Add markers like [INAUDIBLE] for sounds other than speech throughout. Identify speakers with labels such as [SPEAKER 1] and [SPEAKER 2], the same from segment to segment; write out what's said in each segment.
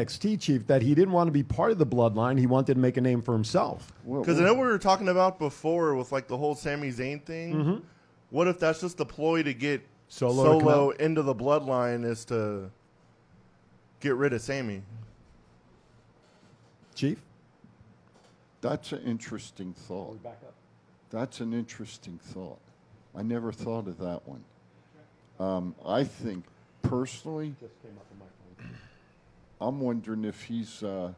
[SPEAKER 1] NXT chief that he didn't want to be part of the bloodline. He wanted to make a name for himself.
[SPEAKER 2] Because I know what we were talking about before with like the whole Sami Zayn thing. What if that's just the ploy to get
[SPEAKER 1] Mm-hmm. Solo
[SPEAKER 2] Solo,
[SPEAKER 1] to come out?
[SPEAKER 2] into the bloodline is to get rid of Sammy?
[SPEAKER 1] Chief,
[SPEAKER 3] That's an interesting thought. That's an interesting thought. I never thought of that one. Um, I think personally, I'm wondering if he's uh,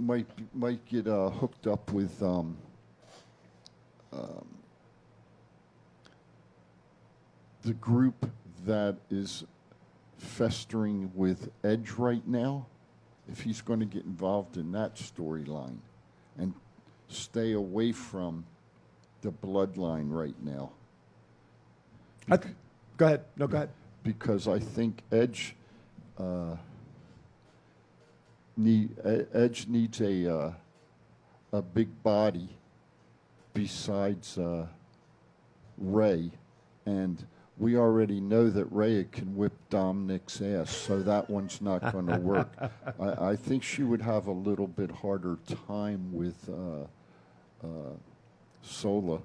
[SPEAKER 3] might be- might get uh, hooked up with um, um, the group that is festering with Edge right now, if he's going to get involved in that storyline and stay away from the bloodline right now,
[SPEAKER 1] I th- go ahead. No, go ahead.
[SPEAKER 3] because I think Edge uh, need E- Edge needs a uh, a big body besides uh, Ray, and we already know that Ray can whip Dominic's ass, so that one's not going to work. I, I think she would have a little bit harder time with uh, uh, Sola,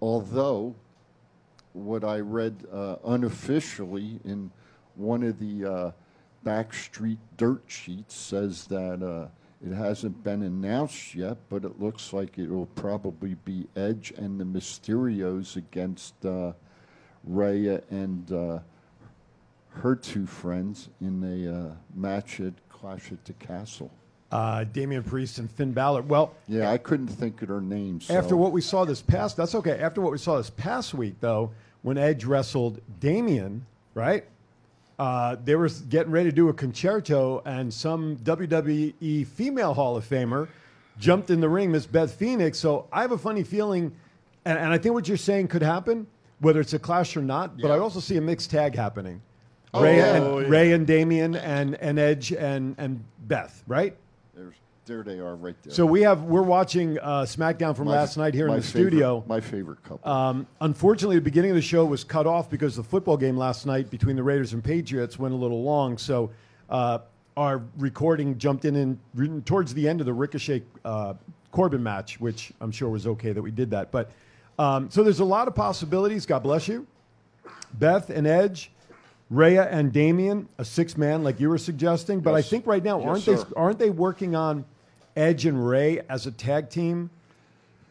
[SPEAKER 3] although what I read uh, unofficially in one of the uh, backstreet dirt sheets says that uh, it hasn't been announced yet, but it looks like it will probably be Edge and the Mysterios against uh, Rhea and uh, her two friends in a uh, match at Clash at the Castle.
[SPEAKER 1] Uh, Damian Priest and Finn Balor. Well,
[SPEAKER 3] Yeah, I couldn't think of their names.
[SPEAKER 1] After
[SPEAKER 3] so-
[SPEAKER 1] what we saw this past, that's okay. After what we saw this past week, though, when Edge wrestled Damien, right? Uh, they were getting ready to do a concerto, and some WWE female Hall of Famer jumped in the ring, Miss Beth Phoenix. So I have a funny feeling, and, and I think what you're saying could happen, whether it's a clash or not. But I also see a mixed tag happening:
[SPEAKER 3] Oh,
[SPEAKER 1] Ray,
[SPEAKER 3] yeah.
[SPEAKER 1] and,
[SPEAKER 2] Oh, yeah.
[SPEAKER 1] Ray and Damien, and, and Edge and and Beth, right?
[SPEAKER 3] There's, there they are, right there.
[SPEAKER 1] So we have we're watching uh, SmackDown from
[SPEAKER 3] My-
[SPEAKER 1] last night here in
[SPEAKER 3] my
[SPEAKER 1] the
[SPEAKER 3] favorite-
[SPEAKER 1] studio.
[SPEAKER 3] My favorite couple.
[SPEAKER 1] Um, unfortunately, the beginning of the show was cut off because the football game last night between the Raiders and Patriots went a little long. So uh, our recording jumped in and re- towards the end of the Ricochet uh, Corbin match, which I'm sure was okay that we did that. But um, so there's a lot of possibilities. God bless you, Beth and Edge, Rhea and Damien, a six man like you were suggesting. But I
[SPEAKER 3] Yes.
[SPEAKER 1] think right now
[SPEAKER 3] Yes,
[SPEAKER 1] aren't
[SPEAKER 3] sir.
[SPEAKER 1] they aren't they working on Edge and Ray as a tag team?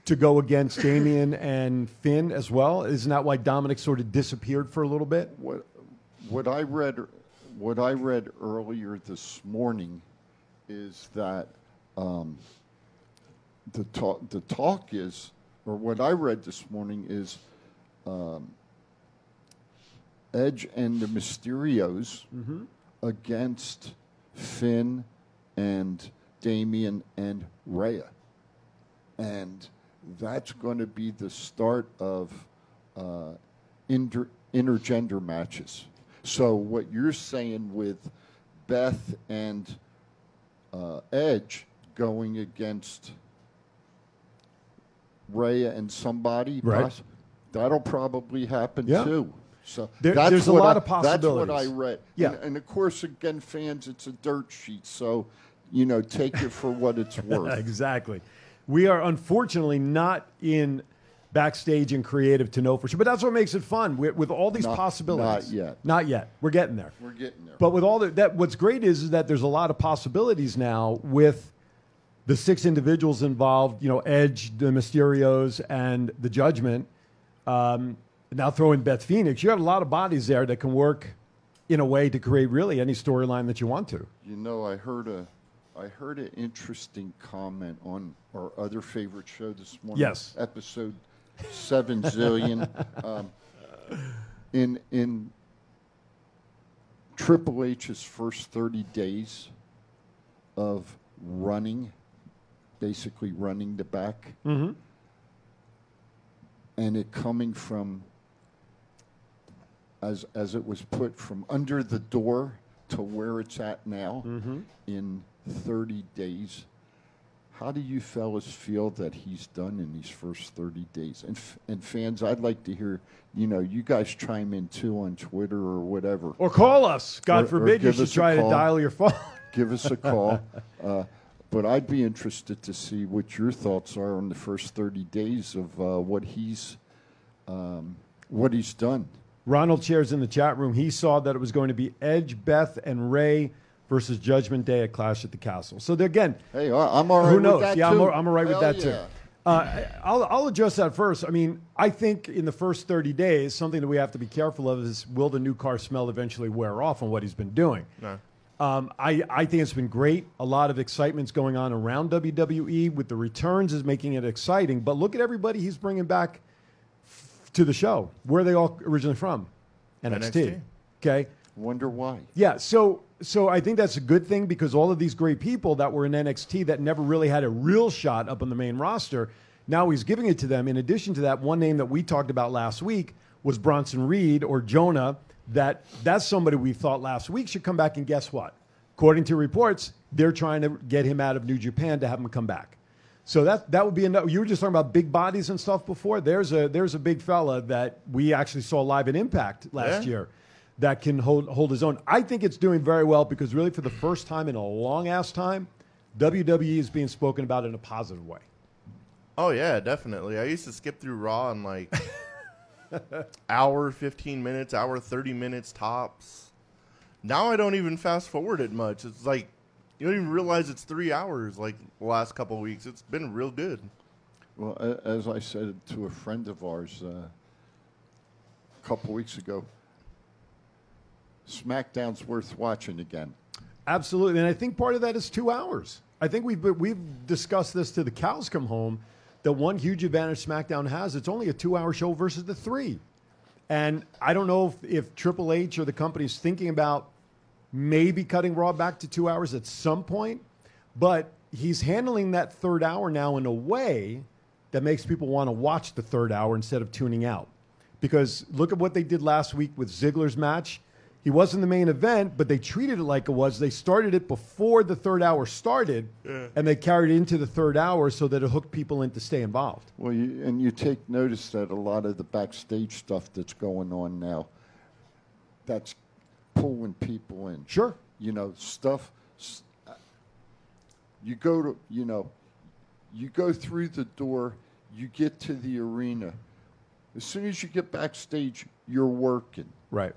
[SPEAKER 1] to go against Damien and Finn as well. Isn't that why Dominic sort of disappeared for a little bit?
[SPEAKER 3] What what I read what I read earlier this morning is that um, the talk the talk is or what I read this morning is um, Edge and the Mysterios
[SPEAKER 1] Mm-hmm.
[SPEAKER 3] against Finn and Damien and Rhea and that's going to be the start of uh, inter- intergender matches. So what you're saying with Beth and uh, Edge going against Rhea and somebody,
[SPEAKER 1] Right.
[SPEAKER 3] poss- that'll probably happen
[SPEAKER 1] Yeah.
[SPEAKER 3] too. So
[SPEAKER 1] There-
[SPEAKER 3] that's
[SPEAKER 1] there's a
[SPEAKER 3] what
[SPEAKER 1] lot
[SPEAKER 3] I-
[SPEAKER 1] of possibilities.
[SPEAKER 3] That's what I read.
[SPEAKER 1] Yeah.
[SPEAKER 3] And, and of course, again, fans, it's a dirt sheet, so you know, take it for
[SPEAKER 1] [LAUGHS]
[SPEAKER 3] what it's worth.
[SPEAKER 1] Exactly. We are unfortunately not in backstage and creative to know for sure, but that's what makes it fun with, with all these
[SPEAKER 3] Not-
[SPEAKER 1] possibilities.
[SPEAKER 3] not yet.
[SPEAKER 1] Not yet. We're getting there.
[SPEAKER 3] We're getting there.
[SPEAKER 1] But with all the, that, what's great is, is that there's a lot of possibilities now with the six individuals involved. You know, Edge, the Mysterios, and the Judgment. Um, now throw in Beth Phoenix. You got a lot of bodies there that can work in a way to create really any storyline that you want to.
[SPEAKER 3] You know, I heard a, I heard an interesting comment on our other favorite show this morning.
[SPEAKER 1] Yes.
[SPEAKER 3] episode
[SPEAKER 1] [LAUGHS]
[SPEAKER 3] seven zillion. um, in in Triple H's first thirty days of running, basically running the back, and it coming from as as it was put from under the door to where it's at now in 30 days. How do you fellas feel that he's done in these first 30 days? And f- and fans, I'd like to hear, you know, you guys chime in too on Twitter or whatever.
[SPEAKER 1] Or [LAUGHS] call us. God
[SPEAKER 3] Or- or
[SPEAKER 1] forbid you
[SPEAKER 3] give
[SPEAKER 1] should
[SPEAKER 3] us a
[SPEAKER 1] try to
[SPEAKER 3] call.
[SPEAKER 1] dial your phone. [LAUGHS]
[SPEAKER 3] give us a call. Uh, but I'd be interested to see what your thoughts are on the first 30 days of uh, what he's um, what he's done.
[SPEAKER 1] Ronald shares in the chat room. He saw that it was going to be Edge, Beth, and Ray versus Judgment Day at Clash at the Castle. So they're- again,
[SPEAKER 3] Hey, I- I'm all right
[SPEAKER 1] Who
[SPEAKER 3] with
[SPEAKER 1] knows?
[SPEAKER 3] that
[SPEAKER 1] yeah, I'm,
[SPEAKER 3] too.
[SPEAKER 1] all- I'm all right with
[SPEAKER 3] Hell
[SPEAKER 1] that too.
[SPEAKER 3] yeah.
[SPEAKER 1] Uh, I- I'll, I'll address that first. I mean, I think in the first 30 days, something that we have to be careful of is will the new car smell eventually wear off on what he's been doing?
[SPEAKER 2] No.
[SPEAKER 1] Um, I, I think it's been great. A lot of excitement's going on around WWE with the returns is making it exciting. But look at everybody he's bringing back f- to the show. Where are they all originally from? NXT.
[SPEAKER 2] NXT.
[SPEAKER 1] Okay.
[SPEAKER 3] Wonder why?
[SPEAKER 1] Yeah, so so I think that's a good thing because all of these great people that were in NXT that never really had a real shot up on the main roster, now he's giving it to them. In addition to that, one name that we talked about last week was Bronson Reed or Jonah. That that's somebody we thought last week should come back and guess what? According to reports, they're trying to get him out of New Japan to have him come back. So that that would be another. You were just talking about big bodies and stuff before. There's a there's a big fella that we actually saw live at Impact last
[SPEAKER 2] Yeah.
[SPEAKER 1] year that can hold, hold his own. I think it's doing very well because, really, for the first time in a long ass time, WWE is being spoken about in a positive way.
[SPEAKER 2] Oh yeah, definitely. I used to skip through Raw
[SPEAKER 1] [LAUGHS]
[SPEAKER 2] in like hour fifteen minutes, hour thirty minutes tops. Now I don't even fast forward it much. It's like you don't even realize it's three hours. Like the last couple weeks, it's been real good.
[SPEAKER 3] Well, a- as I said to a friend of ours uh, a couple weeks ago, SmackDown's worth watching again.
[SPEAKER 1] Absolutely, and I think part of that is two hours. I think we've we've discussed this to the cows come home. That one huge advantage SmackDown has, it's only a two-hour show versus the three. And I don't know if, if Triple H or the company's thinking about maybe cutting Raw back to two hours at some point, but he's handling that third hour now in a way that makes people want to watch the third hour instead of tuning out. Because look at what they did last week with Ziggler's match. He wasn't the main event, but they treated it like it was. They started it before the third hour started, and they carried it into the third hour so that it hooked people in to stay involved.
[SPEAKER 3] Well, you, and you take notice that a lot of the backstage stuff that's going on now, that's pulling people in.
[SPEAKER 1] Sure.
[SPEAKER 3] You know, stuff. s- uh, You go to, you know, you go through the door, you get to the arena. As soon as you get backstage, you're working.
[SPEAKER 1] Right.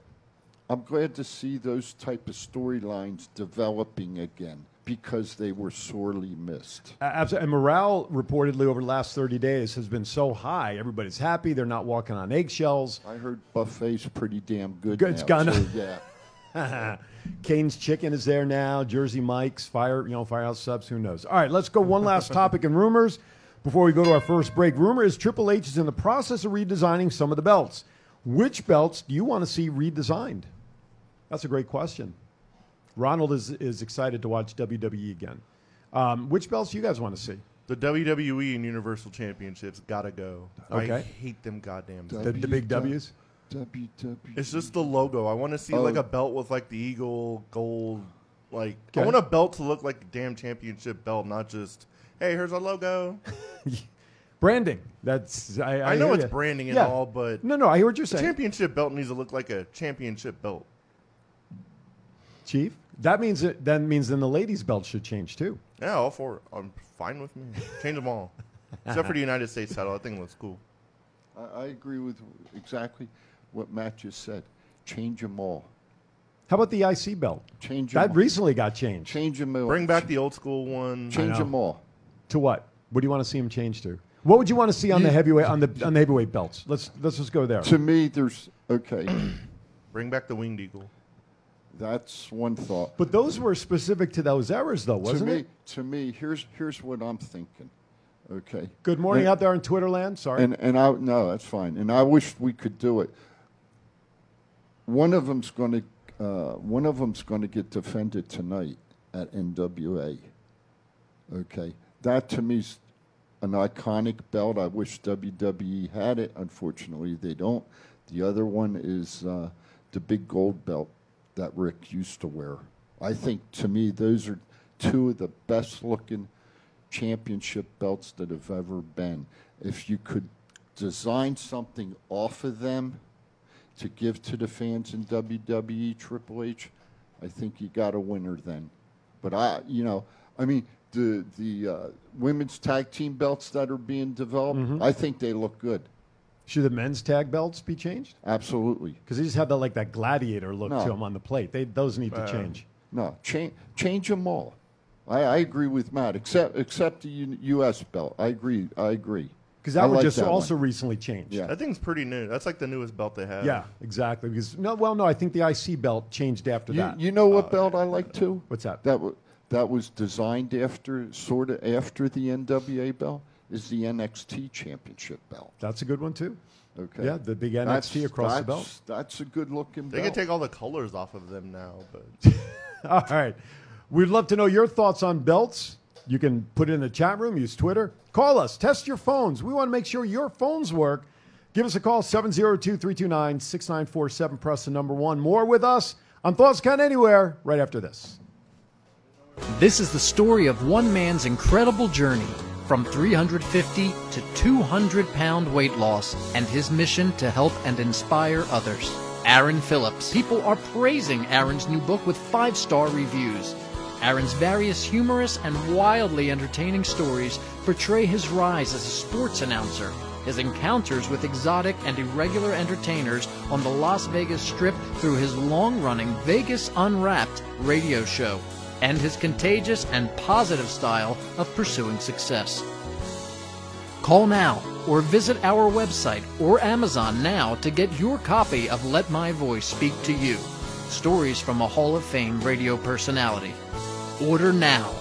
[SPEAKER 3] I'm glad to see those type of storylines developing again because they were sorely missed.
[SPEAKER 1] Absolutely. And morale reportedly over the last 30 days has been so high. Everybody's happy. They're not walking on eggshells.
[SPEAKER 3] I heard buffet's pretty damn good.
[SPEAKER 1] Good, it's
[SPEAKER 3] now,
[SPEAKER 1] gone
[SPEAKER 3] so,
[SPEAKER 1] up.
[SPEAKER 3] yeah.
[SPEAKER 1] [LAUGHS] Kane's Chicken is there now. Jersey Mike's Fire, you know, Firehouse Subs. Who knows? All right, let's go one last topic in rumors before we go to our first break. Rumor is Triple H is in the process of redesigning some of the belts. Which belts do you want to see redesigned? That's a great question. Ronald is is excited to watch WWE again. Um, which belts do you guys want to see?
[SPEAKER 2] The WWE and Universal Championships gotta go. I
[SPEAKER 1] Okay.
[SPEAKER 2] hate them goddamn.
[SPEAKER 3] Duh.
[SPEAKER 2] things.
[SPEAKER 1] The, the big W's.
[SPEAKER 3] WWE.
[SPEAKER 2] It's just the logo. I want to see
[SPEAKER 3] Oh.
[SPEAKER 2] like a belt with like the eagle gold. Like I
[SPEAKER 1] Okay.
[SPEAKER 2] want a belt to look like a damn championship belt, not just hey, here's
[SPEAKER 1] [LAUGHS]
[SPEAKER 2] our logo.
[SPEAKER 1] Branding. That's I, I
[SPEAKER 2] I know
[SPEAKER 1] hear
[SPEAKER 2] it's
[SPEAKER 1] ya.
[SPEAKER 2] branding and
[SPEAKER 1] Yeah.
[SPEAKER 2] all, but
[SPEAKER 1] No, no, I hear what you're
[SPEAKER 2] the
[SPEAKER 1] saying,
[SPEAKER 2] championship belt needs to look like a championship belt.
[SPEAKER 1] Chief. That means it, that means then the ladies' belt should change too.
[SPEAKER 2] Yeah, all four. I'm fine with me. Change them all,
[SPEAKER 1] [LAUGHS]
[SPEAKER 2] except for the United States title. That thing looks cool.
[SPEAKER 3] I, I agree with exactly what Matt just said. Change them all.
[SPEAKER 1] How about the IC belt?
[SPEAKER 3] Change them.
[SPEAKER 1] That recently got changed.
[SPEAKER 3] change them all.
[SPEAKER 2] Bring back the old school one.
[SPEAKER 3] Change them all.
[SPEAKER 1] To what? What do you want to see him change to? What would you want to see on the heavyweight on the on the heavyweight belts? Let's let's just go there.
[SPEAKER 3] To me, there's okay. [CLEARS THROAT]
[SPEAKER 2] Bring back the winged eagle.
[SPEAKER 3] that's one thought.
[SPEAKER 1] But those were specific to those errors, though,
[SPEAKER 3] to
[SPEAKER 1] wasn't
[SPEAKER 3] me,
[SPEAKER 1] it?
[SPEAKER 3] to me, here's here's what I'm thinking. Okay.
[SPEAKER 1] Good morning
[SPEAKER 3] And-
[SPEAKER 1] out there in Twitter land. Sorry.
[SPEAKER 3] And and I no, that's fine. And I wish we could do it. One of them's going to uh, one of them's going to get defended tonight at NWA. Okay, that to me's an iconic belt. I wish WWE had it. Unfortunately, they don't. The other one is uh, the big gold belt that Rick used to wear. I think to me those are two of the best looking championship belts that have ever been. If you could design something off of them to E, give to the fans in WWE Triple H, I think you got a winner then. But I, you know, I mean, the the uh, women's tag team belts that are being developed,
[SPEAKER 1] Mm-hmm.
[SPEAKER 3] I think they look good.
[SPEAKER 1] Should the men's tag belts be changed?
[SPEAKER 3] Absolutely.
[SPEAKER 1] Because they just have that like that gladiator look to
[SPEAKER 3] No.
[SPEAKER 1] 'em to them on the plate. They those need to change.
[SPEAKER 3] No, change change them all. I, I agree with Matt, except except the U- U.S. belt. I agree. I agree.
[SPEAKER 1] Because that
[SPEAKER 3] I
[SPEAKER 1] one
[SPEAKER 3] like
[SPEAKER 1] just
[SPEAKER 3] that
[SPEAKER 1] also
[SPEAKER 3] one.
[SPEAKER 1] recently changed.
[SPEAKER 3] Yeah.
[SPEAKER 2] That thing's pretty new. That's like the newest belt they have.
[SPEAKER 1] Yeah, exactly. Because no, well, no, I think the IC belt changed after
[SPEAKER 3] You,
[SPEAKER 1] that. Uh,
[SPEAKER 3] you know what belt I like too?
[SPEAKER 1] What's that?
[SPEAKER 3] That wa that was designed after, sort of after the NWA belt is the NXT Championship belt.
[SPEAKER 1] That's a good one too.
[SPEAKER 3] Okay.
[SPEAKER 1] Yeah, the big NXT across the belt.
[SPEAKER 3] That's a good looking
[SPEAKER 2] They
[SPEAKER 3] belt.
[SPEAKER 2] can take all the colors off of them now, but
[SPEAKER 3] [LAUGHS]
[SPEAKER 1] [LAUGHS] All right. We'd love to know your thoughts on belts. You can put it in the chat room, use Twitter. Call us, test your phones. We want to make sure your phones work. Give us a call, 702 329 6947. Press the number one. More with us on Thoughts Count Anywhere right after this.
[SPEAKER 4] This is the story of one man's incredible journey from 350 to 200 pound weight loss and his mission to help and inspire others. Aaron Phillips. People are praising Aaron's new book with five star reviews. Aaron's various humorous and wildly entertaining stories portray his rise as a sports announcer, his encounters with exotic and irregular entertainers on the Las Vegas Strip through his long running Vegas Unwrapped radio show and his contagious and positive style of pursuing success. Call now or visit our website or Amazon now to get your copy of Let My Voice Speak to You Stories from a Hall of Fame radio personality. Order now.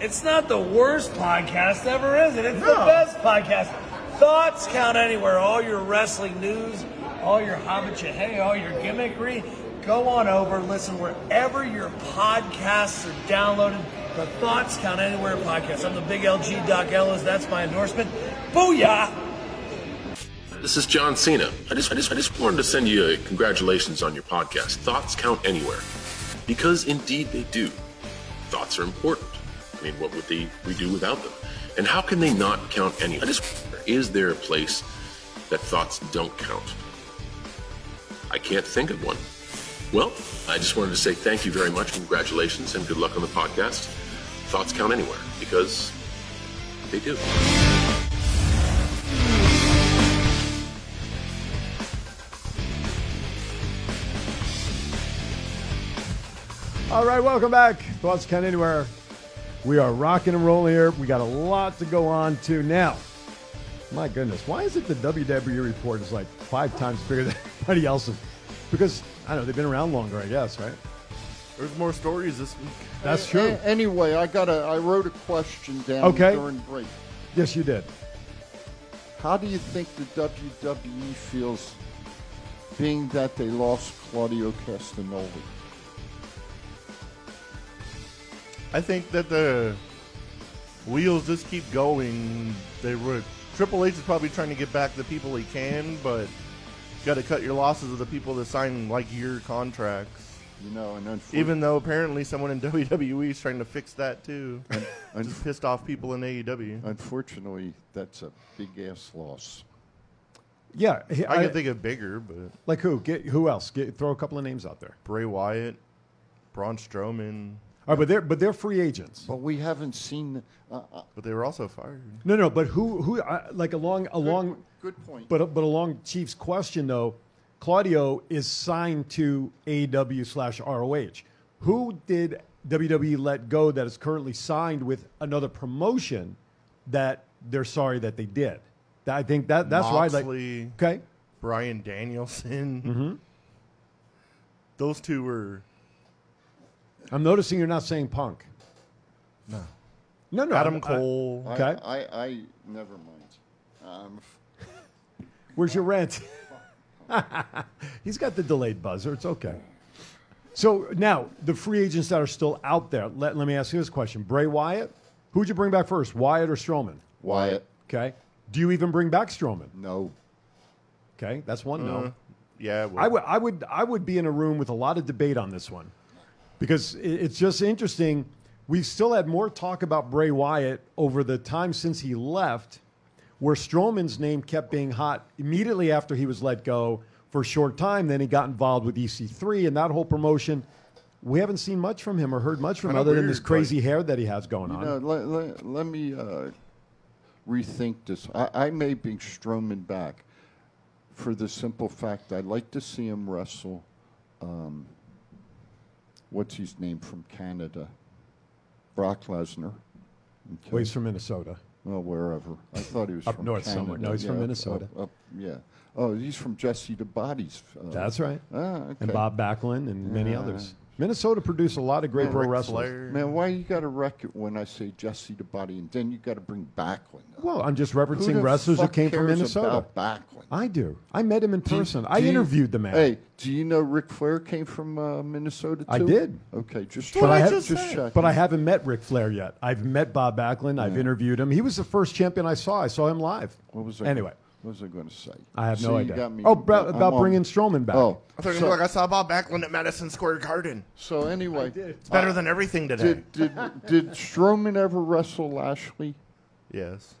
[SPEAKER 5] It's not the worst podcast ever, is it? It's the best podcast. Thoughts count anywhere. All your wrestling news, all your hobbitcha, all your gimmickry. Go on over, listen wherever your podcasts are downloaded. The Thoughts Count Anywhere podcast. I'm the big LG Doc Ellis. That's my endorsement. Booyah!
[SPEAKER 6] This is John Cena. I just, I just, I just wanted to send you a congratulations on your podcast. Thoughts count anywhere, because indeed they do. Thoughts are important. I mean, what would they we do without them? And how can they not count anywhere? I just, is there a place that thoughts don't count? I can't think of one. Well, I just wanted to say thank you very much, congratulations, and good luck on the podcast. Thoughts count anywhere because they do.
[SPEAKER 1] All right, welcome back. Thoughts Count Anywhere. We are rocking and rolling here. We got a lot to go on to now. My goodness, why is it the WWE report is like five times bigger than [LAUGHS] anybody else's? Because I don't know they've been around longer, I guess, right?
[SPEAKER 2] there's more stories this week.
[SPEAKER 1] That's
[SPEAKER 3] A-
[SPEAKER 1] true.
[SPEAKER 3] anyway, I got a. I wrote a question down
[SPEAKER 1] Okay.
[SPEAKER 3] during break.
[SPEAKER 1] Yes, you did.
[SPEAKER 3] How do you think the WWE feels, being that they lost Claudio Castagnoli?
[SPEAKER 2] I think that the wheels just keep going. They were Triple H is probably trying to get back the people he can, but got to cut your losses of the people that sign like year contracts.
[SPEAKER 3] You know, and unfortunately,
[SPEAKER 2] Even though apparently someone in [LAUGHS] WWE is trying to fix that too.
[SPEAKER 3] un-
[SPEAKER 2] Just pissed off people in E AEW.
[SPEAKER 3] unfortunately, that's a big ass loss.
[SPEAKER 1] Yeah, he-
[SPEAKER 2] I can think of bigger, but
[SPEAKER 1] like who? Get who else? Get, throw a couple of names out there.
[SPEAKER 2] Bray Wyatt, Braun Strowman,
[SPEAKER 1] All right, but they're but they're free agents.
[SPEAKER 3] But we haven't seen. Uh, uh,
[SPEAKER 2] but they were also fired.
[SPEAKER 1] No, no, but who who I, like along along
[SPEAKER 3] good point.
[SPEAKER 1] But but along Chief's question though, Claudio is signed to AEW slash ROH. Who did WWE let go that is currently signed with another promotion that they're sorry that they did? That- I think that that's
[SPEAKER 2] Moxley.
[SPEAKER 1] why I like okay.
[SPEAKER 2] Brian Danielson. Those two were
[SPEAKER 1] I'm noticing you're not saying Punk. No. No, no.
[SPEAKER 2] Adam
[SPEAKER 1] I'm- I-
[SPEAKER 2] Cole.
[SPEAKER 3] I,
[SPEAKER 1] okay.
[SPEAKER 3] I, I, never mind. Um,
[SPEAKER 1] Where's your rent? [LAUGHS] He's got the delayed buzzer. It's okay. So now the free agents that are still out there. Let, let me ask you this question: Bray Wyatt, who'd you bring back first, Wyatt or Strowman?
[SPEAKER 3] Wyatt,
[SPEAKER 1] Okay. Do you even bring back Strowman?
[SPEAKER 3] no.
[SPEAKER 1] Okay, that's one no.
[SPEAKER 2] Mm. yeah, well,
[SPEAKER 1] I would, I would, I would be in a room with a lot of debate on this one, because it, it's just interesting. We've still had more talk about Bray Wyatt over the time since he left. where Strowman's name kept being hot immediately after he was let go for a short time. Then he got involved with EC3 and that whole promotion. We haven't seen much from him or heard much from him
[SPEAKER 2] Kinda
[SPEAKER 1] other than this
[SPEAKER 2] weird,
[SPEAKER 1] crazy hair that he has going on.
[SPEAKER 3] No, let, let, let me uh, rethink this. I, I may bring Strowman back for the simple fact I'd like to see him wrestle. Um, what's his name from Canada? Brock Lesnar. Okay.
[SPEAKER 1] Well, he's from Minnesota.
[SPEAKER 3] Well, wherever. I thought he was
[SPEAKER 1] Up
[SPEAKER 3] from
[SPEAKER 1] north
[SPEAKER 3] Canada.
[SPEAKER 1] somewhere. No, he's from
[SPEAKER 3] Yeah, up-
[SPEAKER 1] Minnesota.
[SPEAKER 3] Up, up, yeah. Oh, he's from Jesse the Body's. Uh,
[SPEAKER 1] That's right.
[SPEAKER 3] Ah, okay.
[SPEAKER 1] And Bob Backlund and many others. Minnesota produced a lot of great pro
[SPEAKER 2] Ric
[SPEAKER 1] wrestlers.
[SPEAKER 2] Flair.
[SPEAKER 3] Man, why you got to wreck it when I say Jesse the Body, and then you got to bring Backlund? up?
[SPEAKER 1] Well, I'm just
[SPEAKER 3] Who
[SPEAKER 1] referencing
[SPEAKER 3] the
[SPEAKER 1] wrestlers who
[SPEAKER 3] fuck
[SPEAKER 1] came from
[SPEAKER 3] cares
[SPEAKER 1] Minnesota.
[SPEAKER 3] About Backlund?
[SPEAKER 1] I do. I met him in person. I
[SPEAKER 3] Do you-
[SPEAKER 1] interviewed the man.
[SPEAKER 3] Hey, do you know Ric Flair came from uh, Minnesota? Too?
[SPEAKER 1] I did.
[SPEAKER 3] Okay, just
[SPEAKER 1] But I,
[SPEAKER 3] check-
[SPEAKER 1] have,
[SPEAKER 3] just check.
[SPEAKER 1] but I haven't met Ric Flair yet. I've met Bob Backlund. I've interviewed him. He was the first champion I saw. I saw him live.
[SPEAKER 3] What was I,
[SPEAKER 1] anyway?
[SPEAKER 3] What was I going to say?
[SPEAKER 1] I have
[SPEAKER 3] See,
[SPEAKER 1] no
[SPEAKER 3] you
[SPEAKER 1] idea.
[SPEAKER 3] got me-
[SPEAKER 1] oh, about,
[SPEAKER 3] I'm
[SPEAKER 1] about
[SPEAKER 3] on-
[SPEAKER 1] bringing Strowman back.
[SPEAKER 3] Oh,
[SPEAKER 2] I thought you
[SPEAKER 3] so,
[SPEAKER 2] were like I saw Bob Backlund at Madison Square Garden.
[SPEAKER 3] so anyway,
[SPEAKER 2] It's better than everything today.
[SPEAKER 3] did did did Strowman ever wrestle Lashley?
[SPEAKER 2] yes.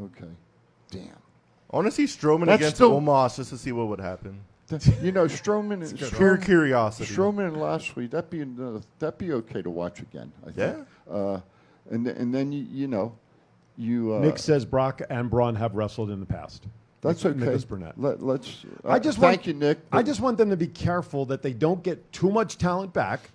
[SPEAKER 3] Okay, damn.
[SPEAKER 2] I want to see Strowman
[SPEAKER 3] That's
[SPEAKER 2] against
[SPEAKER 3] still-
[SPEAKER 2] Omos just to see what would happen.
[SPEAKER 3] Th- You know Strowman and
[SPEAKER 2] Pure
[SPEAKER 3] Strowman,
[SPEAKER 2] curiosity.
[SPEAKER 3] Strowman and Lashley. That'd be another, that'd be okay to watch again. I think. Yeah. Uh, and th- and then you you know you uh,
[SPEAKER 1] Nick says Brock and Braun have wrestled in the past.
[SPEAKER 3] That's
[SPEAKER 1] Nick-
[SPEAKER 3] okay.
[SPEAKER 1] Nicholas Burnett.
[SPEAKER 3] Let, us
[SPEAKER 1] I just
[SPEAKER 3] Uh, thank
[SPEAKER 1] want,
[SPEAKER 3] you, Nick.
[SPEAKER 1] I just want them to be careful that they don't get too much talent back,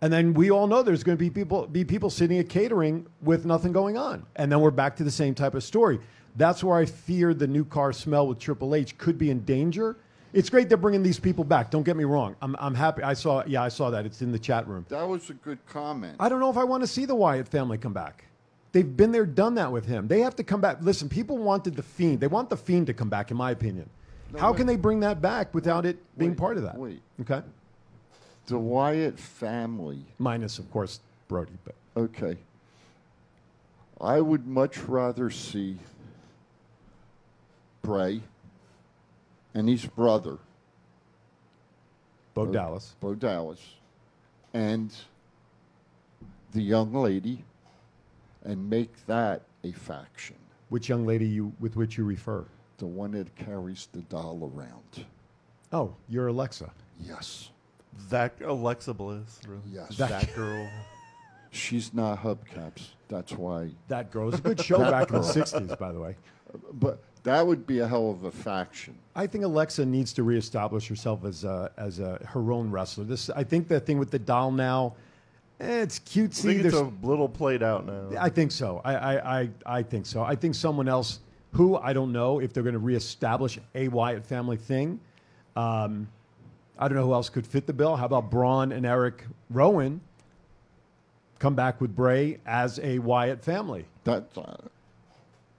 [SPEAKER 1] and then we all know there's going to be people be people sitting at catering with nothing going on, and then we're back to the same type of story. That's where I fear the new car smell with Triple H could be in danger. It's great they're bringing these people back. Don't get me wrong. I'm, I'm happy. I saw yeah I saw that. It's in the chat room.
[SPEAKER 3] that was a good comment.
[SPEAKER 1] I don't know if I want to see the Wyatt family come back. They've been there, done that with him. They have to come back. Listen, people wanted the Fiend. They want the Fiend to come back, in my opinion. How can they bring that back without it being
[SPEAKER 3] Wait,
[SPEAKER 1] part of that?
[SPEAKER 3] wait.
[SPEAKER 1] Okay.
[SPEAKER 3] the Wyatt family.
[SPEAKER 1] Minus, of course, Brody. But
[SPEAKER 3] Okay. I would much rather see Bray and his brother,
[SPEAKER 1] Bo Dallas.
[SPEAKER 3] Bo Dallas, and the young lady, and make that a faction.
[SPEAKER 1] Which young lady you with which you refer?
[SPEAKER 3] The one that carries the doll around.
[SPEAKER 1] Oh, you're Alexa.
[SPEAKER 3] Yes.
[SPEAKER 2] that Alexa Bliss. Really.
[SPEAKER 3] Yes.
[SPEAKER 2] That, girl.
[SPEAKER 3] She's not hubcaps. That's why
[SPEAKER 1] That girl is a good show back in the '60s, by the way.
[SPEAKER 3] But that would be a hell of a faction.
[SPEAKER 1] I think Alexa needs to reestablish herself as a, as a her own wrestler. This, I think, that thing with the doll now, eh, it's cutesy.
[SPEAKER 2] I think
[SPEAKER 1] There's-
[SPEAKER 2] it's a little played out now.
[SPEAKER 1] I think so. I, I, I, I think so. I think someone else who I don't know if they're going to reestablish a Wyatt family thing. Um, I don't know who else could fit the bill. How about Braun and Eric Rowan come back with Bray as a Wyatt family?
[SPEAKER 3] That uh,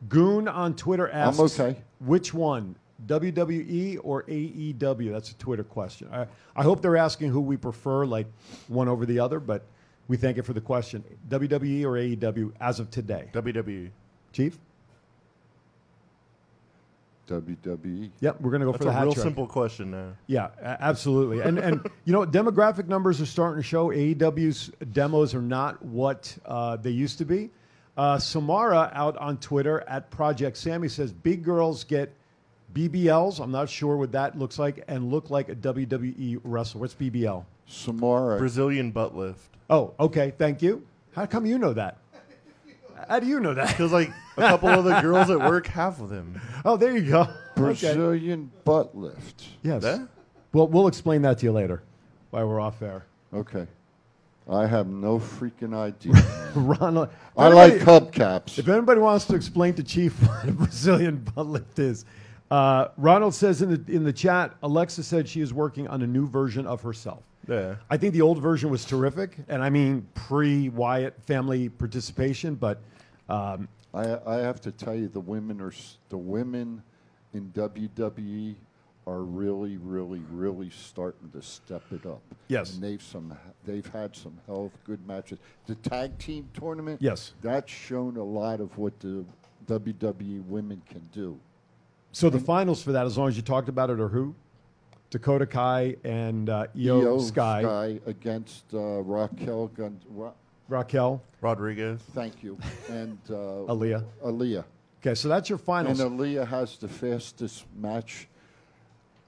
[SPEAKER 1] Goon on Twitter asks,
[SPEAKER 3] okay.
[SPEAKER 1] which one, WWE or AEW? That's a Twitter question. I, I hope they're asking who we prefer, like one over the other, but we thank you for the question. WWE or AEW as of today?
[SPEAKER 2] WWE.
[SPEAKER 1] Chief?
[SPEAKER 3] WWE.
[SPEAKER 1] Yep, we're going to go
[SPEAKER 2] That's
[SPEAKER 1] for the
[SPEAKER 2] a
[SPEAKER 1] hat
[SPEAKER 2] real
[SPEAKER 1] trick.
[SPEAKER 2] simple question now.
[SPEAKER 1] Yeah, a- absolutely. And and you know, demographic numbers are starting to show. AEW's demos are not what uh, they used to be. Uh, Samara out on Twitter at Project Sammy says big girls get BBLs. I'm not sure what that looks like, and look like a WWE wrestler. What's BBL?
[SPEAKER 3] Samara.
[SPEAKER 2] Brazilian butt lift.
[SPEAKER 1] Oh, okay, thank you. How come you know that? How do you know that? [LAUGHS]
[SPEAKER 2] Because like a couple of the girls at work have them.
[SPEAKER 1] Oh, there you go. Okay.
[SPEAKER 3] Brazilian butt lift.
[SPEAKER 1] Yes.
[SPEAKER 2] That?
[SPEAKER 1] Well, we'll explain that to you later. While we're off air, [LAUGHS]
[SPEAKER 3] Okay. I have no freaking idea.
[SPEAKER 1] [LAUGHS] Ronald.
[SPEAKER 3] I like
[SPEAKER 1] Everybody- If
[SPEAKER 3] hubcaps.
[SPEAKER 1] anybody wants to explain to Chief [LAUGHS] what a Brazilian butt lift is, uh, Ronald says in the in the chat, Alexa said she is working on a new version of herself.
[SPEAKER 2] Yeah.
[SPEAKER 1] I think the old version was terrific, and I mean pre Wyatt family participation, but um,
[SPEAKER 3] I, I have to tell you, the women are s- the women in WWE are really, really, really starting to step it up.
[SPEAKER 1] Yes.
[SPEAKER 3] and they've some they've had some hell of good matches. The tag team tournament.
[SPEAKER 1] Yes.
[SPEAKER 3] that's shown a lot of what the WWE women can do.
[SPEAKER 1] so the finals for that, as long as you talked about it, are who? Dakota Kai and uh, Io,
[SPEAKER 3] Io
[SPEAKER 1] Sky,
[SPEAKER 3] E against uh, Raquel Gun. Ra-
[SPEAKER 1] Raquel,
[SPEAKER 2] Rodriguez.
[SPEAKER 3] thank you, and
[SPEAKER 1] [LAUGHS]
[SPEAKER 3] uh,
[SPEAKER 1] Aaliyah.
[SPEAKER 3] Aaliyah.
[SPEAKER 1] Okay, so that's your
[SPEAKER 3] And uh,
[SPEAKER 1] finals.
[SPEAKER 3] Aaliyah has the fastest match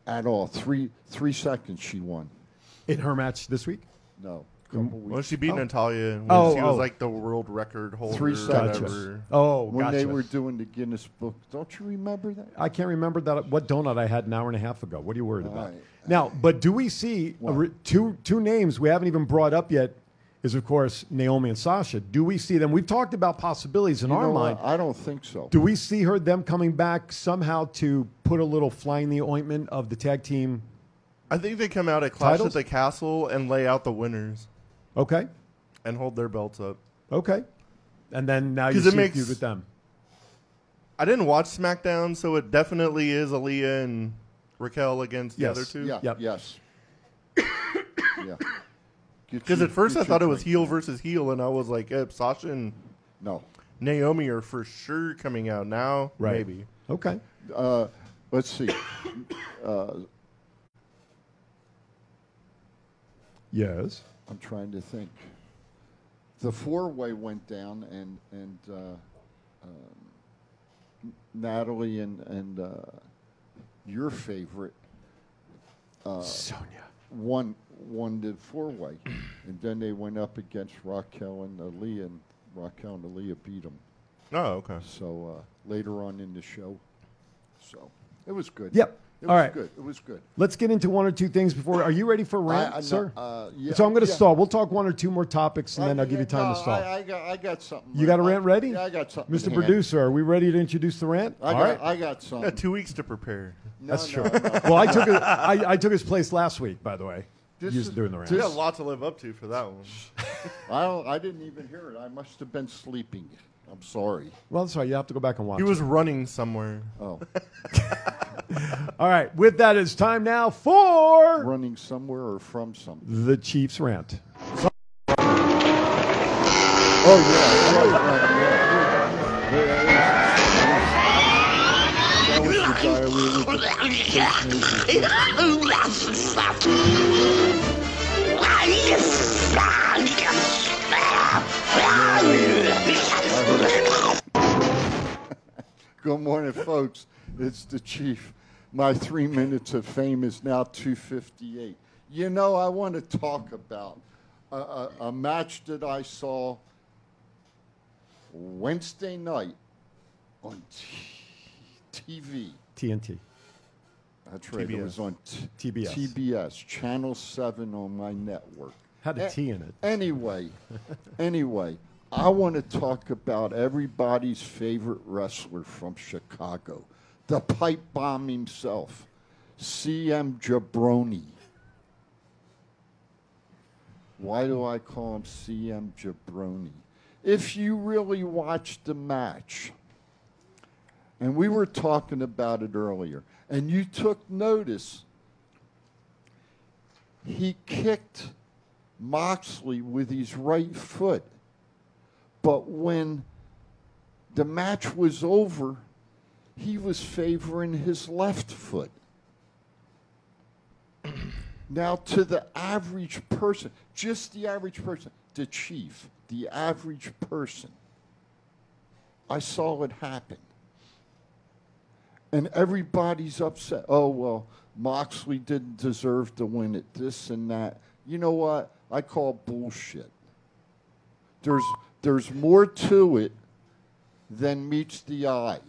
[SPEAKER 3] at all. Three three seconds she won.
[SPEAKER 1] in her match this week?
[SPEAKER 3] No, couple
[SPEAKER 2] Mm, Well,
[SPEAKER 3] weeks.
[SPEAKER 2] she beat Natalia when
[SPEAKER 1] Oh,
[SPEAKER 2] she
[SPEAKER 1] oh.
[SPEAKER 2] was like the world record holder.
[SPEAKER 3] Three
[SPEAKER 2] or
[SPEAKER 3] seconds.
[SPEAKER 2] whatever.
[SPEAKER 1] Oh,
[SPEAKER 3] When
[SPEAKER 1] gotcha.
[SPEAKER 3] they were doing the Guinness Book, don't you remember that?
[SPEAKER 1] I can't remember that what donut I had an hour and a half ago. What are you worried about?
[SPEAKER 3] right.
[SPEAKER 1] Now, but do we see a re- two two names we haven't even brought up yet? Is of course Naomi and Sasha. Do we see them? We've talked about possibilities in
[SPEAKER 3] You
[SPEAKER 1] our
[SPEAKER 3] know what?
[SPEAKER 1] mind.
[SPEAKER 3] I don't think so.
[SPEAKER 1] Do we see her them coming back somehow to put a little fly in the ointment of the tag team?
[SPEAKER 2] I think they come out at Clash
[SPEAKER 1] Titles?
[SPEAKER 2] at the Castle and lay out the winners
[SPEAKER 1] Okay,
[SPEAKER 2] and hold their belts up.
[SPEAKER 1] okay, and then now you
[SPEAKER 2] 'Cause
[SPEAKER 1] see
[SPEAKER 2] it
[SPEAKER 1] a
[SPEAKER 2] makes-
[SPEAKER 1] feud with them.
[SPEAKER 2] I didn't watch SmackDown, so it definitely is Aaliyah and Raquel against the
[SPEAKER 1] Yes.
[SPEAKER 2] other two.
[SPEAKER 3] Yeah.
[SPEAKER 1] Yep.
[SPEAKER 2] [COUGHS]
[SPEAKER 3] Yes. yeah.
[SPEAKER 2] Because at first I thought it was heel versus heel, and I was like, eh, Sasha and
[SPEAKER 3] No.
[SPEAKER 2] Naomi are for sure coming out now.
[SPEAKER 1] Right.
[SPEAKER 2] Maybe.
[SPEAKER 1] Okay.
[SPEAKER 3] Uh, let's see.
[SPEAKER 1] Yes.
[SPEAKER 3] I'm trying to think. The four way went down, and and uh, um, Natalie and and uh, your favorite
[SPEAKER 1] Sonia.
[SPEAKER 3] won won the four way, and then they went up against Raquel and Aaliyah, and Raquel and Aaliyah beat them.
[SPEAKER 2] Oh, okay.
[SPEAKER 3] So uh, later on in the show, so it was good.
[SPEAKER 1] Yep.
[SPEAKER 3] It
[SPEAKER 1] All
[SPEAKER 3] was
[SPEAKER 1] right.
[SPEAKER 3] Good. It was good.
[SPEAKER 1] Let's get into one or two things before. Are you ready for rant,
[SPEAKER 3] I- I-
[SPEAKER 1] sir?
[SPEAKER 3] uh, yeah,
[SPEAKER 1] so I'm going to
[SPEAKER 3] yeah.
[SPEAKER 1] stall. We'll talk one or two more topics, and then
[SPEAKER 3] I-
[SPEAKER 1] I'll give you
[SPEAKER 3] yeah,
[SPEAKER 1] time
[SPEAKER 3] no,
[SPEAKER 1] to stall.
[SPEAKER 3] I, I got, I got something.
[SPEAKER 1] you got a
[SPEAKER 3] I-
[SPEAKER 1] rant ready?
[SPEAKER 3] Yeah, I got something.
[SPEAKER 1] Mr.
[SPEAKER 3] in hand.
[SPEAKER 1] Producer, are we ready to introduce the rant?
[SPEAKER 3] I
[SPEAKER 1] All
[SPEAKER 3] got,
[SPEAKER 1] right.
[SPEAKER 3] I got
[SPEAKER 2] Yeah,
[SPEAKER 3] something.
[SPEAKER 2] two weeks to prepare.
[SPEAKER 3] No,
[SPEAKER 1] That's
[SPEAKER 3] no,
[SPEAKER 1] true.
[SPEAKER 3] no.
[SPEAKER 1] well, I took, his, I, I took his place last week, by the way.
[SPEAKER 3] This
[SPEAKER 1] He's
[SPEAKER 3] is-
[SPEAKER 1] doing the rant.
[SPEAKER 2] We got a lot to live up to for that one.
[SPEAKER 3] I don't. I didn't even hear it. I must have been sleeping. I'm sorry.
[SPEAKER 1] well, that's all right. You have to go back and watch.
[SPEAKER 2] He was running somewhere.
[SPEAKER 3] Oh,
[SPEAKER 1] it. All right. With that, it's time now for
[SPEAKER 3] running somewhere or from something.
[SPEAKER 1] the Chiefs rant.
[SPEAKER 3] Oh yeah. right, right, yeah. Yeah, yeah, yeah. That was the diarrhea with the- Good morning, folks. It's the chief. My three minutes of fame is now 258. You know, I want to talk about a, a, a match that I saw Wednesday night on t- TV.
[SPEAKER 1] TNT.
[SPEAKER 3] That's right. It was on t-
[SPEAKER 1] TBS.
[SPEAKER 3] TBS, Channel 7 on my network.
[SPEAKER 1] Had a
[SPEAKER 3] Eh,
[SPEAKER 1] T in it. [LAUGHS]
[SPEAKER 3] Anyway, anyway, I want to talk about everybody's favorite wrestler from Chicago, the pipe bomb himself, CM Jabroni. Why do I call him CM Jabroni? If you really watched the match, and we were talking about it earlier, and you took notice, he kicked Moxley with his right foot. But when the match was over, he was favoring his left foot. [CLEARS THROAT] Now, to the average person, just the average person, the chief, the average person, I saw it happen. And everybody's upset. Oh, well, Moxley didn't deserve to win it, this and that. You know what? I call bullshit. There's, there's more to it than meets the eye.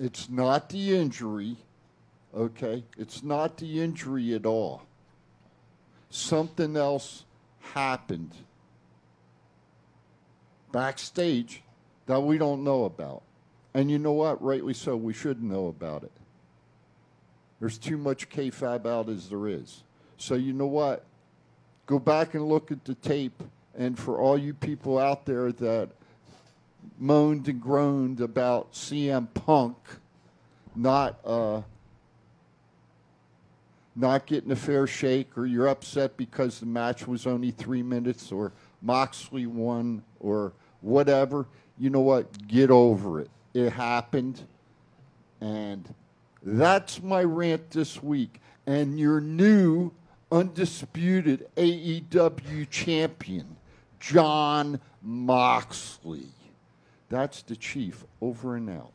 [SPEAKER 3] It's not the injury, okay? It's not the injury at all. Something else happened backstage that we don't know about. And you know what? Rightly so, we should know about it. There's too much KFAB out as there is. So you know what? Go back and look at the tape. And for all you people out there that moaned and groaned about CM Punk not uh, not getting a fair shake, or you're upset because the match was only three minutes, or Moxley won, or whatever, you know what? Get over it. It happened. And that's my rant this week. And your new undisputed AEW champion, John Moxley. That's the chief over and out.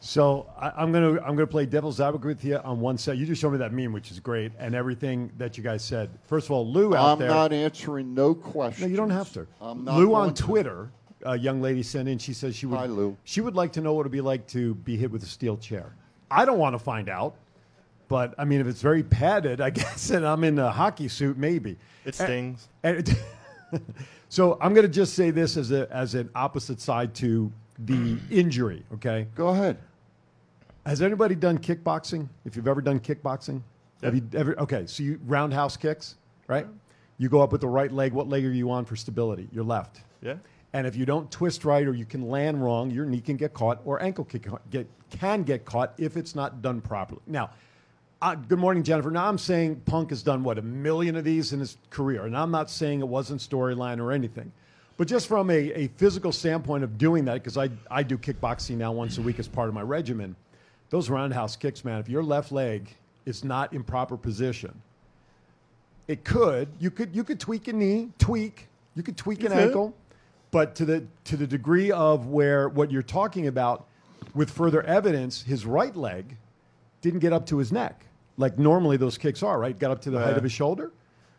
[SPEAKER 1] So I, I'm gonna I'm gonna play devil's advocate with you on one set. You just showed me that meme, which is great, and everything that you guys said. First of all, Lou out
[SPEAKER 3] I'm
[SPEAKER 1] there.
[SPEAKER 3] not answering no questions.
[SPEAKER 1] No, you don't have to.
[SPEAKER 3] I'm not
[SPEAKER 1] Lou on
[SPEAKER 3] going to.
[SPEAKER 1] Twitter, a young lady sent in. She says she would.
[SPEAKER 3] Hi, Lou.
[SPEAKER 1] She would like to know what it'd be like to be hit with a steel chair. I don't want to find out, but I mean, if it's very padded, I [LAUGHS] guess, and I'm in a hockey suit, maybe.
[SPEAKER 2] It stings.
[SPEAKER 1] And it- [LAUGHS] so I'm going to just say this as a as an opposite side to the injury. Okay.
[SPEAKER 3] Go ahead.
[SPEAKER 1] Has anybody done kickboxing? If you've ever done kickboxing, have you ever? Okay, so you roundhouse kicks, right? You go up with the right leg. What leg are you on for stability? Your left.
[SPEAKER 2] Yeah.
[SPEAKER 1] And if you don't twist right or you can land wrong, your knee can get caught or ankle can get, can get caught if it's not done properly. Now, uh, good morning, Jennifer. Now, I'm saying Punk has done, what, a million of these in his career. And I'm not saying it wasn't storyline or anything. But just from a, a physical standpoint of doing that, because I, I do kickboxing now once a week as part of my regimen, those roundhouse kicks, man, if your left leg is not in proper position, it could. You could you could tweak a knee, tweak. You could tweak an
[SPEAKER 2] could.
[SPEAKER 1] ankle, but to the to the degree of where what you're talking about, with further evidence, his right leg didn't get up to his neck like normally those kicks are. Right, got up to the height of his shoulder.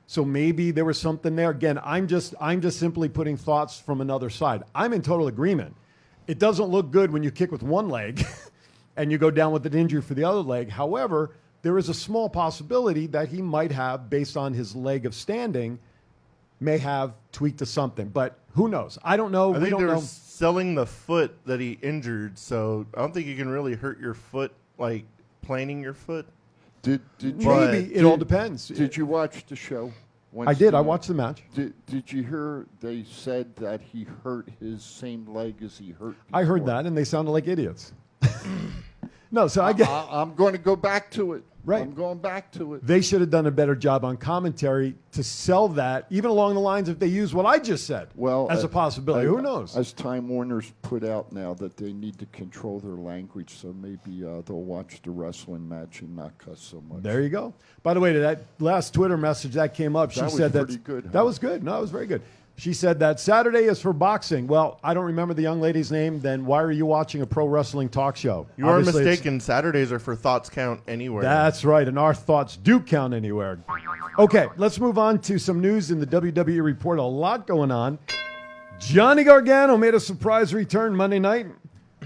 [SPEAKER 1] So maybe there was something there. Again, I'm just I'm just simply putting thoughts from another side. I'm in total agreement. It doesn't look good when you kick with one leg [LAUGHS] and you go down with an injury for the other leg. However, there is a small possibility that he might have, based on his leg of standing, may have tweaked to something. But who knows? I don't know.
[SPEAKER 2] I
[SPEAKER 1] we
[SPEAKER 2] think
[SPEAKER 1] don't
[SPEAKER 2] they're
[SPEAKER 1] know.
[SPEAKER 2] selling the foot that he injured, so I don't think you can really hurt your foot like planing your foot.
[SPEAKER 3] Did did you,
[SPEAKER 1] Maybe it all depends.
[SPEAKER 3] did you watch the show?
[SPEAKER 1] I did. I
[SPEAKER 3] Wednesday night?
[SPEAKER 1] watched the match.
[SPEAKER 3] Did, did you hear they said that he hurt his same leg as he hurt?
[SPEAKER 1] I heard
[SPEAKER 3] before?
[SPEAKER 1] that, and they sounded like idiots. [LAUGHS] no, so I get.
[SPEAKER 3] I, I'm going to go back to it.
[SPEAKER 1] Right.
[SPEAKER 3] I'm going back to it.
[SPEAKER 1] they should have done a better job on commentary to sell that, even along the lines if they use what I just said
[SPEAKER 3] Well,
[SPEAKER 1] as
[SPEAKER 3] uh,
[SPEAKER 1] a possibility.
[SPEAKER 3] I-
[SPEAKER 1] Who knows?
[SPEAKER 3] As Time Warner's put out now that they need to control their language, so maybe uh, they'll watch the wrestling match and not cuss so much.
[SPEAKER 1] There you go. By the way, to that last Twitter message that came up, she
[SPEAKER 3] That was
[SPEAKER 1] said that
[SPEAKER 3] pretty good, huh?
[SPEAKER 1] that was good. No, it was very good. She said that Saturday is for boxing. Well, I don't remember the young lady's name. Then why are you watching a pro wrestling talk show?
[SPEAKER 2] You are
[SPEAKER 1] Obviously, it's-
[SPEAKER 2] mistaken. Saturdays are for thoughts count anywhere.
[SPEAKER 1] That's right, and our thoughts do count anywhere. Okay, let's move on to some news in the WWE report. A lot going on. Johnny Gargano made a surprise return Monday night,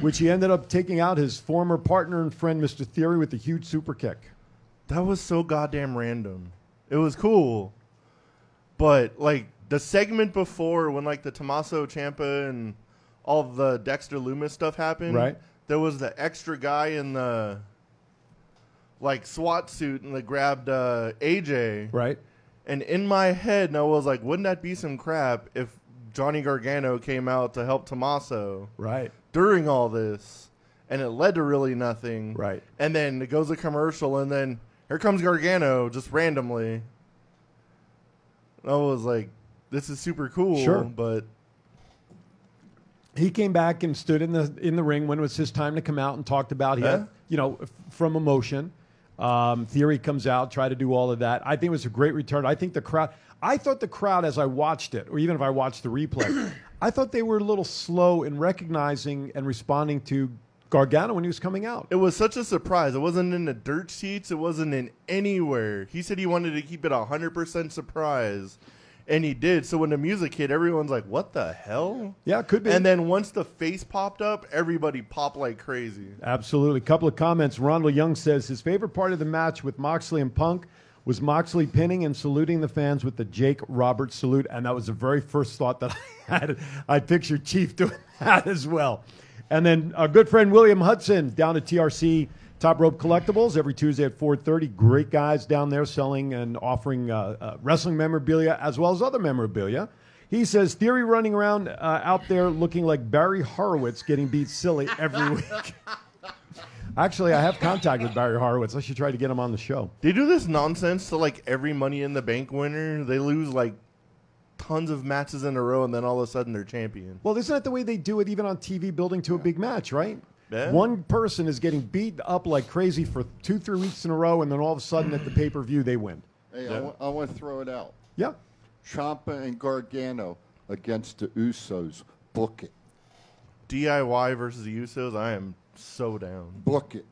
[SPEAKER 1] which he ended up taking out his former partner and friend, Mr. Theory, with a huge super kick.
[SPEAKER 2] That was so goddamn random. It was cool. But like the segment before when like the Tommaso Champa and all the Dexter Loomis stuff happened,
[SPEAKER 1] Right.
[SPEAKER 2] There was the extra guy in the like SWAT suit and they grabbed uh, AJ.
[SPEAKER 1] Right?
[SPEAKER 2] And in my head, I was like, wouldn't that be some crap if Johnny Gargano came out to help Tommaso?
[SPEAKER 1] Right.
[SPEAKER 2] during all this, and it led to really nothing.
[SPEAKER 1] Right.
[SPEAKER 2] And then it goes to commercial, and then here comes Gargano just randomly. I was like, this is super cool,
[SPEAKER 1] Sure.
[SPEAKER 2] but
[SPEAKER 1] he came back and stood in the in the ring when it was his time to come out and talked about he
[SPEAKER 2] Yeah.
[SPEAKER 1] had, you know f- from emotion. Um, Theory comes out, try to do all of that. I think it was a great return. I think the crowd. I thought the crowd, as I watched it, or even if I watched the replay, [CLEARS THROAT] I thought they were a little slow in recognizing and responding to Gargano when he was coming out.
[SPEAKER 2] it was such a surprise. It wasn't in the dirt sheets, it wasn't in anywhere. He said he wanted to keep it 100% surprise, and he did. So when the music hit, everyone's like, what the hell?
[SPEAKER 1] Yeah, it could be.
[SPEAKER 2] And then once the face popped up, everybody popped like crazy.
[SPEAKER 1] Absolutely. couple of comments. Rondell Young says his favorite part of the match with Moxley and Punk was Moxley pinning and saluting the fans with the Jake Roberts salute. And that was the very first thought that I had. I pictured Chief doing [LAUGHS] that as well. And then our good friend William Hudson down at TRC Top Rope Collectibles every Tuesday at 4.30. Great guys down there selling and offering uh, uh, wrestling memorabilia as well as other memorabilia. He says Theory running around uh, out there looking like Barry Horowitz getting beat silly every [LAUGHS] week. Actually, I have contact with Barry Horowitz. I should try to get him on the show.
[SPEAKER 2] They do this nonsense to like every Money in the Bank winner. They lose like tons of matches in a row, and then all of a sudden they're champion.
[SPEAKER 1] Well, isn't that the way they do it even on TV building to a big match, right?
[SPEAKER 2] Yeah.
[SPEAKER 1] One person is getting beat up like crazy for two, three weeks in a row, and then all of a sudden at the pay per view, they win.
[SPEAKER 3] Hey, I want to throw it out.
[SPEAKER 1] Yeah.
[SPEAKER 3] Champa and Gargano against the Usos. Book it.
[SPEAKER 2] DIY versus the Usos. I am So down.
[SPEAKER 3] Book it.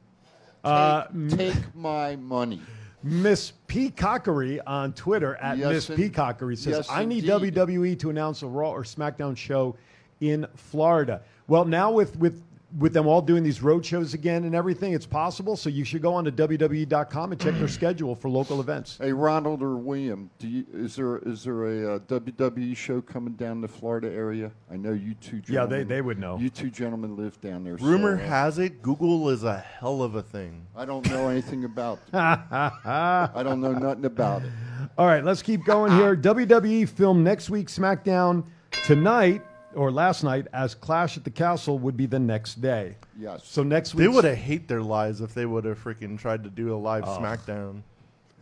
[SPEAKER 1] Uh,
[SPEAKER 3] Take my money.
[SPEAKER 1] Miss Peacockery on Twitter at
[SPEAKER 3] Yes,
[SPEAKER 1] Miss
[SPEAKER 3] in-
[SPEAKER 1] Peacockery says,
[SPEAKER 3] yes,
[SPEAKER 1] I need
[SPEAKER 3] indeed.
[SPEAKER 1] WWE to announce a Raw or SmackDown show in Florida. Well, now with, with, with them all doing these road shows again and everything, it's possible. So you should go on to WWE.com and check their schedule for local events.
[SPEAKER 3] Hey, Ronald or William, do you, is there is there a uh, WWE show coming down the Florida area? I know you two.
[SPEAKER 1] Yeah,
[SPEAKER 3] Gentlemen,
[SPEAKER 1] they- they would know.
[SPEAKER 3] You two gentlemen live down there. so,
[SPEAKER 2] Rumor
[SPEAKER 3] uh,
[SPEAKER 2] has it Google is a hell of a thing.
[SPEAKER 3] I don't know
[SPEAKER 1] [LAUGHS]
[SPEAKER 3] anything about. it. I don't know nothing about it.
[SPEAKER 1] All right, let's keep going here. WWE film next week, SmackDown tonight or last night, as Clash at the Castle would be the next day.
[SPEAKER 3] Yes.
[SPEAKER 1] So next
[SPEAKER 2] They
[SPEAKER 1] week,
[SPEAKER 2] would have hate their lives if they would have freaking tried to do a live
[SPEAKER 1] Oh.
[SPEAKER 2] SmackDown.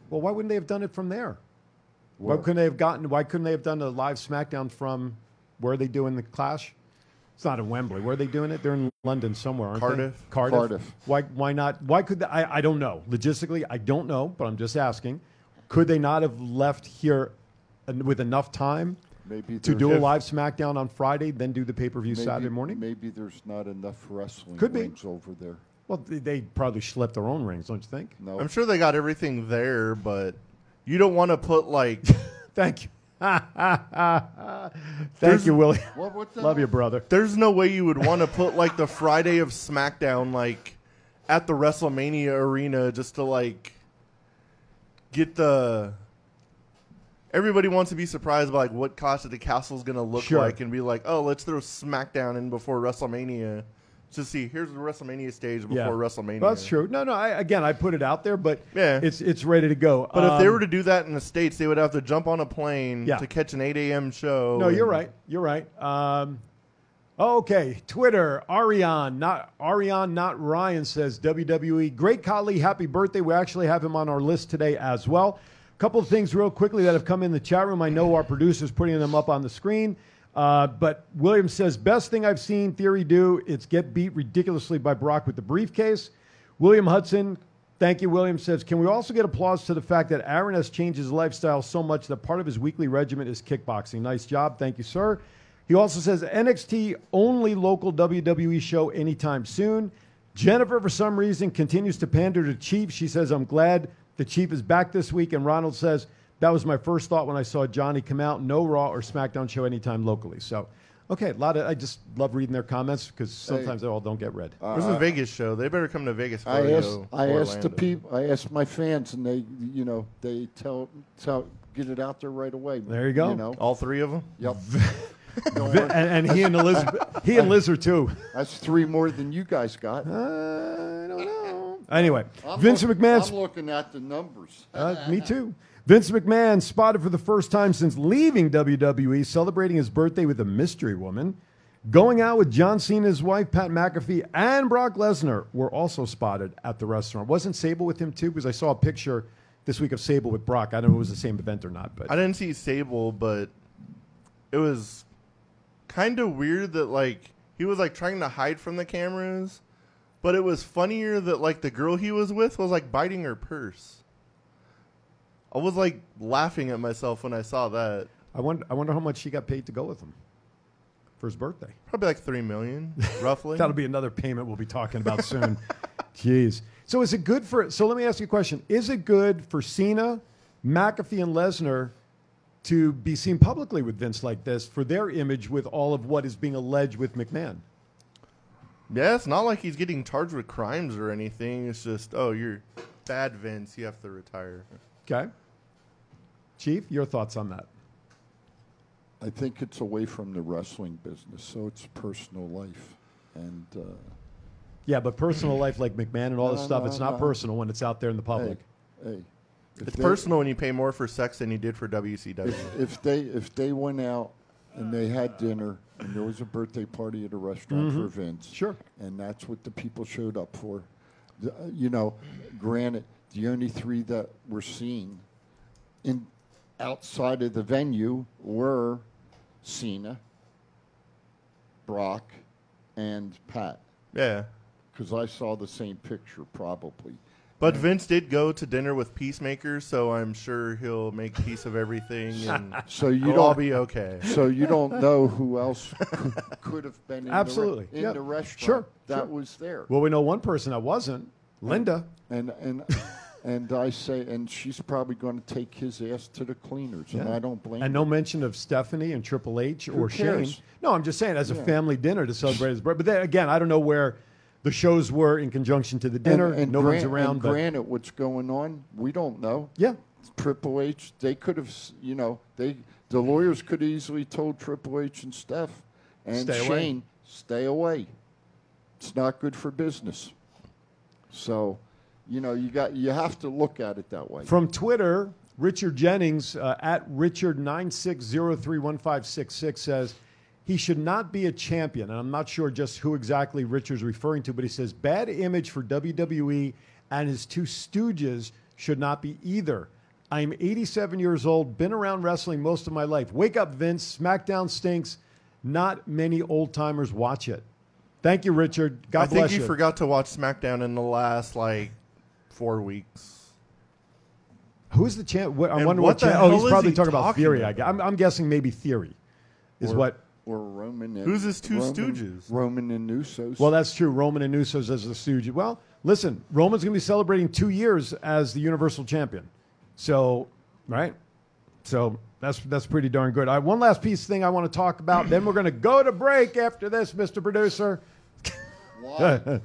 [SPEAKER 1] well, why wouldn't they have done it from there? Why couldn't they have gotten? Why couldn't they have done a live SmackDown from where are they doing the Clash? It's not in Wembley. Where are they doing it? They're in London somewhere, aren't
[SPEAKER 2] Cardiff.
[SPEAKER 1] they? Cardiff.
[SPEAKER 3] Cardiff.
[SPEAKER 1] Why? Why not? Why could they, I? I don't know. Logistically, I don't know, but I'm just asking. Could they not have left here en- with enough time
[SPEAKER 3] Maybe
[SPEAKER 1] to
[SPEAKER 3] there's-
[SPEAKER 1] do a live SmackDown on Friday, then do the pay per view
[SPEAKER 3] maybe-
[SPEAKER 1] Saturday morning?
[SPEAKER 3] Maybe there's not enough wrestling
[SPEAKER 1] Could be.
[SPEAKER 3] rings over there.
[SPEAKER 1] Well, they, they probably schlepped their own rings, don't you think?
[SPEAKER 3] No,
[SPEAKER 2] I'm sure they got everything there, but you don't want to
[SPEAKER 1] [LAUGHS]
[SPEAKER 2] put like
[SPEAKER 1] Thank you. Thank
[SPEAKER 2] There's-
[SPEAKER 1] you, Willie.
[SPEAKER 3] What- what the
[SPEAKER 1] Love
[SPEAKER 3] hell?
[SPEAKER 1] you, brother.
[SPEAKER 2] there's no way you would want to put like the Friday of SmackDown like at the WrestleMania arena just to like get the everybody wants to be surprised by like what Costa the Castle's gonna look
[SPEAKER 1] Sure.
[SPEAKER 2] like and be like, oh, let's throw SmackDown in before WrestleMania to see here's the WrestleMania stage before WrestleMania.
[SPEAKER 1] That's true. No, no. I, again, I put it out there, but
[SPEAKER 2] Yeah.
[SPEAKER 1] it's it's ready to go.
[SPEAKER 2] But if they
[SPEAKER 1] Um,
[SPEAKER 2] were to do that in the states, they would have to jump on a plane
[SPEAKER 1] Yeah.
[SPEAKER 2] to catch an 8 a.m. show.
[SPEAKER 1] no, you're
[SPEAKER 2] and-
[SPEAKER 1] right. You're right. Um, okay, Twitter Arion, not Arion, not Ryan says WWE. Great Khali, happy birthday. We actually have him on our list today as well. A couple of things real quickly that have come in the chat room. I know our producer's putting them up on the screen. Uh, but William says, best thing I've seen Theory do is get beat ridiculously by Brock with the briefcase. William Hudson, thank you, William says, can we also get applause to the fact that Aaron has changed his lifestyle so much that part of his weekly regimen is kickboxing? Nice job. Thank you, sir. He also says NXT only local WWE show anytime soon. Jennifer, for some reason, continues to pander to Chief. She says, I'm glad the Chief is back this week. And Ronald says, that was my first thought when I saw Johnny come out. No Raw or SmackDown show anytime locally. So, okay, a lot of, I just love reading their comments because sometimes they all don't get read.
[SPEAKER 2] This is a Vegas show. They better come to Vegas. before
[SPEAKER 3] I
[SPEAKER 2] they
[SPEAKER 3] asked,
[SPEAKER 2] go
[SPEAKER 3] I
[SPEAKER 2] to
[SPEAKER 3] asked the
[SPEAKER 2] Orlando.
[SPEAKER 3] people, I asked my fans, and they, you know, they tell, tell, get it out there right away.
[SPEAKER 1] There you go.
[SPEAKER 3] know,
[SPEAKER 2] All three of them?
[SPEAKER 3] yep.
[SPEAKER 1] Vi- and, and he and Elizabeth, he and Liz are too.
[SPEAKER 3] That's three more than you guys got.
[SPEAKER 1] Uh, I don't know.
[SPEAKER 3] I'm
[SPEAKER 1] Anyway,
[SPEAKER 3] look-
[SPEAKER 1] Vincent McMahon's
[SPEAKER 3] I'm looking at the numbers.
[SPEAKER 1] Uh, me too. Vince McMahon spotted for the first time since leaving WWE, celebrating his birthday with a mystery woman. Going out with John Cena's wife, Pat McAfee, and Brock Lesnar were also spotted at the restaurant. Wasn't Sable with him too? Because I saw a picture this week of Sable with Brock. I don't know if it was the same event or not, but
[SPEAKER 2] I didn't see Sable, but it was kind of weird that, like, he was, like, trying to hide from the cameras. But it was funnier that, like, the girl he was with was, like, biting her purse. I was, like, laughing at myself when I saw that.
[SPEAKER 1] I wonder, I wonder how much she got paid to go with him for his birthday.
[SPEAKER 2] Probably, like, three million,
[SPEAKER 1] [LAUGHS]
[SPEAKER 2] roughly.
[SPEAKER 1] That'll be another payment we'll be talking about soon. Jeez. So is it good for? So let me ask you a question: Is it good for Cena, McAfee, and Lesnar to be seen publicly with Vince like this for their image with all of what is being alleged with McMahon?
[SPEAKER 2] Yeah, it's not like he's getting charged with crimes or anything. It's just, oh, you're bad, Vince. You have to retire.
[SPEAKER 1] Okay, Chief, your thoughts on that?
[SPEAKER 3] I think it's away from the wrestling business, so it's personal life, and uh,
[SPEAKER 1] Yeah, but personal life like McMahon and all this stuff, it's not personal when it's out there in the
[SPEAKER 3] hey,
[SPEAKER 1] public.
[SPEAKER 3] hey, if
[SPEAKER 2] It's
[SPEAKER 3] they-
[SPEAKER 2] personal when you pay more for sex than you did
[SPEAKER 3] [LAUGHS]
[SPEAKER 2] for WCW.
[SPEAKER 3] If, if they if they went out and they had dinner and there was a birthday party at a restaurant for Vince,
[SPEAKER 1] Sure.
[SPEAKER 3] and that's what the people showed up for. The, uh, you know, granted, the only three that were seen in outside of the venue were Cena, Brock, and Pat
[SPEAKER 2] yeah.
[SPEAKER 3] because I saw the same picture probably.
[SPEAKER 2] But Vince did go to dinner with Peacemaker, so I'm sure he'll make peace of everything, and
[SPEAKER 3] So you
[SPEAKER 2] we'll all
[SPEAKER 3] don't
[SPEAKER 2] be okay.
[SPEAKER 3] So you don't know who else
[SPEAKER 1] [LAUGHS]
[SPEAKER 3] could, could have been in
[SPEAKER 1] Absolutely.
[SPEAKER 3] the, re- in
[SPEAKER 1] Yeah.
[SPEAKER 3] the restaurant
[SPEAKER 1] Sure,
[SPEAKER 3] that
[SPEAKER 1] sure.
[SPEAKER 3] was there.
[SPEAKER 1] Well, we know one person that wasn't Linda.
[SPEAKER 3] and and and I say, and she's probably going to take his ass to the cleaners, and I don't blame.
[SPEAKER 1] And no mention of Stephanie and Triple H or Shane.
[SPEAKER 3] cares?
[SPEAKER 1] No, I'm just saying as a
[SPEAKER 3] Yeah.
[SPEAKER 1] family dinner to celebrate his birthday. But then, again, I don't know where the shows were in conjunction to the
[SPEAKER 3] her.
[SPEAKER 1] dinner.
[SPEAKER 3] and, and
[SPEAKER 1] no one's
[SPEAKER 3] gran-
[SPEAKER 1] around.
[SPEAKER 3] And
[SPEAKER 1] but
[SPEAKER 3] granted, what's going on, we don't know.
[SPEAKER 1] yeah,
[SPEAKER 3] Triple H, they could have, s- you know, they the lawyers could easily told Triple H and Steph and
[SPEAKER 1] Stay away.
[SPEAKER 3] Shane, stay away. It's not good for business. So, you know, you got you have to look at it that way.
[SPEAKER 1] From Twitter, Richard Jennings uh, at Richard96031566 says he should not be a champion. And I'm not sure just who exactly Richard's referring to, but he says bad image for WWE and his two stooges should not be either. I'm 87 years old, been around wrestling most of my life. Wake up, Vince. SmackDown stinks. Not many old timers watch it. Thank you, Richard. God
[SPEAKER 2] I
[SPEAKER 1] bless
[SPEAKER 2] think you
[SPEAKER 1] you.
[SPEAKER 2] forgot to watch SmackDown in the last like four weeks.
[SPEAKER 1] Who's the champ? What, I
[SPEAKER 2] And
[SPEAKER 1] wonder
[SPEAKER 2] what
[SPEAKER 1] what.
[SPEAKER 2] the
[SPEAKER 1] champ- oh,
[SPEAKER 2] hell
[SPEAKER 1] he's
[SPEAKER 2] is
[SPEAKER 1] probably
[SPEAKER 2] he
[SPEAKER 1] talking, about
[SPEAKER 2] talking
[SPEAKER 1] Theory. I
[SPEAKER 2] about?
[SPEAKER 1] guess. I'm, I'm guessing maybe Theory is what.
[SPEAKER 3] or Roman. And,
[SPEAKER 2] Who's his two
[SPEAKER 3] Roman-
[SPEAKER 2] stooges?
[SPEAKER 3] Roman and Usos.
[SPEAKER 1] Well, that's true. Roman and Usos as the Stooges. Well, listen, Roman's going to be celebrating two years as the Universal Champion. So, right. So that's that's pretty darn good. I, one last piece thing I want to talk about. then we're going to go to break after this, Mr. Producer,
[SPEAKER 3] Why?
[SPEAKER 1] [LAUGHS]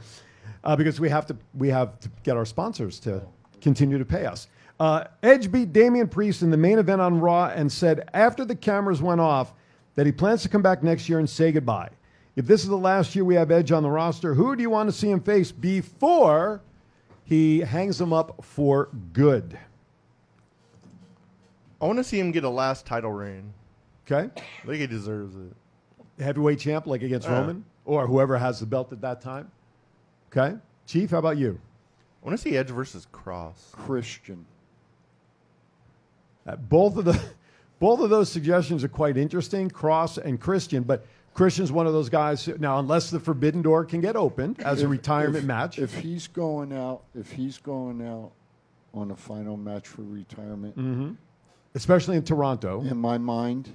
[SPEAKER 1] uh, because we have to we have to get our sponsors to continue to pay us. Uh, Edge beat Damian Priest in the main event on Raw and said after the cameras went off that he plans to come back next year and say goodbye. If this is the last year we have Edge on the roster, who do you want to see him face before he hangs him up for good?
[SPEAKER 2] I want to see him get a last title reign.
[SPEAKER 1] Okay,
[SPEAKER 2] I think he deserves it.
[SPEAKER 1] heavyweight champ like against Roman or whoever has the belt at that time. Okay, Chief, how about you?
[SPEAKER 2] I want to see Edge versus Cross.
[SPEAKER 3] Christian.
[SPEAKER 1] Uh, both of the [LAUGHS] both of those suggestions are quite interesting, Cross and Christian. But Christian's one of those guys. who- Now, unless the Forbidden Door can get opened as a retirement
[SPEAKER 3] if,
[SPEAKER 1] match,
[SPEAKER 3] If he's going out, if he's going out on a final match for retirement,
[SPEAKER 1] especially in Toronto,
[SPEAKER 3] in my mind,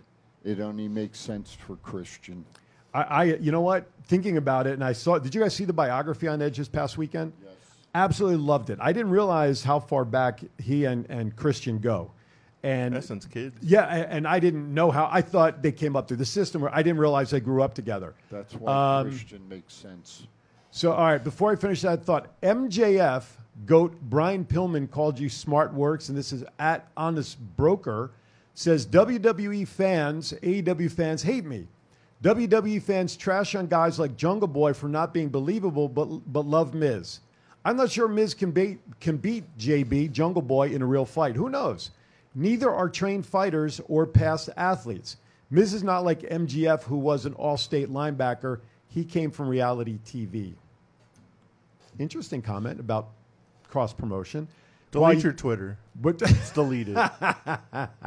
[SPEAKER 3] it only makes sense for Christian.
[SPEAKER 1] I, I you know what? Thinking about it, and I saw. Did you guys see the biography on Edge this past weekend? Yes. Absolutely loved it. I didn't realize how far back he and, and Christian go. And
[SPEAKER 2] Essence kids.
[SPEAKER 1] Yeah, a- and I didn't know how. I thought they came up through the system, or I didn't realize they grew up together.
[SPEAKER 3] That's why
[SPEAKER 1] Um,
[SPEAKER 3] Christian makes sense.
[SPEAKER 1] So, all right, before I finish that thought, MJF GOAT Brian Pillman called you smart works, and this is at Honest Broker says WWE fans, AEW fans hate me. WWE fans trash on guys like Jungle Boy for not being believable, but, but love Miz. I'm not sure Miz can beat, can beat JB, Jungle Boy, in a real fight. Who knows? Neither are trained fighters or past athletes. Miz is not like MGF, who was an all state linebacker. He came from reality TV. Interesting comment about cross promotion.
[SPEAKER 2] Delete your Twitter.
[SPEAKER 1] but,
[SPEAKER 2] It's deleted.
[SPEAKER 1] [LAUGHS]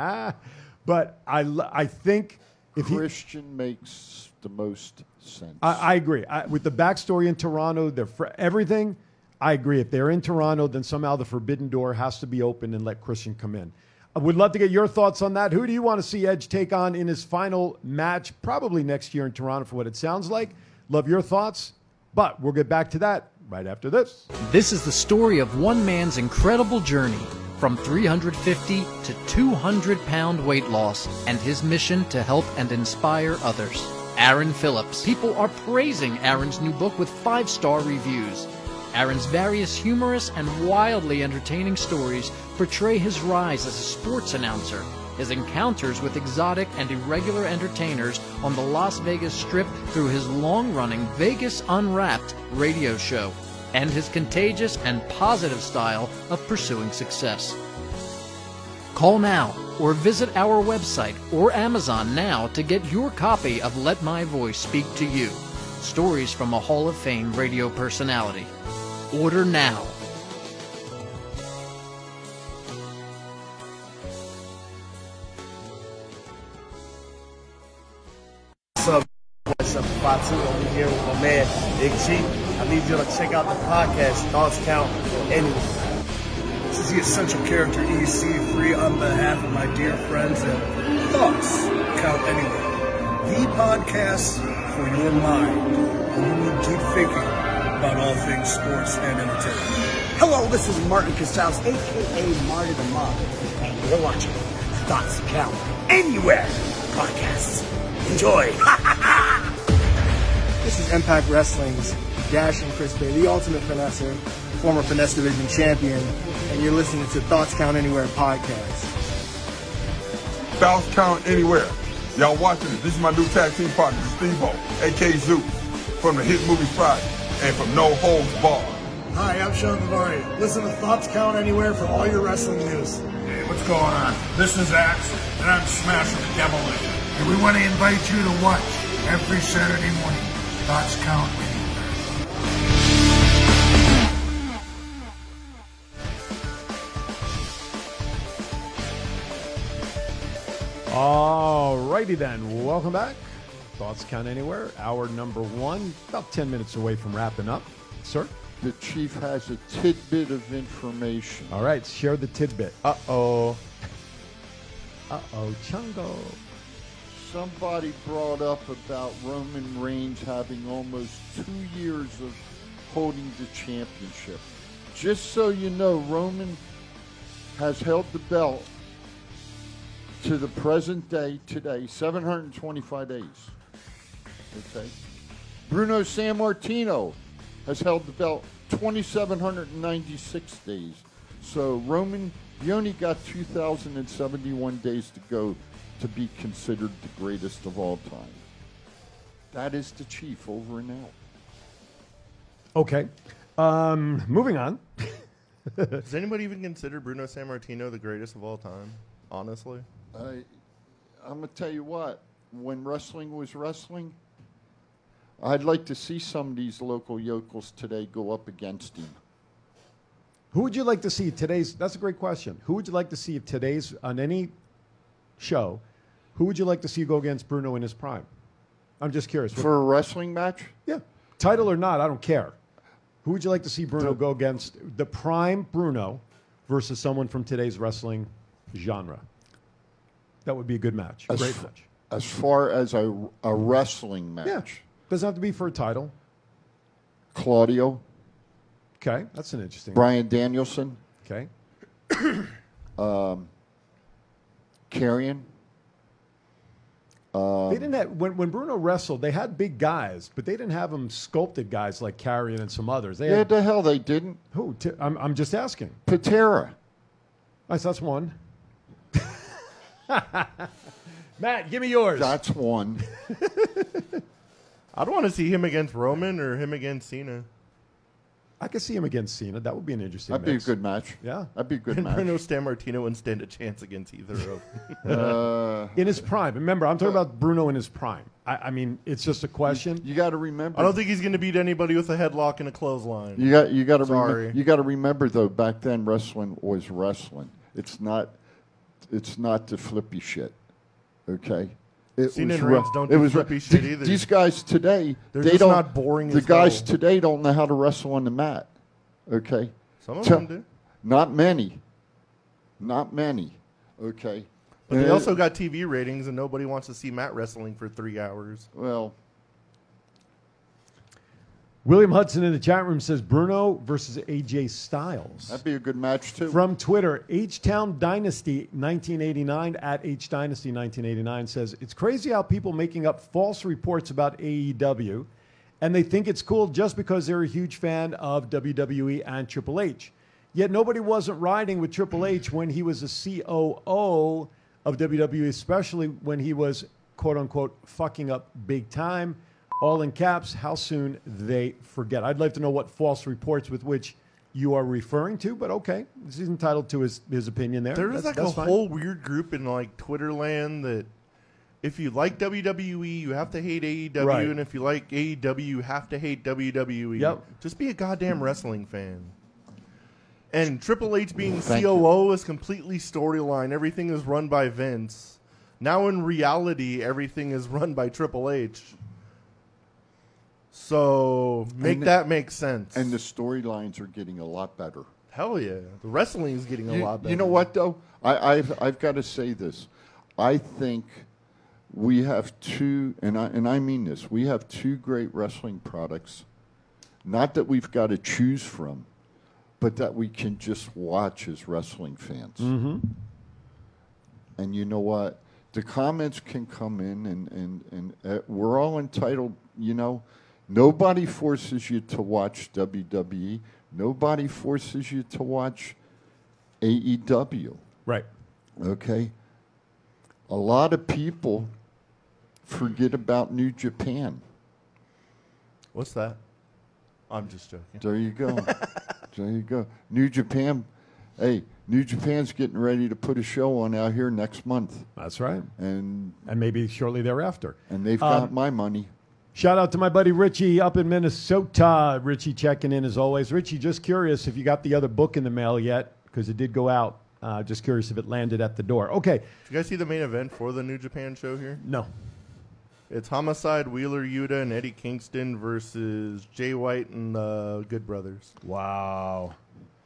[SPEAKER 1] but I, lo- I think if he,
[SPEAKER 3] Christian makes the most sense.
[SPEAKER 1] I, I agree. I, with the backstory in Toronto, their fr- everything, I agree. If they're in Toronto, then somehow the forbidden door has to be open and let Christian come in. I would love to get your thoughts on that. Who do you want to see Edge take on in his final match, probably next year in Toronto, for what it sounds like? Love your thoughts, but we'll get back to that right after this.
[SPEAKER 4] This is the story of one man's incredible journey from 350 to 200 pound weight loss and his mission to help and inspire others. Aaron Phillips. People are praising Aaron's new book with five star reviews. Aaron's various humorous and wildly entertaining stories portray his rise as a sports announcer, his encounters with exotic and irregular entertainers on the Las Vegas Strip through his long running Vegas Unwrapped radio show and his contagious and positive style of pursuing success. Call now or visit our website or Amazon now to get your copy of Let My Voice Speak to You Stories from a Hall of Fame radio personality. Order now.
[SPEAKER 5] What's up? What's up? Fatu over here with my man Big G. I need you to check out the podcast Thoughts Count Anyway. is the essential character EC3 on behalf of my dear friends and thoughts count anywhere. The podcast for your mind when you need deep thinking about all things sports and entertainment.
[SPEAKER 7] Hello, this is Martin Casals, aka Marty the Mob, and you're watching Thoughts Count Anywhere podcast. Enjoy.
[SPEAKER 8] This is Impact Wrestling's Dashing Chris Bay, the ultimate finesser, former finesse division champion, and you're listening to Thoughts Count Anywhere podcast.
[SPEAKER 9] South Town anywhere. Y'all watching it. This is my new tag team partner, Stevo, aka Zeus, from the hit movie Friday and from No Holds Bar.
[SPEAKER 5] Hi, I'm Sean Vivari. Listen to Thoughts Count Anywhere for all your wrestling news. Hey, what's going on? This is Axe, and I'm smashing the devil in. And we want to invite you to watch every Saturday morning. Thoughts Count Anywhere.
[SPEAKER 1] All righty then. Welcome back. Thoughts count anywhere. Hour number one, about 10 minutes away from wrapping up. Sir?
[SPEAKER 3] The chief has a tidbit of information.
[SPEAKER 1] All right, share the tidbit. Uh oh. Uh oh, Chungo.
[SPEAKER 3] Somebody brought up about Roman Reigns having almost two years of holding the championship. Just so you know, Roman has held the belt to the present day today, 725 days. Okay. Bruno San Martino has held the belt 2,796 days. So Roman, you only got 2,071 days to go to be considered the greatest of all time. That is the chief over and out.
[SPEAKER 1] Okay. Um, moving on.
[SPEAKER 2] Does anybody even consider Bruno Sammartino the greatest of all time? Honestly,
[SPEAKER 3] I, I'm gonna tell you what. When wrestling was wrestling, I'd like to see some of these local yokels today go up against him.
[SPEAKER 1] Who would you like to see today's? That's a great question. Who would you like to see if today's on any show? Who would you like to see go against Bruno in his prime? I'm just curious. What-
[SPEAKER 3] For a wrestling match,
[SPEAKER 1] yeah, title or not, I don't care. Who would you like to see Bruno go against? The prime Bruno versus someone from today's wrestling genre. That would be a good match. A
[SPEAKER 3] As
[SPEAKER 1] great
[SPEAKER 3] f-
[SPEAKER 1] match.
[SPEAKER 3] as far as a, a wrestling match,
[SPEAKER 1] Yeah, doesn't have to be for a title.
[SPEAKER 3] Claudio,
[SPEAKER 1] Okay, that's an interesting.
[SPEAKER 3] Brian Danielson,
[SPEAKER 1] Okay,
[SPEAKER 3] Carrion,
[SPEAKER 1] they didn't have when, when Bruno wrestled. They had big guys, but they didn't have them sculpted guys like Carrion and some others. They
[SPEAKER 3] Yeah,
[SPEAKER 1] had
[SPEAKER 3] the hell they didn't.
[SPEAKER 1] who? T- I'm I'm just asking.
[SPEAKER 3] Patera.
[SPEAKER 1] Nice, that's one. [LAUGHS] Matt, give me yours.
[SPEAKER 3] That's one.
[SPEAKER 2] I'd want to see him against Roman or him against Cena.
[SPEAKER 1] I could see him against Cena. That would be an interesting.
[SPEAKER 3] That'd be a
[SPEAKER 1] mix.
[SPEAKER 3] good match.
[SPEAKER 1] Yeah.
[SPEAKER 3] That'd be a good
[SPEAKER 2] And
[SPEAKER 3] match.
[SPEAKER 2] [LAUGHS] Bruno Sammartino wouldn't stand a chance against either of them. [LAUGHS]
[SPEAKER 1] in his prime. Remember, I'm talking about Bruno in his prime. I, I mean, it's just a question.
[SPEAKER 3] You got to remember.
[SPEAKER 2] I don't think he's going to beat anybody with a headlock and a clothesline.
[SPEAKER 3] you got you got to
[SPEAKER 2] Sorry.
[SPEAKER 3] remember. You got to remember though. Back then, wrestling was wrestling. It's not. It's not the flippy shit. Okay. It
[SPEAKER 2] Cena and
[SPEAKER 3] re-
[SPEAKER 2] Reigns don't do flippy
[SPEAKER 3] re-
[SPEAKER 2] shit
[SPEAKER 3] the-
[SPEAKER 2] either.
[SPEAKER 3] These guys today,
[SPEAKER 2] They're
[SPEAKER 3] they
[SPEAKER 2] just
[SPEAKER 3] don't.
[SPEAKER 2] not boring
[SPEAKER 3] The
[SPEAKER 2] as
[SPEAKER 3] guys
[SPEAKER 2] hell.
[SPEAKER 3] today don't know how to wrestle on the mat. Okay.
[SPEAKER 2] Some of
[SPEAKER 3] Tell-
[SPEAKER 2] them do.
[SPEAKER 3] Not many. Not many. Okay.
[SPEAKER 2] But they
[SPEAKER 3] And-
[SPEAKER 2] also got TV ratings, and nobody wants to see Matt wrestling for three hours.
[SPEAKER 3] well.
[SPEAKER 1] William Hudson in the chat room says Bruno versus AJ Styles.
[SPEAKER 3] That'd be a good match too.
[SPEAKER 1] From Twitter, H Town Dynasty 1989 at H Dynasty 1989 says it's crazy how people making up false reports about AEW, and they think it's cool just because they're a huge fan of WWE and Triple H. Yet nobody wasn't riding with Triple H when he was a COO of WWE, especially when he was quote unquote fucking up big time. All in caps. How soon they forget? I'd like to know what false reports with which you are referring to, but okay, he's entitled to his, his opinion there.
[SPEAKER 2] There is
[SPEAKER 1] That's-
[SPEAKER 2] like a
[SPEAKER 1] that's fine.
[SPEAKER 2] whole weird group in like Twitter land that if you like WWE, you have to hate AEW,
[SPEAKER 1] Right.
[SPEAKER 2] and if you like AEW, you have to hate WWE.
[SPEAKER 1] Yep.
[SPEAKER 2] Just be a goddamn wrestling fan. And Triple H being
[SPEAKER 3] Thank
[SPEAKER 2] COO is completely storyline. Everything is run by Vince. Now in reality, everything is run by Triple H. So make
[SPEAKER 3] And-
[SPEAKER 2] that make sense.
[SPEAKER 3] And the storylines are getting a lot better.
[SPEAKER 2] Hell yeah. The wrestling's getting a
[SPEAKER 3] you,
[SPEAKER 2] lot better.
[SPEAKER 3] you know what though? I, I've I've got to say this. I think we have two, and I and I mean this. We have two great wrestling products. Not that we've got to choose from, but that we can just watch as wrestling fans.
[SPEAKER 2] Mm-hmm.
[SPEAKER 3] And you know what? The comments can come in, and and and uh, we're all entitled. You know, nobody forces you to watch WWE. Nobody forces you to watch AEW.
[SPEAKER 1] Right.
[SPEAKER 3] E Okay. A lot of people forget about New Japan.
[SPEAKER 2] What's that? I'm just joking.
[SPEAKER 3] There
[SPEAKER 1] [LAUGHS]
[SPEAKER 3] you go. there you go. New Japan. Hey, New Japan's getting ready to put a show on out here next month,
[SPEAKER 1] That's right.
[SPEAKER 3] and
[SPEAKER 1] And maybe shortly thereafter.
[SPEAKER 3] and they've
[SPEAKER 1] Um,
[SPEAKER 3] got my money.
[SPEAKER 1] Shout out to my buddy Richie up in Minnesota. Richie checking in as always. Richie, just curious if you got the other book in the mail yet because it did go out. Uh, just curious if it landed at the door. Okay.
[SPEAKER 2] Did you guys see the main event for the New Japan show here?
[SPEAKER 1] No.
[SPEAKER 2] It's Homicide, Wheeler Yuta, and Eddie Kingston versus Jay White and the Good Brothers.
[SPEAKER 1] Wow.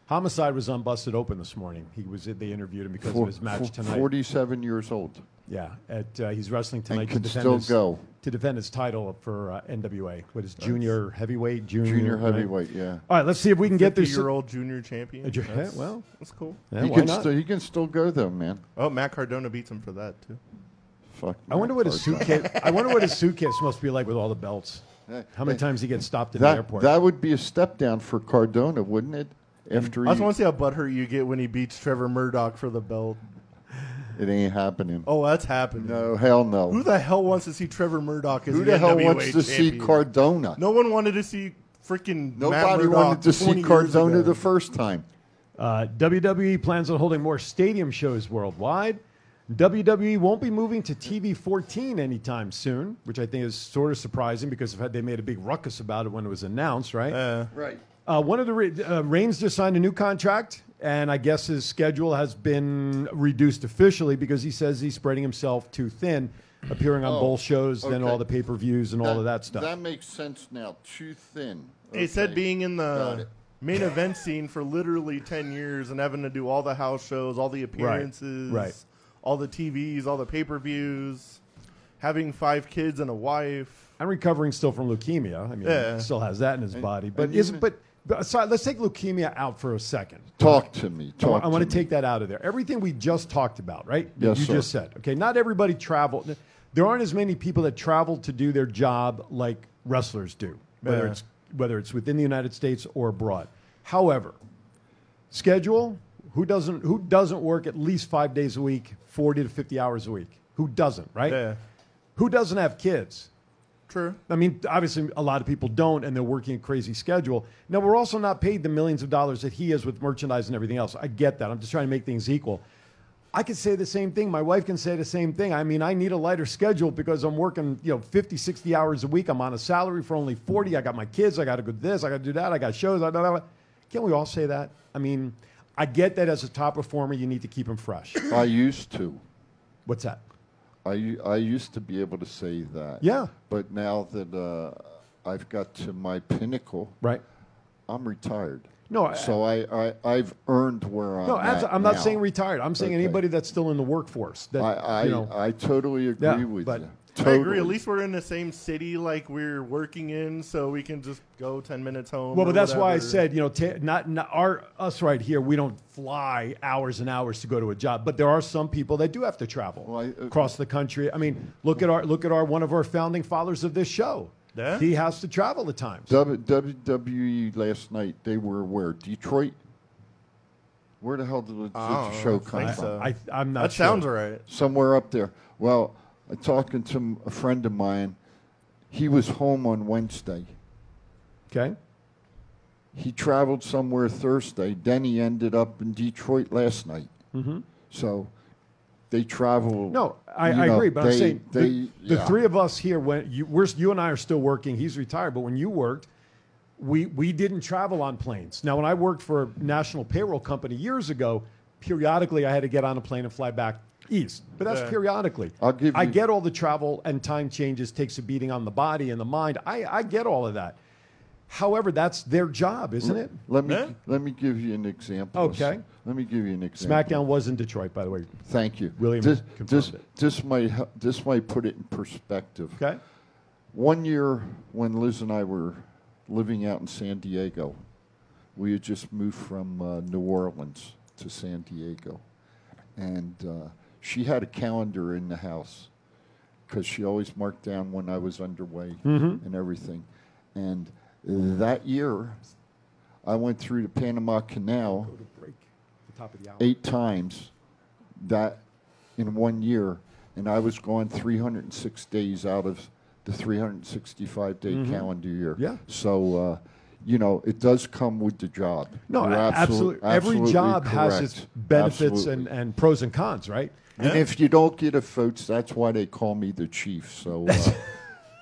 [SPEAKER 1] Homicide was on Busted Open this morning. He was they interviewed him because
[SPEAKER 3] For-
[SPEAKER 1] of his match
[SPEAKER 3] for-
[SPEAKER 1] tonight.
[SPEAKER 3] Forty-seven years old.
[SPEAKER 1] Yeah, at uh, he's wrestling tonight to
[SPEAKER 3] can
[SPEAKER 1] defend
[SPEAKER 3] still
[SPEAKER 1] his,
[SPEAKER 3] go.
[SPEAKER 1] to defend his title for uh, NWA. What is junior heavyweight? Junior,
[SPEAKER 3] Junior
[SPEAKER 1] right?
[SPEAKER 3] heavyweight, yeah.
[SPEAKER 1] All right, let's see if we can get through. some-
[SPEAKER 2] year old junior champion.
[SPEAKER 1] Uh, ju-
[SPEAKER 2] That's-
[SPEAKER 1] yeah, well.
[SPEAKER 2] that's cool.
[SPEAKER 1] Yeah,
[SPEAKER 3] he
[SPEAKER 1] why
[SPEAKER 3] can
[SPEAKER 1] not?
[SPEAKER 3] still he can still go though, man.
[SPEAKER 2] Oh, Matt Cardona beats him for that too.
[SPEAKER 3] Fuck.
[SPEAKER 1] I wonder what his suitcase. I wonder what his suitcase must be like with all the
[SPEAKER 3] [LAUGHS]
[SPEAKER 1] belts. How many times he gets stopped in the
[SPEAKER 3] That
[SPEAKER 1] airport?
[SPEAKER 3] that would be a step down for Cardona, wouldn't it? After
[SPEAKER 2] I just
[SPEAKER 3] he,
[SPEAKER 2] want to see how butthurt you get when he beats Trevor Murdoch for the belt.
[SPEAKER 3] it ain't happening.
[SPEAKER 2] Oh, that's happening.
[SPEAKER 3] No, hell no.
[SPEAKER 2] Who the hell wants to see Trevor Murdoch as
[SPEAKER 3] Who
[SPEAKER 2] an
[SPEAKER 3] the hell
[SPEAKER 2] NWA
[SPEAKER 3] wants to see
[SPEAKER 2] champion?
[SPEAKER 3] Cardona?
[SPEAKER 2] No one wanted to see freaking. Matt
[SPEAKER 3] Nobody
[SPEAKER 2] Murdoch
[SPEAKER 3] wanted to see
[SPEAKER 2] 20 years
[SPEAKER 3] Cardona
[SPEAKER 2] ago.
[SPEAKER 3] the first time.
[SPEAKER 1] Uh, WWE plans on holding more stadium shows worldwide. WWE won't be moving to TV 14 anytime soon, which I think is sort of surprising because they made a big ruckus about it when it was announced, right?
[SPEAKER 3] Right.
[SPEAKER 1] Uh, one of the re- uh, Reigns just signed a new contract, and I guess his schedule has been reduced officially because he says he's spreading himself too thin, appearing on
[SPEAKER 3] Oh,
[SPEAKER 1] both shows, then
[SPEAKER 3] okay.
[SPEAKER 1] all the pay per views and all of that stuff.
[SPEAKER 3] That makes sense now. Too thin.
[SPEAKER 2] He said
[SPEAKER 3] Okay.
[SPEAKER 2] being in
[SPEAKER 3] Got
[SPEAKER 2] the
[SPEAKER 3] it.
[SPEAKER 2] main event scene for literally 10 years and having to do all the house shows, all the appearances,
[SPEAKER 1] Right.
[SPEAKER 2] all the TVs, all the pay per views, having five kids and a wife.
[SPEAKER 1] I'm recovering still from leukemia. I mean,
[SPEAKER 2] Yeah.
[SPEAKER 1] he still has that in his body, but
[SPEAKER 3] and you-
[SPEAKER 1] isn't but. but- Sorry, let's take leukemia out for a second.
[SPEAKER 3] Talk to me.
[SPEAKER 1] I wa-
[SPEAKER 3] Talk
[SPEAKER 1] I want
[SPEAKER 3] to
[SPEAKER 1] to take that out of there. Everything we just talked about, right? That
[SPEAKER 3] Yes,
[SPEAKER 1] you
[SPEAKER 3] sir.
[SPEAKER 1] just said. Okay, not everybody traveled. There aren't as many people that travel to do their job like wrestlers do, whether
[SPEAKER 2] Yeah.
[SPEAKER 1] it's whether it's within the United States or abroad. However, schedule who doesn't who doesn't work at least 5 days a week, 40 to 50 hours a week? Who doesn't, right?
[SPEAKER 2] Yeah.
[SPEAKER 1] Who doesn't have kids?
[SPEAKER 2] True.
[SPEAKER 1] I mean, obviously, a lot of people don't, and they're working a crazy schedule. Now, we're also not paid the millions of dollars that he is with merchandise and everything else. I get that. I'm just trying to make things equal. I could say the same thing. My wife can say the same thing. I mean, I need a lighter schedule because I'm working, you know, 50, 60 hours a week. I'm on a salary for only 40. I got my kids. I got to go this. I got to do that. I got shows. I blah, blah, blah. Can't we all say that? I mean, I get that as a top performer, you need to keep them fresh. [COUGHS]
[SPEAKER 3] me. I used to.
[SPEAKER 1] What's that?
[SPEAKER 3] I, u- I used to be able to say that.
[SPEAKER 1] Yeah.
[SPEAKER 3] But now that uh, I've got to my pinnacle,
[SPEAKER 1] Right?
[SPEAKER 3] I'm retired.
[SPEAKER 1] No, I-
[SPEAKER 3] so I, I I've earned where I'm.
[SPEAKER 1] No, abso-
[SPEAKER 3] at
[SPEAKER 1] I'm not
[SPEAKER 3] Uh, now.
[SPEAKER 1] saying retired. I'm saying
[SPEAKER 3] Okay.
[SPEAKER 1] anybody that's still in the workforce. That,
[SPEAKER 3] I I,
[SPEAKER 1] you know,
[SPEAKER 3] I totally agree
[SPEAKER 1] Yeah,
[SPEAKER 3] with
[SPEAKER 1] but-
[SPEAKER 3] you.
[SPEAKER 2] I
[SPEAKER 3] Totally.
[SPEAKER 2] agree. At least we're in the same city like we're working in, so we can just go 10 minutes home.
[SPEAKER 1] Well,
[SPEAKER 2] or
[SPEAKER 1] but that's why I
[SPEAKER 2] whatever.
[SPEAKER 1] said, you know, ta not, not our us right here. We don't fly hours and hours to go to a job, but there are some people that do have to travel
[SPEAKER 3] Well, I- uh,
[SPEAKER 1] across the country. I mean, look at our look at our one of our founding fathers of this show.
[SPEAKER 2] Yeah.
[SPEAKER 1] He has to travel at times.
[SPEAKER 3] W- WWE last night they were where Detroit. Where the hell did the, did the show come
[SPEAKER 2] think
[SPEAKER 3] from?
[SPEAKER 2] so.
[SPEAKER 1] Oh, I, I'm not.
[SPEAKER 2] that
[SPEAKER 1] sure.
[SPEAKER 2] sounds all right.
[SPEAKER 3] somewhere up there. Well, uh, talking to m- a friend of mine, he was home on Wednesday.
[SPEAKER 1] Okay.
[SPEAKER 3] He traveled somewhere Thursday. Then he ended up in Detroit last night. Mm-hmm. So they travel.
[SPEAKER 1] No, I,
[SPEAKER 3] you
[SPEAKER 1] I
[SPEAKER 3] know,
[SPEAKER 1] agree, but I'm
[SPEAKER 3] they-
[SPEAKER 1] saying the-
[SPEAKER 3] they-
[SPEAKER 1] the,
[SPEAKER 3] yeah.
[SPEAKER 1] three of us here went. You, we're, you and I are still working. He's retired, but when you worked, we we didn't travel on planes. Now, when I worked for a national payroll company years ago, periodically I had to get on a plane and fly back east, but that's periodically.
[SPEAKER 3] I'll give
[SPEAKER 1] I
[SPEAKER 3] you-
[SPEAKER 1] get all the travel and time changes takes a beating on the body and the mind. I, I get all of that. However, that's their job, isn't it?
[SPEAKER 3] Let me
[SPEAKER 2] Yeah.
[SPEAKER 3] let me give you an example.
[SPEAKER 1] Okay.
[SPEAKER 3] Let me give you an example.
[SPEAKER 1] SmackDown was in Detroit, by the way.
[SPEAKER 3] Thank you.
[SPEAKER 1] William
[SPEAKER 3] this,
[SPEAKER 1] confirmed
[SPEAKER 3] this,
[SPEAKER 1] it.
[SPEAKER 3] this might hel- this might put it in perspective.
[SPEAKER 1] Okay.
[SPEAKER 3] One year when Liz and I were living out in San Diego, we had just moved from uh, New Orleans to San Diego, and uh, she had a calendar in the house because she always marked down when I was underway
[SPEAKER 1] Mm-hmm.
[SPEAKER 3] and everything. And that year, I went through the Panama Canal
[SPEAKER 1] Break. The top of the hour.
[SPEAKER 3] eight times that in one year, and I was gone 306 days out of the 365 day calendar year.
[SPEAKER 1] Mm-hmm. Yeah.
[SPEAKER 3] So, uh, you know, it does come with the job.
[SPEAKER 1] No,
[SPEAKER 3] You're
[SPEAKER 1] a-
[SPEAKER 3] absolu-
[SPEAKER 1] absolutely. Every
[SPEAKER 3] absolutely
[SPEAKER 1] job has
[SPEAKER 3] correct.
[SPEAKER 1] its benefits
[SPEAKER 3] Absolutely.
[SPEAKER 1] and, and pros and cons, right?
[SPEAKER 3] And if you don't get a votes, that's why they call me the chief.
[SPEAKER 1] [LAUGHS]
[SPEAKER 3] So uh,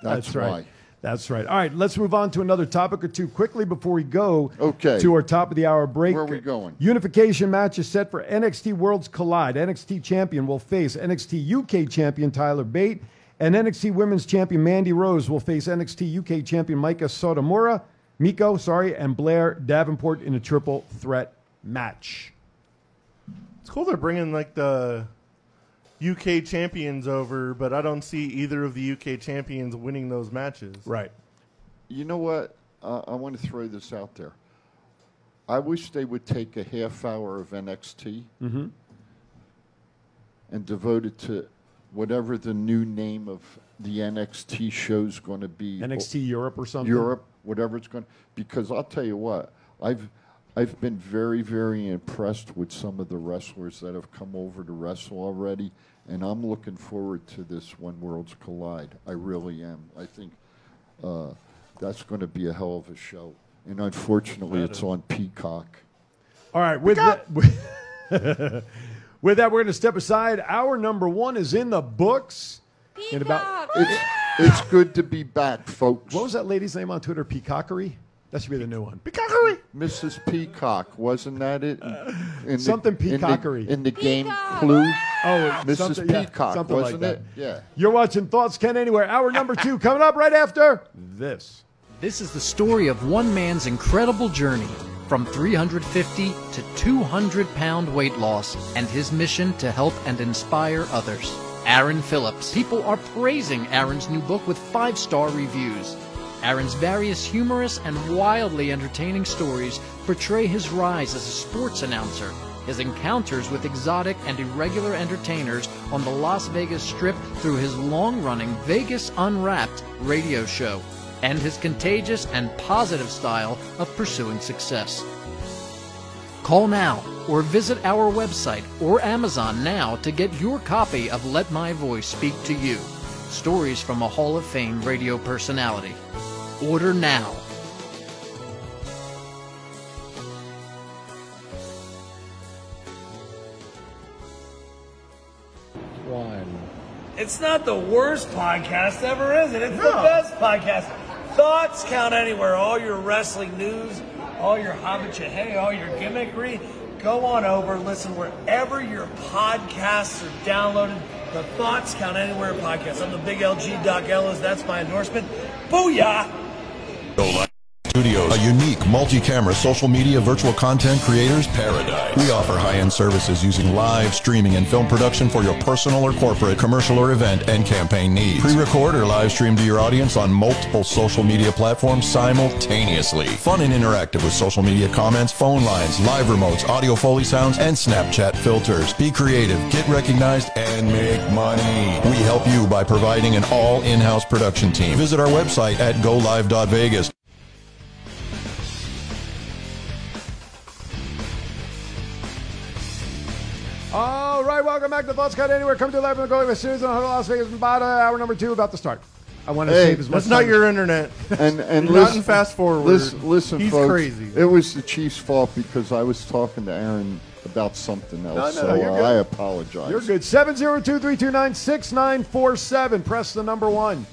[SPEAKER 3] that's, why.
[SPEAKER 1] right. That's right. All right, let's move on to another topic or two quickly before we go
[SPEAKER 3] Okay.
[SPEAKER 1] to our top of the hour break.
[SPEAKER 3] Where are we going?
[SPEAKER 1] Unification match is set for NXT Worlds Collide. NXT champion will face NXT UK champion Tyler Bate, and NXT Women's champion Mandy Rose will face NXT UK champion Micah Sotomura, Miko, sorry, and Blair Davenport in a triple threat match.
[SPEAKER 2] It's cool they're bringing like the UK champions over, but I don't see either of the UK champions winning those matches.
[SPEAKER 1] Right.
[SPEAKER 3] You know what? Uh, I want to throw this out there. I wish they would take a half hour of NXT and devote it to whatever the new name of the NXT show's going to be.
[SPEAKER 1] NXT Europe or something.
[SPEAKER 3] Europe, whatever it's going to because I'll tell you what, I've I've been very very impressed with some of the wrestlers that have come over to wrestle already and I'm looking forward to this when worlds collide. I really am. I think uh, that's going to be a hell of a show. And unfortunately, it's on Peacock.
[SPEAKER 1] All right, with that, with, [LAUGHS] with that, we're going to step aside. Our number one is in the books. In about
[SPEAKER 3] It's it's good to be back, folks.
[SPEAKER 1] what was that lady's name on Twitter? Peacockery. That should be the new one.
[SPEAKER 3] Mrs. Peacock? Wasn't that it? In the-
[SPEAKER 1] Something
[SPEAKER 3] in the-
[SPEAKER 1] peacockery.
[SPEAKER 3] in the, game Clue.
[SPEAKER 1] Oh,
[SPEAKER 3] Mrs.
[SPEAKER 1] something- yeah,
[SPEAKER 3] Peacock,
[SPEAKER 1] something like
[SPEAKER 3] wasn't
[SPEAKER 1] that.
[SPEAKER 3] it? Yeah.
[SPEAKER 1] You're watching Thoughts Can Anywhere. Hour number two coming up right after this.
[SPEAKER 4] This is the story of one man's incredible journey from 350 to 200 pound weight loss and his mission to help and inspire others. Aaron Phillips. People are praising Aaron's new book with five star reviews. Aaron's various humorous and wildly entertaining stories portray his rise as a sports announcer, his encounters with exotic and irregular entertainers on the Las Vegas Strip through his long running Vegas Unwrapped radio show and his contagious and positive style of pursuing success. Call now or visit our website or Amazon now to get your copy of Let My Voice Speak to You Stories from a Hall of Fame radio personality. Order now.
[SPEAKER 5] It's not the worst podcast ever, is it? It's the best podcast. Thoughts count anywhere. All your wrestling news, all your hobbit hey, all your gimmickry. Go on over, listen wherever your podcasts are downloaded. The Thoughts Count Anywhere podcast. I'm the big LG Doc Ellis. That's my endorsement. Booyah!
[SPEAKER 10] Studios, a unique multi-camera social media virtual content creators paradise. We offer high-end services using live streaming and film production for your personal or corporate, commercial or event and campaign needs. Pre-record or live stream to your audience on multiple social media platforms simultaneously. Fun and interactive with social media comments, phone lines, live remotes, audio foley sounds, and Snapchat filters. Be creative, get recognized, and make money. We help you by providing an all in-house production team. Visit our website at golive.vegas
[SPEAKER 1] All right, welcome back to Thoughts Can Anywhere. Come to you live from the Golden Series on Las Vegas, Nevada. Hour number two about to start. I want to
[SPEAKER 3] Hey,
[SPEAKER 1] save as much
[SPEAKER 2] That's not
[SPEAKER 1] time-
[SPEAKER 2] your internet.
[SPEAKER 3] and and
[SPEAKER 2] Not in
[SPEAKER 3] listen,
[SPEAKER 2] fast forward.
[SPEAKER 3] Listen, listen
[SPEAKER 2] He's
[SPEAKER 3] folks,
[SPEAKER 2] crazy.
[SPEAKER 3] It was the Chiefs' fault because I was talking to Aaron about something else.
[SPEAKER 1] No, no,
[SPEAKER 3] so
[SPEAKER 1] you're
[SPEAKER 3] uh,
[SPEAKER 1] good.
[SPEAKER 3] I apologize.
[SPEAKER 1] You're good. 702-329-6947. Press the number one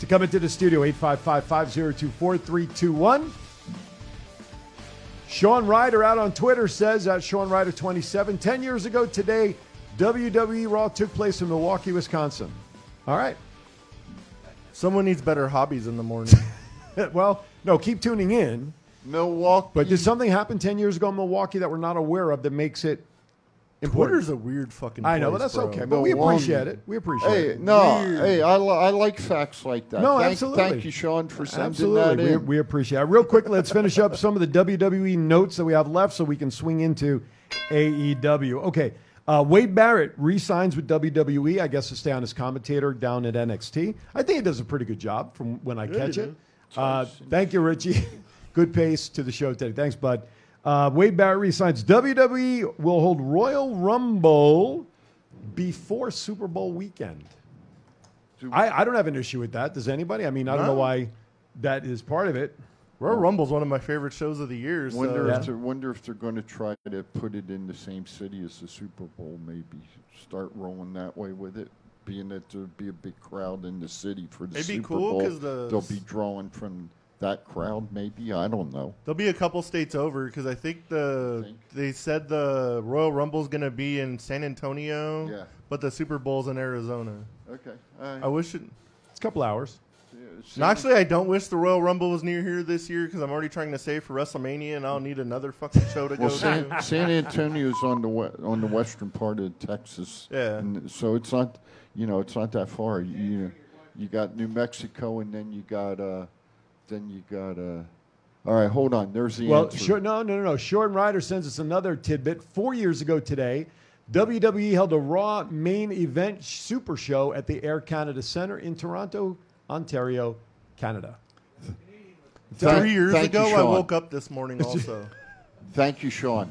[SPEAKER 1] to come into the studio. 855-502-4321. Sean Ryder out on Twitter says at Sean Ryder 27. Ten years ago today, WWE Raw took place in Milwaukee, Wisconsin. All right. [LAUGHS]
[SPEAKER 3] [LAUGHS]
[SPEAKER 2] Someone needs better hobbies in the morning.
[SPEAKER 1] well, no, keep tuning in.
[SPEAKER 3] Milwaukee.
[SPEAKER 1] But did something happen 10 years ago in Milwaukee that we're not aware of that makes it important?
[SPEAKER 2] Twitter's a weird fucking.
[SPEAKER 1] I know, but
[SPEAKER 2] place,
[SPEAKER 1] that's
[SPEAKER 2] bro.
[SPEAKER 1] okay. But we
[SPEAKER 3] Milwaukee.
[SPEAKER 1] appreciate it. We appreciate
[SPEAKER 3] Hey,
[SPEAKER 1] it.
[SPEAKER 3] no, hey, I, li- I like facts like that.
[SPEAKER 1] No,
[SPEAKER 3] Uh, thank,
[SPEAKER 1] absolutely.
[SPEAKER 3] Thank you, Sean, for sending
[SPEAKER 1] Absolutely.
[SPEAKER 3] that
[SPEAKER 1] We,
[SPEAKER 3] in.
[SPEAKER 1] we appreciate it. Real quick, let's finish up some of the WWE notes that we have left so we can swing into AEW. Okay. Uh, Wade Barrett re signs with WWE, I guess, to stay on as commentator down at NXT. I think he does a pretty good job from when I catch it. Uh, thank you, Richie. [LAUGHS] good pace to the show today. Thanks, bud. Uh, Wade Barrett re signs. WWE E will hold Royal Rumble before Super Bowl weekend. I, I don't have an issue with that. Does anybody? I mean, I don't know
[SPEAKER 2] No.
[SPEAKER 1] why that is part of it.
[SPEAKER 2] Royal Rumble's one of my favorite shows of the year. So.
[SPEAKER 3] Wonder
[SPEAKER 1] Yeah.
[SPEAKER 3] if they're wonder if they're going to try to put it in the same city as the Super Bowl. Maybe start rolling that way with it, being that there'd be a big crowd in the city for the
[SPEAKER 2] It'd be
[SPEAKER 3] Super
[SPEAKER 2] cool
[SPEAKER 3] Bowl.
[SPEAKER 2] 'cause the-
[SPEAKER 3] They'll be drawing from that crowd. Maybe I don't know.
[SPEAKER 2] There'll be a couple states over because I think the
[SPEAKER 3] Think.
[SPEAKER 2] they said the Royal Rumble's gonna be in San Antonio.
[SPEAKER 3] Yeah.
[SPEAKER 2] But the Super Bowl's in Arizona.
[SPEAKER 3] Okay. Uh, all right.
[SPEAKER 2] I wish it.
[SPEAKER 1] It's a couple hours.
[SPEAKER 2] No, actually, I don't wish the Royal Rumble was near here this year because I'm already trying to save for WrestleMania, and I'll need another fucking show to
[SPEAKER 3] Well,
[SPEAKER 2] go
[SPEAKER 3] San,
[SPEAKER 2] to.
[SPEAKER 3] San Antonio's on the we, on the western part of Texas.
[SPEAKER 2] Yeah.
[SPEAKER 3] And so it's not, you know, it's not that far. You you, you got New Mexico, and then you got uh, then you got uh, all right. Hold on. There's the
[SPEAKER 1] Well,
[SPEAKER 3] answer.
[SPEAKER 1] sure, no, no, no, no. Short and Ryder sends us another tidbit. Four years ago today, WWE held a Raw main event super show at the Air Canada Centre in Toronto, Ontario, Canada.
[SPEAKER 3] Thank-
[SPEAKER 2] Three years
[SPEAKER 3] thank you,
[SPEAKER 2] ago, I
[SPEAKER 3] Sean.
[SPEAKER 2] woke up this morning also.
[SPEAKER 3] Thank you, Sean.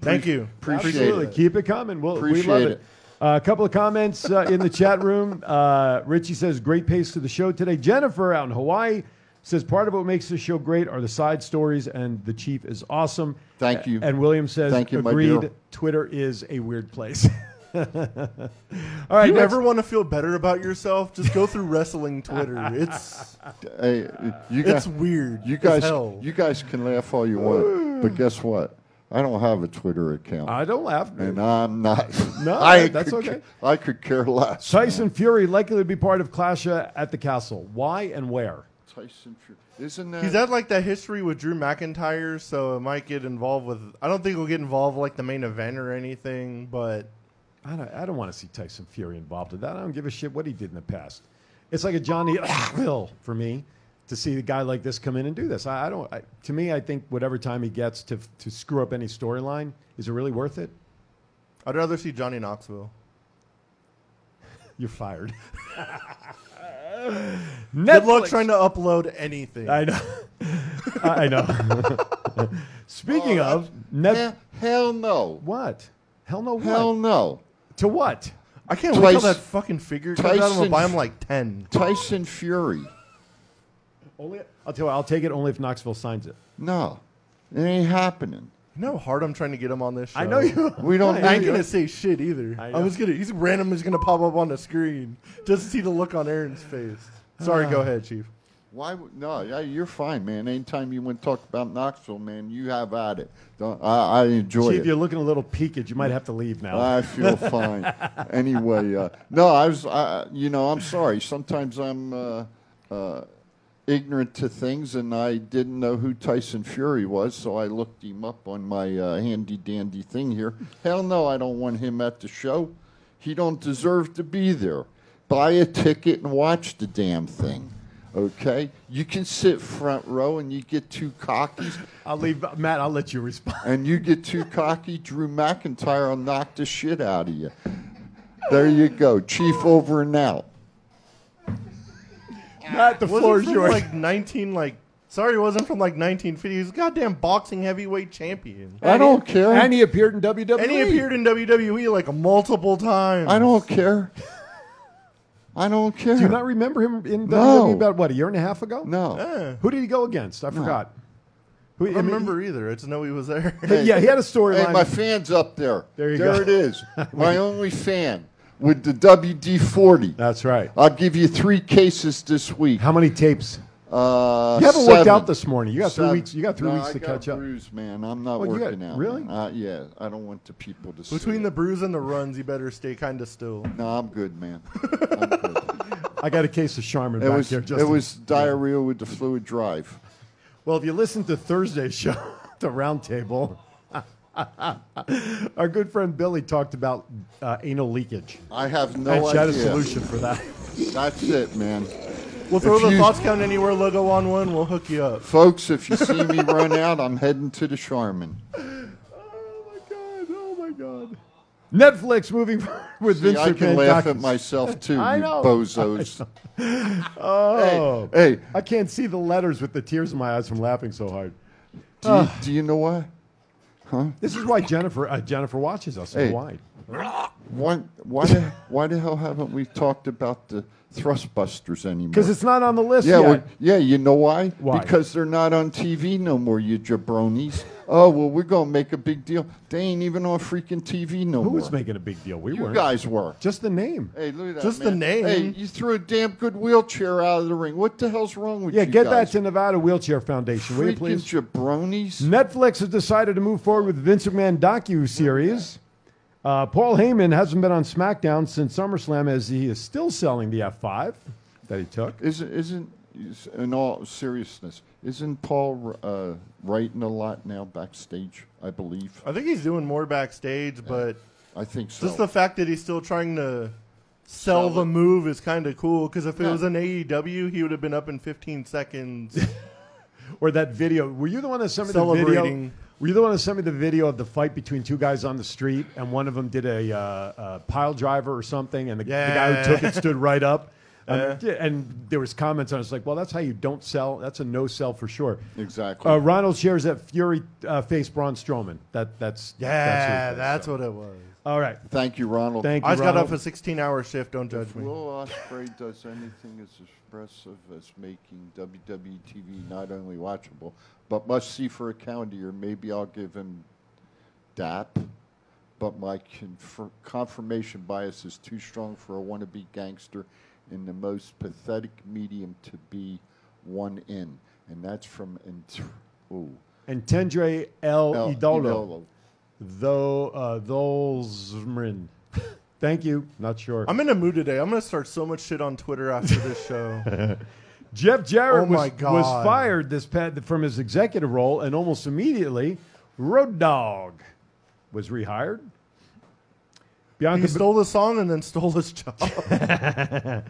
[SPEAKER 2] Thank you.
[SPEAKER 3] Appreciate
[SPEAKER 1] Absolutely.
[SPEAKER 3] it.
[SPEAKER 1] Keep it coming. We'll, we love
[SPEAKER 3] Appreciate
[SPEAKER 1] it.
[SPEAKER 3] it.
[SPEAKER 1] Uh, a couple of comments uh, in the chat room. Uh, Richie says, great pace to the show today. Jennifer out in Hawaii says, part of what makes this show great are the side stories, and the chief is awesome.
[SPEAKER 3] Thank you.
[SPEAKER 1] And William says,
[SPEAKER 3] Thank you, my
[SPEAKER 1] agreed,
[SPEAKER 3] dear."
[SPEAKER 1] Twitter is a weird place. [LAUGHS] All right,
[SPEAKER 2] You
[SPEAKER 1] next-
[SPEAKER 2] ever want to feel better about yourself? Just go through wrestling Twitter. It's
[SPEAKER 3] Hey, you
[SPEAKER 2] it's
[SPEAKER 3] guys,
[SPEAKER 2] weird.
[SPEAKER 3] you
[SPEAKER 2] as
[SPEAKER 3] guys,
[SPEAKER 2] hell.
[SPEAKER 3] you guys can laugh all you want, but guess what? I don't have a Twitter account,
[SPEAKER 1] I don't laugh.
[SPEAKER 3] and I'm not.
[SPEAKER 1] No,
[SPEAKER 3] [LAUGHS] I
[SPEAKER 1] that's
[SPEAKER 3] could ca-
[SPEAKER 1] okay.
[SPEAKER 3] I could care less.
[SPEAKER 1] Tyson Fury likely to be part of Clash uh, at the Castle. Why and where?
[SPEAKER 3] Tyson Fury, isn't that?
[SPEAKER 2] He's had like that history with Drew McIntyre, so it might get involved with. I don't think he'll get involved with, like the main event or anything, but
[SPEAKER 1] I don't, I don't want to see Tyson Fury involved in that. I don't give a shit what he did in the past. It's like a Johnny [COUGHS] Hill for me to see a guy like this come in and do this. I, I don't. I, to me, I think whatever time he gets to to screw up any storyline, is it really worth it?
[SPEAKER 2] I'd rather see Johnny Knoxville.
[SPEAKER 1] You're fired. [LAUGHS]
[SPEAKER 2] Good luck trying to upload anything.
[SPEAKER 1] I know. [LAUGHS] I know. [LAUGHS] Speaking
[SPEAKER 3] uh,
[SPEAKER 1] of net,
[SPEAKER 3] Hell, hell no.
[SPEAKER 1] what? Hell no. What?
[SPEAKER 3] Hell no.
[SPEAKER 1] to what?
[SPEAKER 2] I can't wait till
[SPEAKER 3] Tyson-
[SPEAKER 2] that fucking figure comes out. I'm gonna
[SPEAKER 3] Tyson-
[SPEAKER 2] buy him like ten.
[SPEAKER 3] Tyson Fury.
[SPEAKER 1] Only I'll tell you. what, I'll take it only if Knoxville signs it.
[SPEAKER 3] No, it ain't happening.
[SPEAKER 2] You know how hard I'm trying to get him on this show.
[SPEAKER 1] I know you. [LAUGHS]
[SPEAKER 3] We don't
[SPEAKER 2] I ain't
[SPEAKER 3] need
[SPEAKER 2] gonna
[SPEAKER 3] it.
[SPEAKER 2] say shit either.
[SPEAKER 1] I
[SPEAKER 2] I,
[SPEAKER 1] know.
[SPEAKER 2] was gonna. He's random. Is gonna pop up on the screen just to see the look on Aaron's face. Sorry, go ahead, Chief.
[SPEAKER 3] Why? would- No, yeah, you're fine, man. Anytime you want to talk about Knoxville, man, you have at it. Don't, I, I enjoy
[SPEAKER 1] Chief,
[SPEAKER 3] it.
[SPEAKER 1] you're looking a little peaked. You might have to leave now.
[SPEAKER 3] I feel fine. anyway, uh, no, I was, I, you know, I'm sorry. Sometimes I'm uh, uh, ignorant to things, and I didn't know who Tyson Fury was, so I looked him up on my uh, handy dandy thing here. Hell no, I don't want him at the show. He don't deserve to be there. Buy a ticket and watch the damn thing. Okay, you can sit front row and you get two cockies.
[SPEAKER 1] I'll leave Matt. I'll let you
[SPEAKER 3] [LAUGHS]
[SPEAKER 1] respond.
[SPEAKER 3] and you get too cocky, Drew McIntyre will knock the shit out of you. There you go, Chief over and out.
[SPEAKER 1] Matt, the
[SPEAKER 2] Wasn't
[SPEAKER 1] floor is
[SPEAKER 2] from
[SPEAKER 1] yours.
[SPEAKER 2] like 19 like. Sorry, he wasn't from like 1950. He's a goddamn boxing heavyweight champion.
[SPEAKER 3] I don't care.
[SPEAKER 1] and he appeared in E. WWE.
[SPEAKER 2] And he appeared in WWE like multiple times.
[SPEAKER 3] I don't care. I don't care.
[SPEAKER 1] Do you not Eh, remember him in WWE
[SPEAKER 3] No.
[SPEAKER 1] about what a year and a half ago?
[SPEAKER 3] no.
[SPEAKER 2] Yeah.
[SPEAKER 1] Who did he go against? I forgot. Who, I
[SPEAKER 2] I
[SPEAKER 1] mean,
[SPEAKER 2] don't remember either. I just know he was [LAUGHS] there.
[SPEAKER 1] he- yeah, he had a
[SPEAKER 3] Hey,
[SPEAKER 1] storyline.
[SPEAKER 3] my fan's up there.
[SPEAKER 1] There you
[SPEAKER 3] there
[SPEAKER 1] go. [LAUGHS]
[SPEAKER 3] it is. My only fan with the WD 40.
[SPEAKER 1] That's right.
[SPEAKER 3] I'll give you three cases this week.
[SPEAKER 1] Uh, How many tapes?
[SPEAKER 3] Uh,
[SPEAKER 1] You haven't
[SPEAKER 3] seven.
[SPEAKER 1] worked out this morning. You got three
[SPEAKER 3] Seven.
[SPEAKER 1] weeks- you got three
[SPEAKER 3] No,
[SPEAKER 1] weeks
[SPEAKER 3] I
[SPEAKER 1] to
[SPEAKER 3] got
[SPEAKER 1] catch up.
[SPEAKER 3] bruised, man. I'm not
[SPEAKER 1] Oh, you
[SPEAKER 3] working
[SPEAKER 1] got-
[SPEAKER 3] out.
[SPEAKER 1] really?
[SPEAKER 3] man. Uh, yeah, I don't want the people to see
[SPEAKER 2] Between
[SPEAKER 3] it.
[SPEAKER 1] [LAUGHS]
[SPEAKER 2] the bruise and the runs, he better stay kind of still.
[SPEAKER 3] No, I'm good, man. I'm good.
[SPEAKER 1] I got a case of Charmin
[SPEAKER 3] It
[SPEAKER 1] back
[SPEAKER 3] was
[SPEAKER 1] here.
[SPEAKER 3] it
[SPEAKER 1] Justin.
[SPEAKER 3] was diarrhea with the fluid drive.
[SPEAKER 1] Well, if you listen to Thursday's show, [LAUGHS] the roundtable, [LAUGHS] our good friend Billy talked about uh, anal leakage.
[SPEAKER 3] I have no
[SPEAKER 1] and she had a
[SPEAKER 3] idea.
[SPEAKER 1] solution for that.
[SPEAKER 3] That's it, man.
[SPEAKER 2] We'll throw
[SPEAKER 3] If
[SPEAKER 2] the
[SPEAKER 3] you-
[SPEAKER 2] Thoughts Count Anywhere logo on one. We'll hook you up.
[SPEAKER 3] Folks, if you see
[SPEAKER 1] [LAUGHS]
[SPEAKER 3] me run out, I'm heading to the Charmin.
[SPEAKER 1] Oh my god! Netflix moving [LAUGHS] forward with
[SPEAKER 3] See,
[SPEAKER 1] Vince
[SPEAKER 3] I can
[SPEAKER 1] McMahon
[SPEAKER 3] laugh at
[SPEAKER 1] documents.
[SPEAKER 3] myself too, you
[SPEAKER 1] I know. [LAUGHS]
[SPEAKER 3] bozos.
[SPEAKER 1] Oh,
[SPEAKER 3] Hey, hey.
[SPEAKER 1] I can't see the letters with the tears in my eyes from laughing so hard.
[SPEAKER 3] Do you, do you know why?
[SPEAKER 1] This is why Jennifer uh, Jennifer watches us.
[SPEAKER 3] Hey.
[SPEAKER 1] Hey. Why?
[SPEAKER 3] Why, why, the, why the hell haven't we talked about the Thrustbusters anymore?
[SPEAKER 1] Because it's not on the list
[SPEAKER 3] yeah,
[SPEAKER 1] yet.
[SPEAKER 3] well, yeah. You know why?
[SPEAKER 1] Why?
[SPEAKER 3] Because they're not on TV no more, you jabronis. oh well, we're gonna make a big deal. They ain't even on freaking TV no
[SPEAKER 1] Who
[SPEAKER 3] more.
[SPEAKER 1] was making a big deal? We
[SPEAKER 3] You
[SPEAKER 1] weren't.
[SPEAKER 3] guys were.
[SPEAKER 1] Just the name.
[SPEAKER 3] Hey, look at that.
[SPEAKER 2] Just the
[SPEAKER 3] man.
[SPEAKER 2] name.
[SPEAKER 3] Hey, you threw a damn good wheelchair out of the ring. What the hell's wrong with
[SPEAKER 1] yeah,
[SPEAKER 3] you?
[SPEAKER 1] get
[SPEAKER 3] guys?
[SPEAKER 1] that to Nevada Wheelchair Foundation, will you
[SPEAKER 3] freaking
[SPEAKER 1] please?
[SPEAKER 3] jabronis.
[SPEAKER 1] Netflix has decided to move forward with Vince McMahon docu series. Uh, Paul Heyman hasn't been on SmackDown since SummerSlam, as he is still selling the F5 that he took.
[SPEAKER 3] Isn't isn't is- in all seriousness? Isn't Paul uh, writing a lot now backstage? I believe.
[SPEAKER 2] I think he's doing more backstage, but
[SPEAKER 3] I think so.
[SPEAKER 2] just the fact that he's still trying to sell
[SPEAKER 3] Sell
[SPEAKER 2] the
[SPEAKER 3] it.
[SPEAKER 2] move is kind of cool. Because if it
[SPEAKER 3] Yeah.
[SPEAKER 2] was an AEW, he would have been up in
[SPEAKER 3] [LAUGHS]
[SPEAKER 2] 15 seconds.
[SPEAKER 1] Or that video. Were you the one that sent me the video?
[SPEAKER 2] Celebrating.
[SPEAKER 1] Were you the one that sent me the video of the fight between two guys on the street, and one of them did a, uh, uh pile driver or something, and the, the guy who took it stood right up. Um, yeah, and there was comments on it. It's like, well, that's how you don't sell. That's a no sell for sure.
[SPEAKER 3] Exactly.
[SPEAKER 1] Uh, Ronald shares that Fury uh, faced Braun Strowman. That that's
[SPEAKER 2] yeah,
[SPEAKER 1] his-
[SPEAKER 2] that's what it was.
[SPEAKER 1] All right.
[SPEAKER 3] Thank you, Ronald.
[SPEAKER 1] Thank you.
[SPEAKER 2] I just got
[SPEAKER 1] Ronald.
[SPEAKER 2] off a 16 hour shift. Don't judge
[SPEAKER 3] If
[SPEAKER 2] me.
[SPEAKER 3] Will Osprey does anything as expressive as making WWE TV not only watchable but must see for a calendar year, maybe I'll give him DAP. But my confer- confirmation bias is too strong for a wannabe gangster in the most pathetic medium to be one in, and that's from Int- ooh,
[SPEAKER 1] And Tendre El,
[SPEAKER 3] El
[SPEAKER 1] Oh, Idolo,
[SPEAKER 3] Idolo.
[SPEAKER 1] though uh,
[SPEAKER 2] [LAUGHS]
[SPEAKER 1] Dolzmrin. Thank you. Not sure.
[SPEAKER 2] I'm in a mood today. I'm going to start so much shit on Twitter after
[SPEAKER 3] [LAUGHS]
[SPEAKER 2] this show.
[SPEAKER 1] Jeff Jarrett
[SPEAKER 2] Oh my
[SPEAKER 1] was,
[SPEAKER 2] God.
[SPEAKER 1] was fired this past, from his executive role, and almost immediately, Road Dog was rehired. Bianca,
[SPEAKER 2] he stole the song and then stole his job. [LAUGHS]